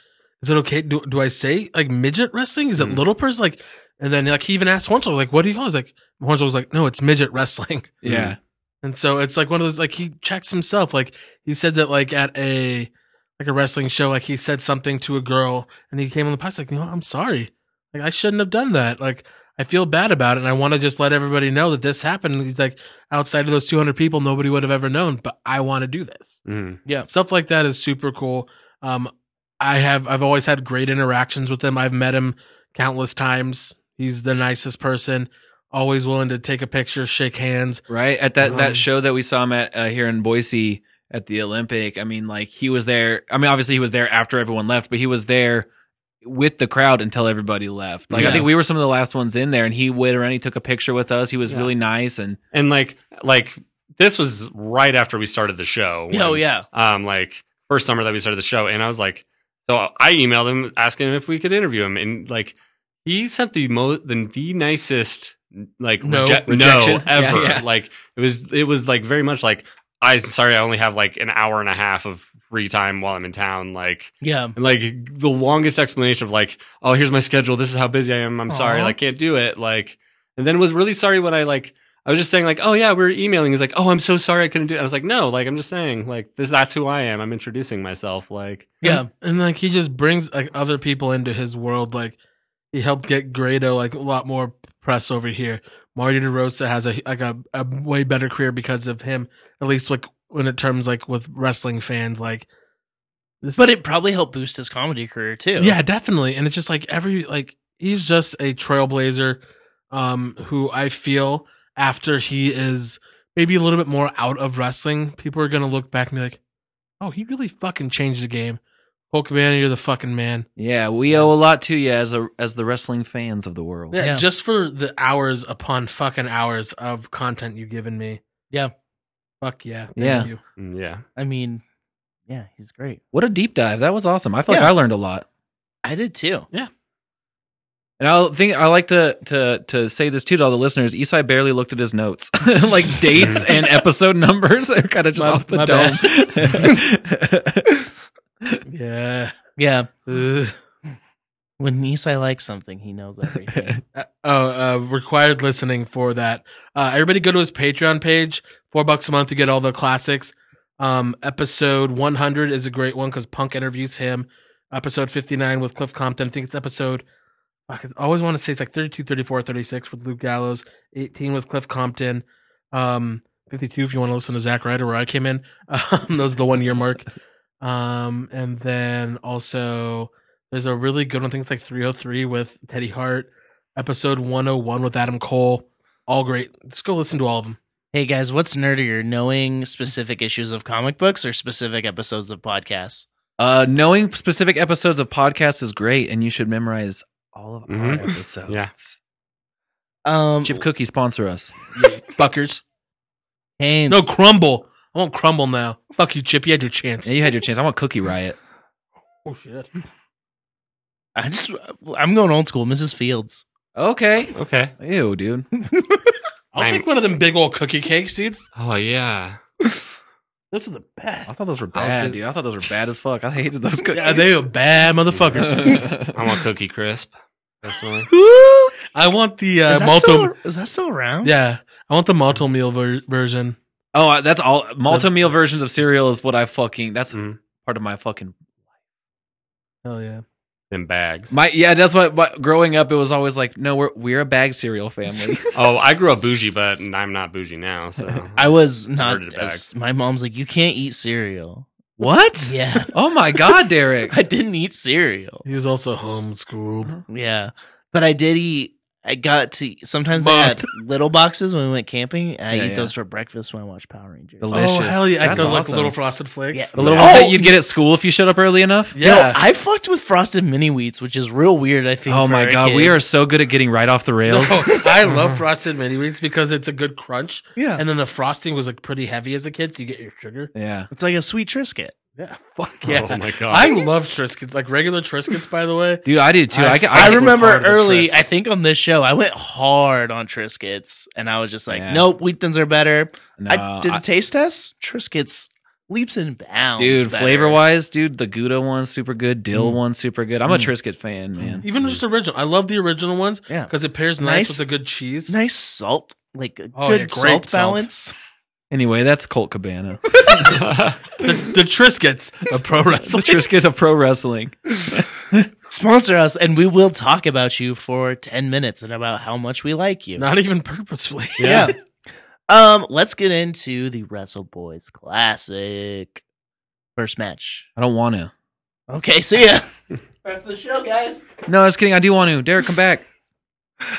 Speaker 5: "Is it okay? Do do I say like midget wrestling? Is it
Speaker 6: Mhm.
Speaker 5: little person? Like?" And then like he even asked Hornswoggle, like, "What do you call?" it?" He's like, Hornswoggle was like, "No, it's midget wrestling."
Speaker 4: yeah
Speaker 5: And so it's like one of those like he checks himself. Like he said that like at a like a wrestling show, like he said something to a girl and he came on the podcast like, you know, what? I'm sorry. Like I shouldn't have done that. Like I feel bad about it, and I want to just let everybody know that this happened. He's like, outside of those 200 people, nobody would have ever known, but I want to do this.
Speaker 6: Mhm.
Speaker 5: Stuff like that is super cool. Um, I have I've always had great interactions with him. I've met him countless times. He's the nicest person. Always willing to take a picture, shake hands.
Speaker 4: right at that
Speaker 5: Um,
Speaker 4: that show that we saw him at uh, here in Boise at the Olympic. I mean, like he was there. I mean, obviously he was there after everyone left, but he was there with the crowd until everybody left. Like
Speaker 6: Yeah.
Speaker 4: I think we were some of the last ones in there, and he went around. He took a picture with us. He was
Speaker 6: Yeah.
Speaker 4: really nice, and
Speaker 6: And like like this was right after we started the show. when-
Speaker 3: Oh yeah.
Speaker 6: um, like first summer that we started the show, and I was like, so I emailed him asking him if we could interview him, and like he sent the most the, the nicest like
Speaker 5: No.
Speaker 6: reje- no
Speaker 4: Rejection. Yeah,
Speaker 6: [laughs] ever
Speaker 4: yeah.
Speaker 6: like it was it was like very much like I'm sorry I only have like an hour and a half of free time while I'm in town like
Speaker 3: Yeah.
Speaker 6: and, like the longest explanation of like oh here's my schedule this is how busy I am I'm sorry
Speaker 5: Aw.
Speaker 6: like can't do it like and then was really sorry when I like I was just saying like, oh yeah, we are emailing. He's like, oh, I'm so sorry I couldn't do. It. I was like, no, like I'm just saying like this. That's who I am. I'm introducing myself. Like
Speaker 3: Yeah.
Speaker 5: And, and, like he just brings like other people into his world. Like he helped get Grado like a lot more press over here. Marty DeRosa has a like a, a way better career because of him. At least like when it terms like with wrestling fans, like
Speaker 3: But it probably helped boost his comedy career too.
Speaker 5: Yeah, definitely. And it's just like every like he's just a trailblazer um who I feel after he is maybe a little bit more out of wrestling, people are going to look back and be like, "Oh, he really fucking changed the game." Hulkman, you're the fucking man.
Speaker 4: yeah, we owe a lot to you as a as the wrestling fans of the world.
Speaker 5: Yeah,
Speaker 3: Yeah.
Speaker 5: just for the hours upon fucking hours of content you've given me.
Speaker 3: Yeah.
Speaker 5: Fuck yeah. Thank
Speaker 4: Yeah.
Speaker 5: you.
Speaker 6: mm, yeah,
Speaker 3: I mean, yeah, he's great.
Speaker 4: What a deep dive! That was awesome. I feel
Speaker 3: Yeah.
Speaker 4: like I learned a lot.
Speaker 3: I did too.
Speaker 4: And I will think I like to to to say this too to all the listeners. Esai barely looked at his notes, [laughs] like dates and episode numbers [laughs] are kind of just
Speaker 5: My-
Speaker 4: off the
Speaker 5: my
Speaker 4: [laughs] dome.
Speaker 5: Yeah.
Speaker 3: Yeah.
Speaker 5: Ugh.
Speaker 3: When Nisai likes something, he knows everything.
Speaker 5: [laughs] Uh, oh, uh, required listening for that. Uh, everybody go to his Patreon page. Four bucks a month, you get all the classics. Um, episode 100 is a great one because Punk interviews him. Episode 59 with Cliff Compton. I think it's episode, fuck, I always want to say it's like 32, 34, 36 with Luke Gallows. 18 with Cliff Compton. Um, 52 if you want to listen to Zach Ryder where I came in. [laughs] Um, those are the one year mark. Um, and then also there's a really good one. I think it's like 303 with Teddy Hart episode 101 with Adam Cole. All great. Just go listen to all of them.
Speaker 3: hey guys, what's nerdier, knowing specific issues of comic books or specific episodes of podcasts?
Speaker 4: uh, knowing specific episodes of podcasts is great, and you should memorize all of our
Speaker 6: Mhm.
Speaker 4: episodes.
Speaker 6: Yeah.
Speaker 3: Um,
Speaker 4: Chip Cookie sponsor us.
Speaker 5: Fuckers.
Speaker 3: Haynes.
Speaker 5: No, crumble. I won't crumble now. Fuck you, Chip. You had your chance.
Speaker 4: Yeah, you had your chance. I want Cookie Riot.
Speaker 5: Oh, shit.
Speaker 3: I just I'm going old school, Mrs. Fields.
Speaker 4: Okay.
Speaker 6: okay.
Speaker 4: Ew, dude.
Speaker 5: I'll
Speaker 6: I'm-
Speaker 5: take one of them big old cookie cakes, dude.
Speaker 6: Oh yeah,
Speaker 5: Those are the best.
Speaker 4: I thought those were
Speaker 6: I'll
Speaker 4: bad, [laughs]
Speaker 6: just-
Speaker 4: dude. I thought those were bad as fuck. I hated [laughs] those cookies.
Speaker 5: Yeah, they are bad motherfuckers.
Speaker 4: [laughs]
Speaker 6: [laughs] I want Cookie Crisp. Definitely.
Speaker 5: I want the
Speaker 3: is,
Speaker 5: uh,
Speaker 3: that
Speaker 5: malto.
Speaker 3: still, is that still around?
Speaker 5: Yeah, I want the malto meal ver- version.
Speaker 4: Oh, I- that's all. Multi-meal versions of cereal is what I fucking. That's
Speaker 6: Mhm.
Speaker 4: part of my fucking.
Speaker 5: Hell yeah.
Speaker 6: [laughs] In bags.
Speaker 4: My yeah, that's what. But growing up, it was always like, no, we're we're a bag cereal
Speaker 6: [laughs]
Speaker 4: family.
Speaker 6: Oh, I grew up bougie, but I'm not bougie now. So [laughs]
Speaker 3: I was not.
Speaker 6: Converted it
Speaker 3: as- my mom's like, you can't eat
Speaker 5: [laughs]
Speaker 3: cereal.
Speaker 4: what?
Speaker 3: Yeah, [laughs]
Speaker 4: Oh my god, Derek.
Speaker 3: I didn't eat cereal.
Speaker 5: He was also homeschooled.
Speaker 3: Yeah, but I did eat. I got to sometimes they
Speaker 5: Buck.
Speaker 3: had little boxes when we went camping. and I
Speaker 4: Yeah,
Speaker 3: eat
Speaker 4: yeah.
Speaker 3: those for breakfast when I watch Power Rangers.
Speaker 4: Delicious.
Speaker 5: Oh, hell yeah. I
Speaker 4: That's
Speaker 5: go like
Speaker 4: awesome.
Speaker 5: the little frosted flakes.
Speaker 3: Yeah.
Speaker 4: The little
Speaker 3: Oh!
Speaker 4: one that you'd get at school if you showed up early enough.
Speaker 3: Yo,
Speaker 5: Yeah.
Speaker 3: I fucked with frosted mini wheats, which is real weird. I think.
Speaker 4: Oh
Speaker 3: for
Speaker 4: my
Speaker 3: a
Speaker 4: god,
Speaker 3: kid.
Speaker 4: we are so good at getting right off the rails.
Speaker 5: [laughs] No, I love frosted mini wheats because it's a good crunch.
Speaker 3: Yeah,
Speaker 5: And then the frosting was like pretty heavy as a kid, so you get your sugar.
Speaker 4: Yeah.
Speaker 3: it's like a sweet Triscuit.
Speaker 5: Yeah, fuck
Speaker 6: Oh my god.
Speaker 5: [laughs] I love Triscuits, like regular Triscuits, by the way.
Speaker 4: Dude, I do too.
Speaker 5: I
Speaker 4: I, can,
Speaker 5: fucking
Speaker 4: I,
Speaker 3: I
Speaker 5: think we're
Speaker 3: remember
Speaker 5: hard on
Speaker 3: early,
Speaker 5: Triscuits.
Speaker 3: I think on this show, I went hard on Triscuits and I was just like,
Speaker 4: Yeah.
Speaker 3: nope, wheat thins are better.
Speaker 4: no,
Speaker 3: I did a
Speaker 4: I-
Speaker 3: taste test. Triscuits leaps and bounds.
Speaker 4: dude,
Speaker 3: better.
Speaker 4: flavor wise, dude, the Gouda one's super good. Dill
Speaker 3: Mm.
Speaker 4: one's super good. I'm a
Speaker 3: Mm.
Speaker 4: Triscuit fan, man.
Speaker 5: Even just original. I love the original ones
Speaker 3: Yeah.
Speaker 5: because it pairs Mm. nice,
Speaker 3: Nice.
Speaker 5: with a good cheese.
Speaker 3: Nice salt, like a
Speaker 5: Oh,
Speaker 3: good
Speaker 5: yeah, great
Speaker 3: salt,
Speaker 5: salt.
Speaker 3: balance.
Speaker 4: Anyway, that's Colt
Speaker 3: [laughs]
Speaker 4: Cabana. [laughs]
Speaker 5: The, the Triscuits of pro
Speaker 4: the
Speaker 5: wrestling.
Speaker 4: Triscuit of pro wrestling.
Speaker 3: Sponsor us, and we will talk about you for ten minutes and about how much we like you.
Speaker 5: Not even purposefully.
Speaker 3: yeah. Um, let's get into the Wrestle Boys Classic first match.
Speaker 4: I don't want to.
Speaker 3: Okay, see
Speaker 6: [laughs]
Speaker 3: ya. That's the show, guys.
Speaker 4: No, I was kidding. I do want to. Derek, come back.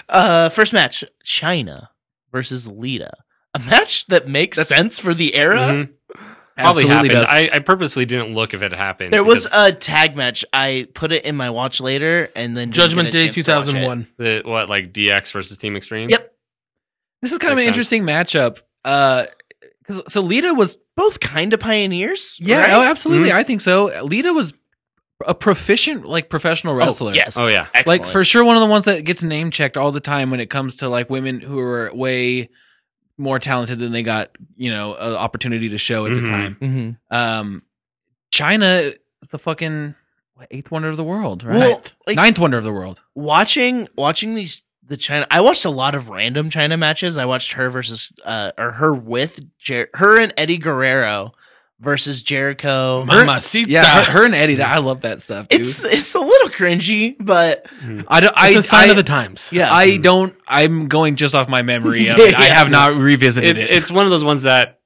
Speaker 3: Uh, first match: China versus Lita. A match that makes sense for the era.
Speaker 6: Mhm. Probably
Speaker 4: Absolutely
Speaker 6: happened.
Speaker 4: does.
Speaker 6: I, I purposely didn't look if it happened.
Speaker 3: There was
Speaker 6: because
Speaker 3: a tag match. I put it in my watch later, and then didn't
Speaker 5: Judgment
Speaker 3: get a
Speaker 5: Day
Speaker 3: chance to watch
Speaker 5: 2001.
Speaker 6: the, what like DX versus Team Extreme.
Speaker 3: Yep.
Speaker 4: This is kind of an
Speaker 6: Okay.
Speaker 4: interesting matchup. Uh, 'cause- so Lita was
Speaker 3: it. Both kind of pioneers.
Speaker 4: yeah,
Speaker 3: right? Mm-hmm.
Speaker 4: oh, absolutely. I think so. Lita was a proficient like professional
Speaker 3: Oh,
Speaker 4: wrestler.
Speaker 3: yes.
Speaker 6: Oh, yeah.
Speaker 3: Excellent.
Speaker 4: Like for sure, one of the ones that gets name checked all the time when it comes to like women who are way more talented than they got, you know, an opportunity to show at
Speaker 6: Mhm.
Speaker 5: Mm-hmm.
Speaker 4: the time.
Speaker 3: Mhm.
Speaker 4: Um, China is the fucking what, eighth wonder of the world, right?
Speaker 3: Well, like
Speaker 4: Ninth wonder of the world.
Speaker 3: watching watching these the China. I watched a lot of random China matches. I watched her versus uh or her with Jer- her and Eddie Guerrero versus Jericho.
Speaker 5: Mamacita.
Speaker 4: Yeah, her, her and Eddie. That, I love that stuff. Dude.
Speaker 3: It's it's a little cringy, but
Speaker 4: I don't. I,
Speaker 5: It's a sign
Speaker 4: I-
Speaker 5: of the Mm. times.
Speaker 3: yeah.
Speaker 4: I don't. I'm going just off my memory. Of
Speaker 5: [laughs]
Speaker 4: it. I
Speaker 3: Yeah.
Speaker 4: have not revisited it.
Speaker 6: It, it's one of those ones that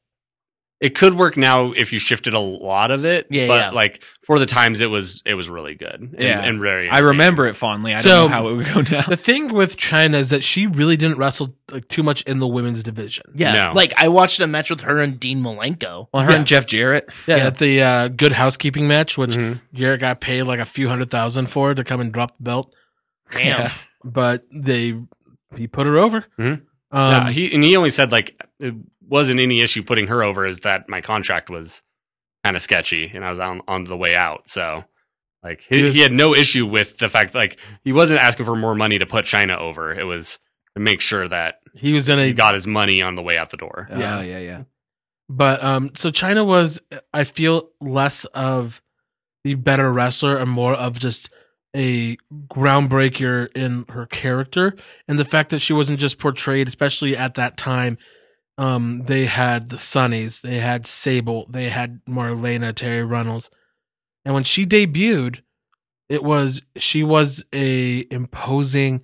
Speaker 6: it could work now if you shifted a lot of it.
Speaker 3: Yeah,
Speaker 6: but
Speaker 3: yeah.
Speaker 6: like for the times, it was it was really good. And,
Speaker 4: Yeah.
Speaker 6: and very.
Speaker 4: I remember it fondly. I
Speaker 5: So-
Speaker 4: don't know how it would go now.
Speaker 5: The thing with China is that she really didn't wrestle like too much in the women's division.
Speaker 3: yeah.
Speaker 6: No.
Speaker 3: Like I watched a match with her and Dean Malenko.
Speaker 4: Well, her
Speaker 5: Yeah.
Speaker 4: and Jeff Jarrett.
Speaker 5: Yeah, at the uh, Good Housekeeping match, which
Speaker 3: Mm-hmm.
Speaker 6: Mhm.
Speaker 5: Jarrett got paid like a few hundred thousand for to come and drop the belt,
Speaker 3: Damn.
Speaker 4: [laughs] Yeah.
Speaker 5: but they he put her over.
Speaker 6: Mhm.
Speaker 5: Um,
Speaker 6: yeah, he and he only said like it wasn't any issue putting her over is that my contract was kind of sketchy and I was on on the way out. So like
Speaker 5: He
Speaker 6: he,
Speaker 5: was-
Speaker 6: he had no issue with the fact like he wasn't asking for more money to put China over. It was to make sure that
Speaker 5: he was in
Speaker 6: he
Speaker 5: a
Speaker 6: got his money on the way out the door.
Speaker 5: Yeah.
Speaker 4: Oh, yeah, yeah.
Speaker 5: But um, so China was, I feel, less of the better wrestler and more of just a groundbreaker in her character and the fact that she wasn't just portrayed, especially at that time. Um, they had the Sunnies, they had Sable, they had Marlena, Terry Runnels, and when she debuted, it was she was a imposing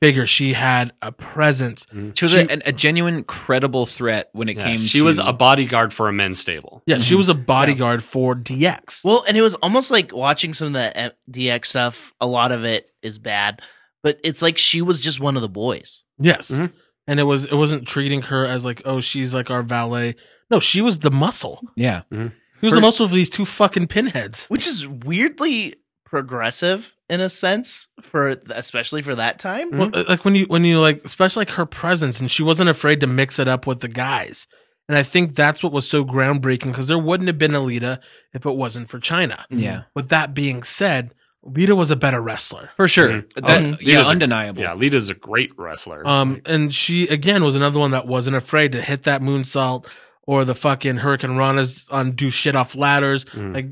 Speaker 5: figure. She had a presence.
Speaker 4: She was
Speaker 5: She-
Speaker 4: a, an- a genuine, credible threat when it
Speaker 6: Yeah,
Speaker 4: came.
Speaker 6: she
Speaker 4: to,
Speaker 6: was a bodyguard for a men's stable.
Speaker 5: Yeah, she was a bodyguard for DX.
Speaker 3: Well, and it was almost like watching some of the M- DX stuff. A lot of it is bad, but it's like she was just one of the boys.
Speaker 5: Yes.
Speaker 6: Mhm.
Speaker 5: And it was it wasn't treating her as like, oh, she's like our valet. No, she was the muscle.
Speaker 4: yeah.
Speaker 5: She was the
Speaker 4: Her-
Speaker 5: muscle of these two fucking pinheads.
Speaker 3: which is weirdly progressive in a sense for especially for that time.
Speaker 5: Well, uh, like when you when you like especially like her presence and she wasn't afraid to mix it up with the guys. And I think that's what was so groundbreaking because there wouldn't have been a Lita if it wasn't for China.
Speaker 4: Yeah.
Speaker 5: With that being said, Lita was a better wrestler.
Speaker 4: For sure.
Speaker 6: Mhm.
Speaker 4: That-
Speaker 6: Oh,
Speaker 4: yeah,
Speaker 6: Lita's a-
Speaker 4: undeniable.
Speaker 6: Yeah, Lita's a great wrestler.
Speaker 5: Um, and she again was another one that wasn't afraid to hit that moonsault or the fucking Hurricane Rana's on do shit off ladders.
Speaker 6: Mhm.
Speaker 5: Like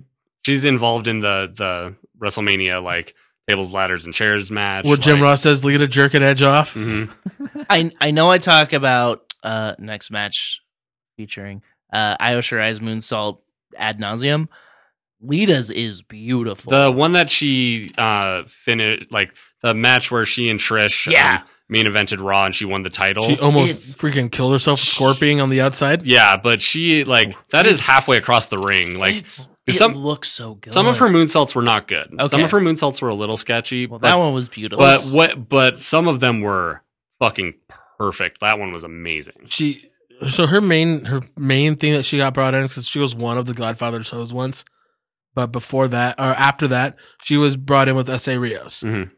Speaker 6: She's involved in the the WrestleMania like tables, ladders, and chairs match.
Speaker 5: where Jim
Speaker 6: like-
Speaker 5: Ross says Lita jerk an edge off.
Speaker 6: Mhm.
Speaker 3: I I know I talk about uh next match featuring uh Io Shirai's moonsault ad nauseum. Lita's is beautiful.
Speaker 6: The one that she uh finished, like the match where she and Trish, um,
Speaker 3: Yeah.
Speaker 6: main evented Raw, and she won the title.
Speaker 5: She almost
Speaker 3: It's-
Speaker 5: freaking killed herself scorpioning on the outside.
Speaker 6: yeah, but she like that is
Speaker 3: It's-
Speaker 6: halfway across the ring. Like
Speaker 3: it's, it
Speaker 6: some-
Speaker 3: looks so good.
Speaker 6: some of her moonsaults were not good.
Speaker 3: Okay.
Speaker 6: Some of her moonsaults were a little sketchy.
Speaker 3: well,
Speaker 6: but,
Speaker 3: that one was beautiful.
Speaker 6: but what? But some of them were fucking perfect. That one was amazing.
Speaker 5: She so her main her main thing that she got brought in is because she was one of the Godfather's hoes once, but before that or after that she was brought in with S. A. Rios.
Speaker 6: Mhm.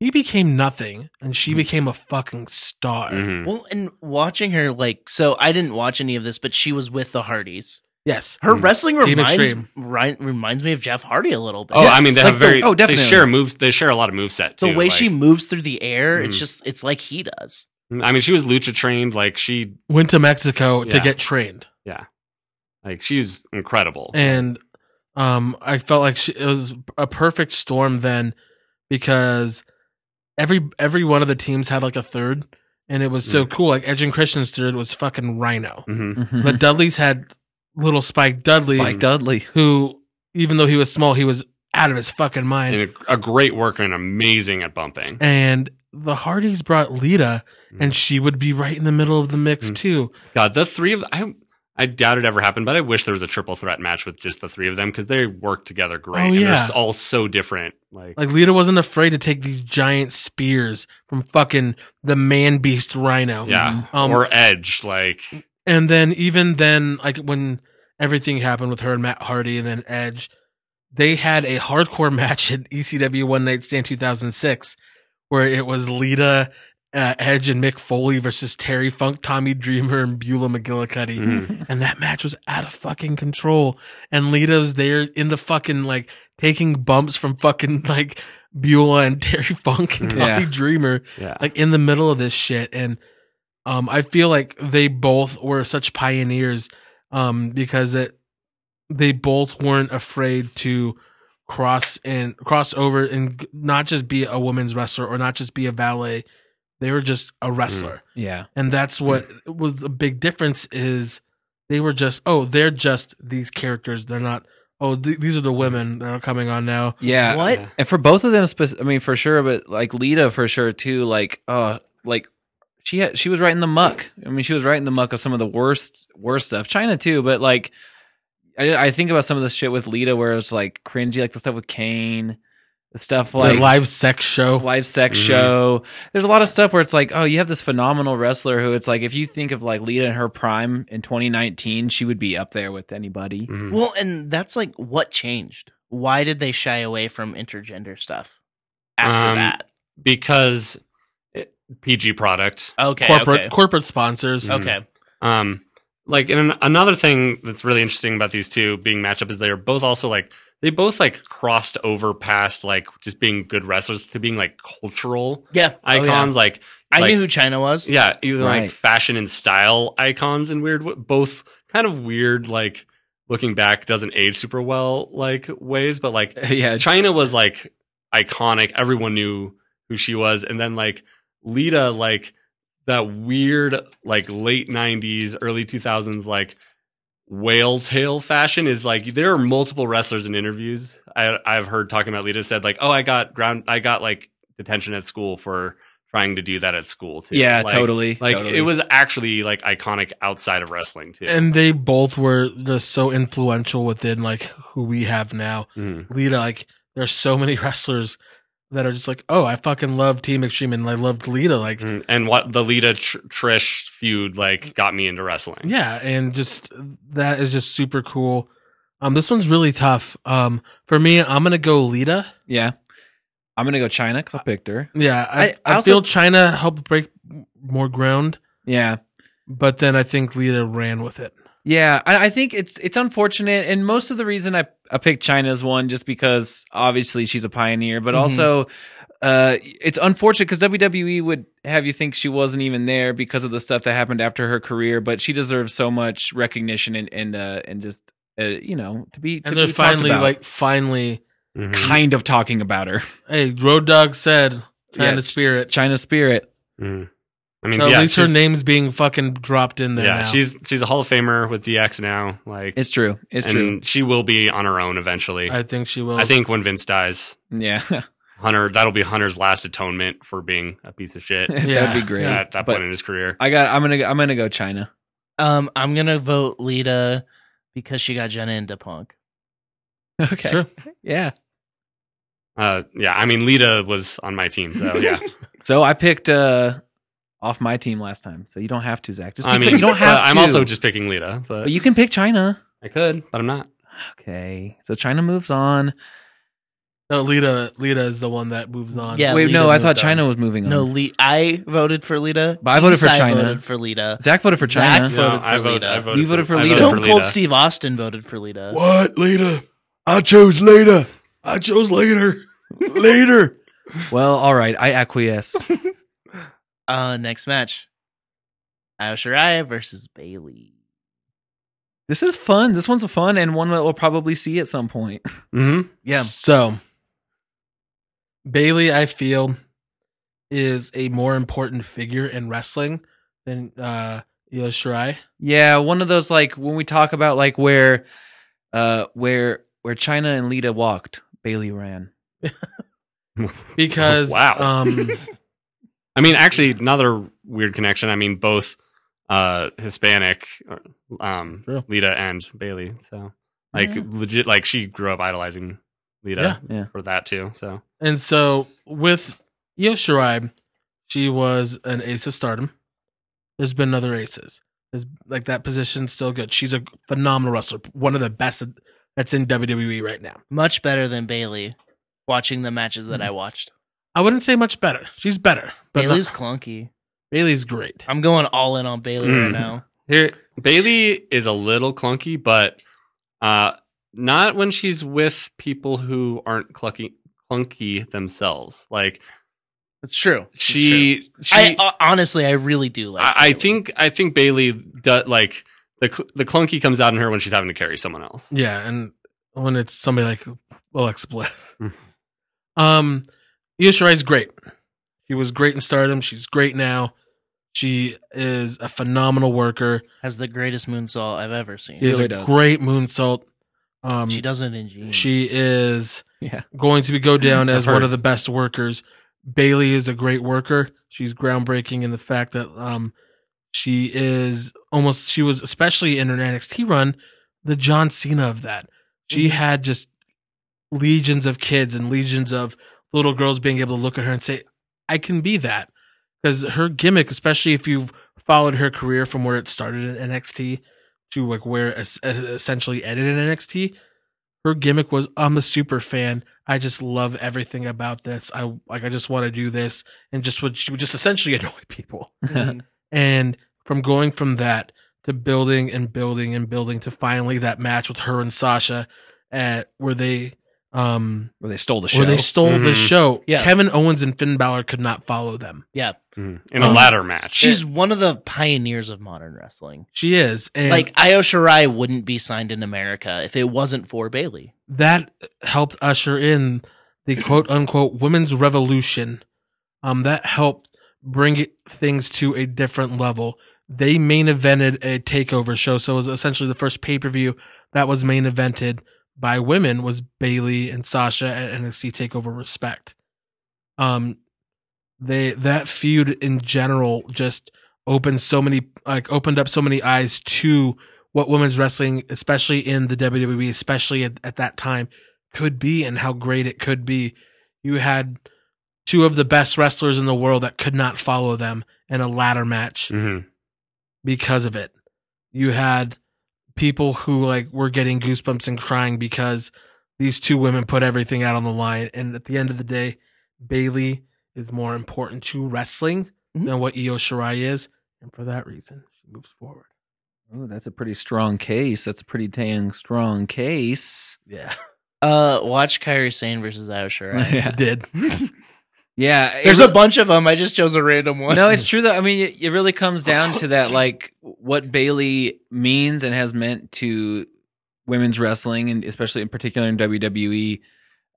Speaker 5: He became nothing, and she became a fucking star.
Speaker 6: Mhm.
Speaker 3: well, and watching her like so, I didn't watch any of this, but she was with the Hardys.
Speaker 5: Yes,
Speaker 3: Her
Speaker 6: Mm.
Speaker 3: wrestling
Speaker 5: Team
Speaker 3: reminds
Speaker 5: Extreme.
Speaker 3: ri- reminds me of Jeff Hardy a little bit.
Speaker 6: Oh, I
Speaker 4: Yes,
Speaker 6: mean, they
Speaker 4: like
Speaker 6: have
Speaker 4: the-
Speaker 6: very.
Speaker 4: oh,
Speaker 6: They
Speaker 4: definitely.
Speaker 6: share moves. They share a lot of move set.
Speaker 3: the
Speaker 6: too,
Speaker 3: way
Speaker 6: like-
Speaker 3: she moves through the air, it's
Speaker 6: Mm.
Speaker 3: just it's like he does.
Speaker 6: I mean, she was lucha trained. Like she,
Speaker 5: went to Mexico to
Speaker 6: Yeah.
Speaker 5: get trained,
Speaker 6: like she's incredible.
Speaker 5: and um, I felt like she, it was a perfect storm then because every every one of the teams had like a third, and it was so cool. Like Edge and Christian's third was fucking Rhino.
Speaker 6: Mhm.
Speaker 5: The Dudleys had little Spike Dudley,
Speaker 4: Dudley.
Speaker 5: who even though he was small, he was out of his fucking mind.
Speaker 6: and a, a great worker and amazing at bumping.
Speaker 5: and the Hardys brought Lita, and she would be right in the middle of the mix
Speaker 6: Mm.
Speaker 5: too.
Speaker 6: God, the three of I I doubt it ever happened, but I wish there was a triple threat match with just the three of them because they work together great.
Speaker 5: Oh,
Speaker 6: and they're
Speaker 5: yeah.
Speaker 6: s- all so different. Like,
Speaker 5: Like Lita wasn't afraid to take these giant spears from fucking the man beast Rhino.
Speaker 6: yeah,
Speaker 5: Um,
Speaker 6: or Edge. Like,
Speaker 5: and then even then, like when everything happened with her and Matt Hardy, and then Edge, they had a hardcore [laughs] match at ECW One Night Stand 2006, where it was Lita, uh, Edge, and Mick Foley versus Terry Funk, Tommy Dreamer, and Beulah McGillicuddy.
Speaker 6: mhm.
Speaker 5: and that match was out of fucking control. And Lita's there in the fucking like taking bumps from fucking like Beulah and [laughs] Terry Funk and
Speaker 4: Yeah.
Speaker 5: Tommy Dreamer,
Speaker 6: yeah,
Speaker 5: like in the middle of this shit. And um, I feel like they both were such pioneers, um, because it they both weren't afraid to cross and cross over and g- not just be a women's wrestler or not just be a valet. They were just a wrestler
Speaker 3: Mm.
Speaker 4: Yeah.
Speaker 5: and that's what was the big difference is they were just oh they're just these characters they're not oh th- these are the women that are coming on now
Speaker 4: Yeah.
Speaker 3: what?
Speaker 6: yeah.
Speaker 4: And for both of them, spec- I mean, for sure, but like Lita, for sure too. Like, uh, like she had, she was right in the muck. I mean, she was right in the muck of some of the worst, worst stuff. China too, but like, I, I think about some of the shit with Lita, where it's like cringy, like the stuff with Kane, the stuff
Speaker 5: like
Speaker 4: like
Speaker 5: live sex show
Speaker 4: live sex
Speaker 6: Mhm.
Speaker 4: show. There's a lot of stuff where it's like, oh, you have this phenomenal wrestler who it's like, if you think of like Lita in her prime in 2019, she would be up there with anybody.
Speaker 6: mhm.
Speaker 3: Well, and that's like what changed. Why did they shy away from intergender stuff after
Speaker 6: Um,
Speaker 3: that?
Speaker 6: because it, PG product.
Speaker 3: Okay,
Speaker 5: corporate
Speaker 3: okay,
Speaker 5: corporate sponsors
Speaker 3: okay.
Speaker 6: Um, like, and an- another thing that's really interesting about these two being matchup is they are both also like they both like crossed over past like just being good wrestlers to being like cultural
Speaker 3: yeah. Oh, yeah.
Speaker 6: icons. Like,
Speaker 3: I
Speaker 6: like-
Speaker 3: knew who China was.
Speaker 6: Yeah, even like
Speaker 4: Right.
Speaker 6: fashion and style icons and weird, both kind of weird. Like looking back, doesn't age super well. Like ways, but like
Speaker 4: [laughs] yeah.
Speaker 6: China was like iconic. Everyone knew who she was, and then like Lita, like that weird like late '90s, early 2000s, like whale tail fashion is like there are multiple wrestlers in interviews I, I've heard talking about Lita said like, oh, I got ground, I got like detention at school for trying to do that at school too.
Speaker 4: Yeah,
Speaker 6: Like-
Speaker 4: totally.
Speaker 6: Like
Speaker 4: totally.
Speaker 6: it was actually like iconic outside of wrestling too.
Speaker 5: and they both were just so influential within like who we have now
Speaker 6: Mhm.
Speaker 5: lita like there's so many [laughs] wrestlers that are just like oh i fucking love team extreme and i loved lita like
Speaker 4: Mm.
Speaker 6: Mhm. and what the Lita Tr- Trish feud like got me into wrestling.
Speaker 5: Yeah, and just that is just super cool. Um, this one's really tough. Um, for me, I'm gonna go Lita.
Speaker 4: Yeah. I'm going to go China because I picked her.
Speaker 5: Yeah, I,
Speaker 4: I-
Speaker 5: I,
Speaker 4: I also-
Speaker 5: feel China helped break more ground,
Speaker 4: Yeah.
Speaker 5: but then I think Lita ran with it.
Speaker 4: Yeah. I, I think it's it's unfortunate. And most of the reason I, I picked China's one just because obviously she's a pioneer, but
Speaker 5: Mm-hmm.
Speaker 3: Mhm.
Speaker 4: also uh, it's unfortunate because WWE E would have you think she wasn't even there because of the stuff that happened after her career, but she deserves so much recognition and, and, uh, and just, uh, you know, to be, to
Speaker 5: And they're
Speaker 4: be talked
Speaker 5: finally
Speaker 4: about.
Speaker 5: like, finally,
Speaker 6: Mhm.
Speaker 4: kind of talking about her.
Speaker 5: hey, Road Dog said China
Speaker 4: Yeah.
Speaker 5: Spirit.
Speaker 4: China Spirit.
Speaker 6: Mm. I mean,
Speaker 5: Or at
Speaker 6: yeah,
Speaker 5: least her
Speaker 6: she's-
Speaker 5: name's being fucking dropped in there.
Speaker 6: Yeah,
Speaker 5: now.
Speaker 6: she's she's a Hall of Famer with DX now. Like,
Speaker 4: It's true. It's
Speaker 6: and
Speaker 4: true.
Speaker 6: she will be on her own eventually. I,
Speaker 5: I think she will.
Speaker 6: think when Vince dies,
Speaker 4: Yeah. [laughs]
Speaker 6: Hunter that'll be Hunter's last atonement for being a piece of shit at
Speaker 5: Yeah.
Speaker 4: That'd be [laughs] great.
Speaker 6: that
Speaker 4: But-
Speaker 6: point in his career.
Speaker 4: I got. I'm gonna. I'm gonna go China. [laughs]
Speaker 3: Um, I'm gonna vote Lita because she got Jenna into Punk.
Speaker 4: Okay.
Speaker 5: Sure.
Speaker 4: Yeah.
Speaker 6: Uh, yeah, I mean Lita was on my
Speaker 4: [laughs]
Speaker 6: team, so yeah.
Speaker 4: So I picked uh off my team last time. So you don't have to, Zach. Just
Speaker 6: I
Speaker 4: pick-
Speaker 6: mean,
Speaker 4: you don't have.
Speaker 6: but I'm
Speaker 4: to.
Speaker 6: also just picking Lita, but,
Speaker 4: But you can pick China.
Speaker 6: I could, but I'm not.
Speaker 4: Okay. So China moves on.
Speaker 5: no, Lita. Lita is the one that moves on.
Speaker 3: Yeah,
Speaker 4: Wait,
Speaker 3: Lita
Speaker 4: no. I
Speaker 3: moved
Speaker 4: thought
Speaker 3: on.
Speaker 4: China was moving on.
Speaker 3: No, Le- I voted for Lita.
Speaker 4: But I voted for
Speaker 3: Isai
Speaker 4: China.
Speaker 3: Voted for Lita.
Speaker 4: Zach voted for
Speaker 3: Zach
Speaker 4: China.
Speaker 3: voted for
Speaker 6: I vote-
Speaker 3: Lita.
Speaker 6: I voted
Speaker 4: You voted for
Speaker 6: I
Speaker 4: Lita.
Speaker 6: voted
Speaker 3: Stone Cold Steve Austin voted for Lita.
Speaker 2: What? Later. I chose later. I chose
Speaker 5: [laughs]
Speaker 2: later. later.
Speaker 4: Well, all right. I acquiesce.
Speaker 3: Uh, next match, Io Shirai versus Bailey.
Speaker 4: this is fun. This one's fun and one that we'll probably see at some point. [laughs]
Speaker 6: Mm-hmm.
Speaker 3: Yeah,
Speaker 5: So Bailey, I feel, is a more important figure in wrestling than uh Io Shirai.
Speaker 4: Yeah, one of those like when we talk about like where uh where where China and Lita walked. Bailey ran.
Speaker 5: because
Speaker 6: Wow.
Speaker 5: um,
Speaker 6: I mean, actually, another weird connection. I mean, both uh, Hispanic, um,
Speaker 5: True.
Speaker 6: Lita and Bailey. So, like,
Speaker 3: Yeah.
Speaker 6: legit, like she grew up idolizing Lita
Speaker 4: Yeah. Yeah.
Speaker 6: for that too. So,
Speaker 5: and so with Io Shirai, she was an ace of stardom. There's been other aces. There's, like that position's still good. She's a phenomenal wrestler, one of the best that's in WWE right now.
Speaker 3: Much better than Bailey. Watching the matches that I watched,
Speaker 5: I wouldn't say much better. She's better, but
Speaker 3: Bailey's clunky.
Speaker 5: Bailey's great.
Speaker 3: I'm going all in on Bailey
Speaker 6: Mm.
Speaker 3: right now.
Speaker 6: Here, Bailey is a little clunky, but uh, not when she's with people who aren't clunky, clunky themselves. Like
Speaker 3: It's true. It's true.
Speaker 6: she, she
Speaker 3: I uh, honestly, I really do like.
Speaker 6: I, I
Speaker 3: Bayley.
Speaker 6: think, I think Bailey does like the cl- the clunky comes out in her when she's having to carry someone else.
Speaker 5: Yeah, and when it's somebody like Alexa Bliss. um, Io Shirai's great. She was great in Stardom. She's great now. She is a phenomenal worker.
Speaker 3: has the greatest moonsault I've ever seen.
Speaker 5: She is
Speaker 4: really
Speaker 5: a
Speaker 4: does.
Speaker 5: great moonsault. Um,
Speaker 3: she
Speaker 5: she,
Speaker 3: does it in jeans.
Speaker 5: is
Speaker 4: Yeah.
Speaker 5: going to be go down
Speaker 6: I've
Speaker 5: as one
Speaker 6: heard.
Speaker 5: of the best workers. Bailey is a great worker. She's groundbreaking in the fact that um, she is almost. She was especially in her NXT run, the John Cena of that. She had just legions of kids and legions of little girls being able to look at her and say, I can be that. Because her gimmick, especially if you've followed her career from where it started in NXT to like where es- es- essentially ended in NXT, her gimmick was, I'm a super fan. I just love everything about this. I like, I just want to do this. And just would, she would just essentially [laughs] annoy people.
Speaker 4: Mm-hmm.
Speaker 3: Mhm.
Speaker 5: And from going from that to building and building and building to finally that match with her and Sasha at where they, um,
Speaker 4: Where they stole the show.
Speaker 5: where they stole the
Speaker 6: Mhm.
Speaker 5: show.
Speaker 3: Yeah.
Speaker 5: Kevin Owens and Finn Balor could not follow them.
Speaker 6: eh.
Speaker 3: yeah,
Speaker 4: Mm-hmm.
Speaker 6: in a
Speaker 5: Um,
Speaker 6: ladder match.
Speaker 3: she's one of the pioneers of modern wrestling.
Speaker 5: She is, and
Speaker 3: like Io Shirai wouldn't be signed in America if it wasn't for Bailey.
Speaker 5: that helped usher in the quote unquote women's revolution. Um, that helped bring it, things to a different level. They main evented a takeover show, so it was essentially the first pay per view that was main evented by women was Bailey and Sasha at NXT Takeover Respect. Um, they that feud in general just opened so many like opened up so many eyes to what women's wrestling, especially in the WWE, especially at, at that time, could be and how great it could be. You had two of the best wrestlers in the world that could not follow them in a ladder match
Speaker 6: Mhm.
Speaker 5: because of it. You had people who like were getting goosebumps and crying because these two women put everything out on the line. And at the end of the day, Bailey is more important to wrestling
Speaker 3: Mhm.
Speaker 4: Mm-hmm.
Speaker 5: than what Io Shirai is, and for that reason, she moves forward.
Speaker 4: Oh, that's a pretty strong case. That's a pretty dang strong case. [laughs]
Speaker 5: Yeah,
Speaker 3: Uh, watch Kyrie Sane versus Io
Speaker 6: [laughs]
Speaker 3: Shirai.
Speaker 4: Yeah. [laughs]
Speaker 5: did.
Speaker 4: Yeah. it
Speaker 3: There's a
Speaker 4: re-
Speaker 3: bunch of them. I just chose a random one.
Speaker 4: No, it's true though. I mean, it, it really comes down to that, like what Bailey means and has meant to women's wrestling, and especially in particular in WWE.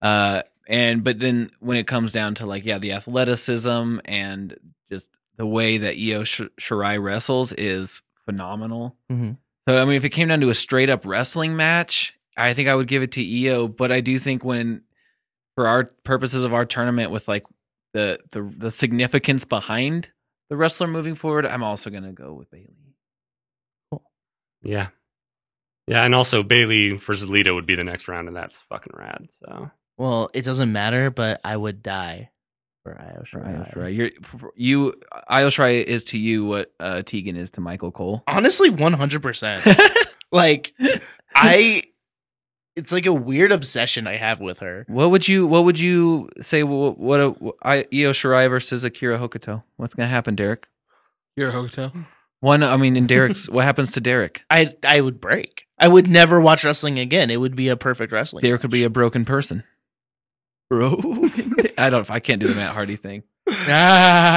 Speaker 4: Uh, and but then when it comes down to like, yeah, the athleticism and just the way that Io Sh- Shirai wrestles is phenomenal.
Speaker 3: Mhm.
Speaker 4: So I mean, if it came down to a straight up wrestling match, I think I would give it to Io. But I do think when for our purposes of our tournament with like the the the significance behind the wrestler moving forward, I'm also gonna go with Bailey.
Speaker 6: yeah, yeah, and also Bailey versus Lita would be the next round, and that's fucking rad. So
Speaker 3: [laughs] Well, it doesn't matter, but I would die for Io
Speaker 4: For
Speaker 3: Shirai.
Speaker 4: Io Shirai, You're, you Io Shirai is to you what uh, Tegan is to Michael Cole.
Speaker 3: Honestly, one hundred
Speaker 4: [laughs]
Speaker 3: percent. Like I, it's like a weird obsession I have with her.
Speaker 4: What would you What would you say? What, what, a- wh- I Io Shirai versus Akira Hokuto? What's gonna happen, Derek?
Speaker 5: You're a hotel.
Speaker 4: One, I mean, in Derek's, [laughs] what happens to Derek?
Speaker 3: I I would break. I would never watch wrestling again. It would be a perfect wrestling.
Speaker 4: Derek could be a broken person. Bro, [laughs] I don't. I can't do the Matt Hardy thing. [laughs]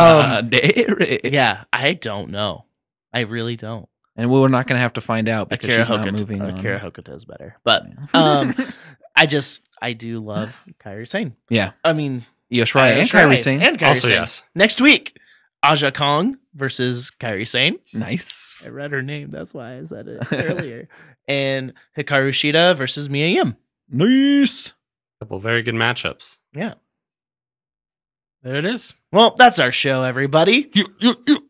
Speaker 4: Ah, Derek.
Speaker 3: yeah. I don't know. I really don't.
Speaker 4: and we're not going to have to find out because
Speaker 3: Akira
Speaker 4: she's not moving
Speaker 3: Hokuto.
Speaker 4: on.
Speaker 3: Akira Hokuto is better, but um,
Speaker 4: [laughs]
Speaker 3: I just I do love Kyrie Sane.
Speaker 4: Yeah.
Speaker 3: I mean
Speaker 4: Io Shirai and Kyrie Sane.
Speaker 3: and Kairi
Speaker 6: also
Speaker 3: Sane.
Speaker 6: yes,
Speaker 3: Next week, Aja Kong versus Kyrie Sane. I
Speaker 4: nice.
Speaker 3: [laughs] read her name, that's why I said it earlier. And Hikaru Shida versus Mia Yim.
Speaker 4: Nice.
Speaker 6: Couple very good matchups.
Speaker 5: There it is.
Speaker 3: Well, that's our show, everybody.
Speaker 4: Boom,
Speaker 5: Um,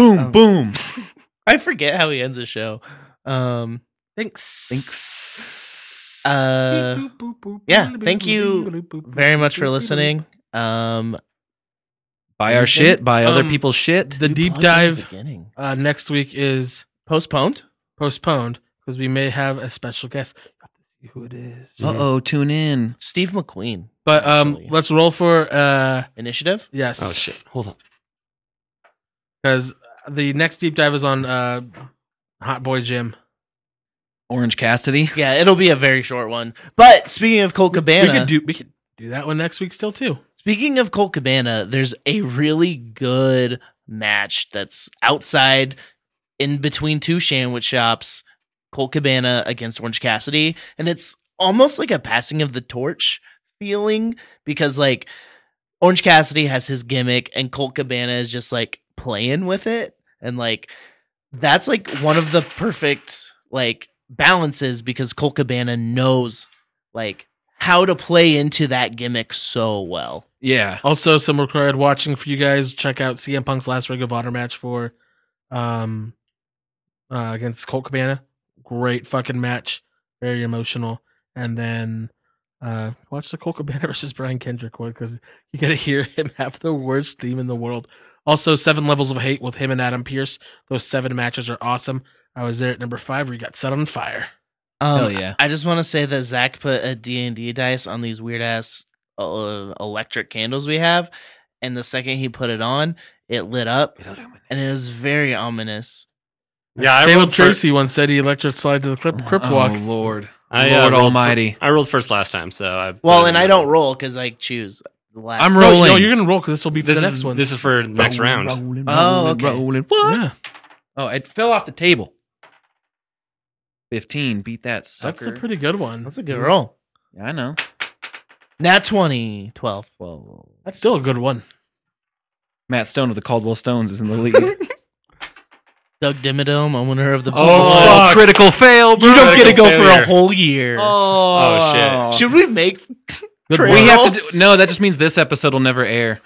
Speaker 3: Oh.
Speaker 4: boom.
Speaker 3: I forget how he ends the show. Um,
Speaker 5: Thanks.
Speaker 3: thanks. Uh, yeah, thank you very much for listening. Um,
Speaker 4: Buy our shit. Buy other
Speaker 5: Um,
Speaker 4: people's shit.
Speaker 5: The deep
Speaker 3: pause at the
Speaker 5: dive
Speaker 3: beginning.
Speaker 5: uh, next week is
Speaker 3: postponed.
Speaker 5: postponed because we may have a special guest. You have to see who it is.
Speaker 4: Uh oh, tune in.
Speaker 3: Steve McQueen
Speaker 5: But um,
Speaker 3: Actually.
Speaker 5: let's roll for uh,
Speaker 3: initiative.
Speaker 5: yes.
Speaker 6: Oh shit! Hold on.
Speaker 5: because the next deep dive is on uh, Hot Boy Jim.
Speaker 4: Orange Cassidy.
Speaker 3: Yeah, it'll be a very short one. But speaking of Colt Cabana,
Speaker 5: We could do we could do that one next week still too.
Speaker 3: Speaking of Colt Cabana, there's a really good match that's outside in between two sandwich shops, Colt Cabana against Orange Cassidy, and it's almost like a passing of the torch feeling because like Orange Cassidy has his gimmick and Colt Cabana is just like playing with it and like that's like one of the perfect like balances because Colt Cabana knows like how to play into that gimmick so well.
Speaker 4: Yeah.
Speaker 5: Also, some required watching for you guys. Check out CM Punk's last Ring of Honor match for, um, uh, against Colt Cabana. Great fucking match. Very emotional. And then, uh, watch the Colt Cabana [laughs] versus Brian Kendrick one because you gotta hear him have the worst theme in the world. Also, Seven Levels of Hate with him and Adam Pierce. Those seven matches are awesome. I was there at number five where he got set on fire.
Speaker 3: Um,
Speaker 4: Hell yeah.
Speaker 3: I I just want to say that Zach put a D and D dice on these weird ass uh, electric candles we have, and the second he put it on, it lit up, and it was very ominous.
Speaker 6: Yeah, I
Speaker 5: Caleb
Speaker 6: rolled first.
Speaker 5: Tracy once said he electric slide to the crip, crip walk.
Speaker 4: Oh Lord.
Speaker 6: I, uh,
Speaker 4: Lord
Speaker 6: rolled fir-
Speaker 4: Almighty.
Speaker 6: I rolled first last time, so I.
Speaker 3: Well, and I don't roll because I choose the last.
Speaker 4: I'm
Speaker 5: No,
Speaker 4: rolling.
Speaker 5: No, you're gonna roll because this will be for
Speaker 6: This
Speaker 5: the
Speaker 6: is
Speaker 5: next one.
Speaker 6: this is for next
Speaker 4: Rolling,
Speaker 6: round.
Speaker 4: rolling,
Speaker 3: Oh,
Speaker 4: rolling,
Speaker 3: okay.
Speaker 4: rolling. What?
Speaker 5: Yeah.
Speaker 4: Oh, it fell off the table. 15. Beat that
Speaker 5: That's
Speaker 4: sucker.
Speaker 5: a pretty good one.
Speaker 3: That's a good roll.
Speaker 4: yeah, I know.
Speaker 3: Nat 20, 12.
Speaker 4: Well,
Speaker 5: That's still a good one.
Speaker 4: Matt Stone of the Caldwell Stones is in the lead.
Speaker 3: Doug Dimmadome, owner of the
Speaker 6: Oh, fuck.
Speaker 4: critical fail, bro.
Speaker 3: you don't get to go for
Speaker 6: failure.
Speaker 3: a whole year.
Speaker 4: Oh,
Speaker 6: Oh,
Speaker 3: Should we make?
Speaker 4: We
Speaker 5: Good work.
Speaker 4: have to
Speaker 3: rolls?
Speaker 4: do, no. That just means this episode will never air.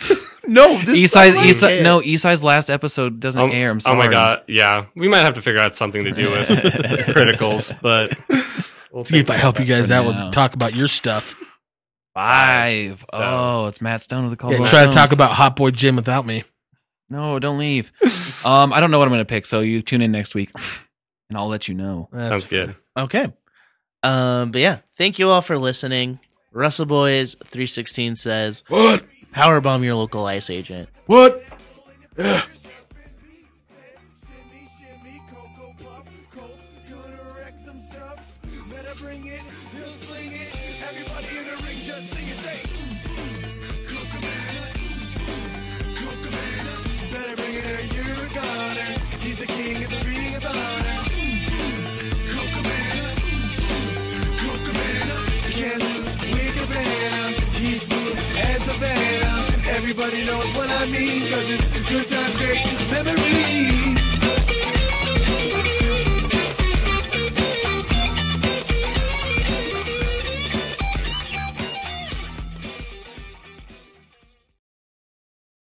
Speaker 3: No, this
Speaker 4: Eastside,
Speaker 3: I like
Speaker 4: Eastside,
Speaker 3: it.
Speaker 4: no, Eastside's last episode doesn't
Speaker 6: Um,
Speaker 4: air. I'm sorry.
Speaker 6: Oh my god! Yeah, we might have to figure out something to do [laughs] with criticals,
Speaker 3: [laughs]
Speaker 6: but we'll
Speaker 5: See if I help you guys out.
Speaker 4: Yeah.
Speaker 5: We'll talk about your stuff.
Speaker 4: Five.
Speaker 6: So-
Speaker 4: Oh, it's Matt Stone of the
Speaker 5: Yeah,
Speaker 4: Caldwell.
Speaker 5: try to
Speaker 4: Stones.
Speaker 5: talk about Hot Boy Jim without me.
Speaker 4: No, don't leave. [laughs] um, I don't know what I'm gonna pick, so you tune in next week, and I'll let you know.
Speaker 6: Sounds good.
Speaker 3: Okay. Um, but yeah, thank you all for listening. Russell Boys 316 says,
Speaker 2: What?
Speaker 3: Powerbomb your local ice agent.
Speaker 7: [sighs]
Speaker 2: What? Yeah.
Speaker 7: Shimmy, shimmy, cocoa puff, Colts gonna wreck some stuff. Better bring it, he'll sling it. Everybody in the ring, just sing it, say. Cocamana, Cocamana, better bring it or you're gone. He's the king of the ring of honor. Cocamana, Cocamana, can't lose. Wigabana, he's smooth as a Vanna. Everybody knows what I mean, cause it's good times, great memories.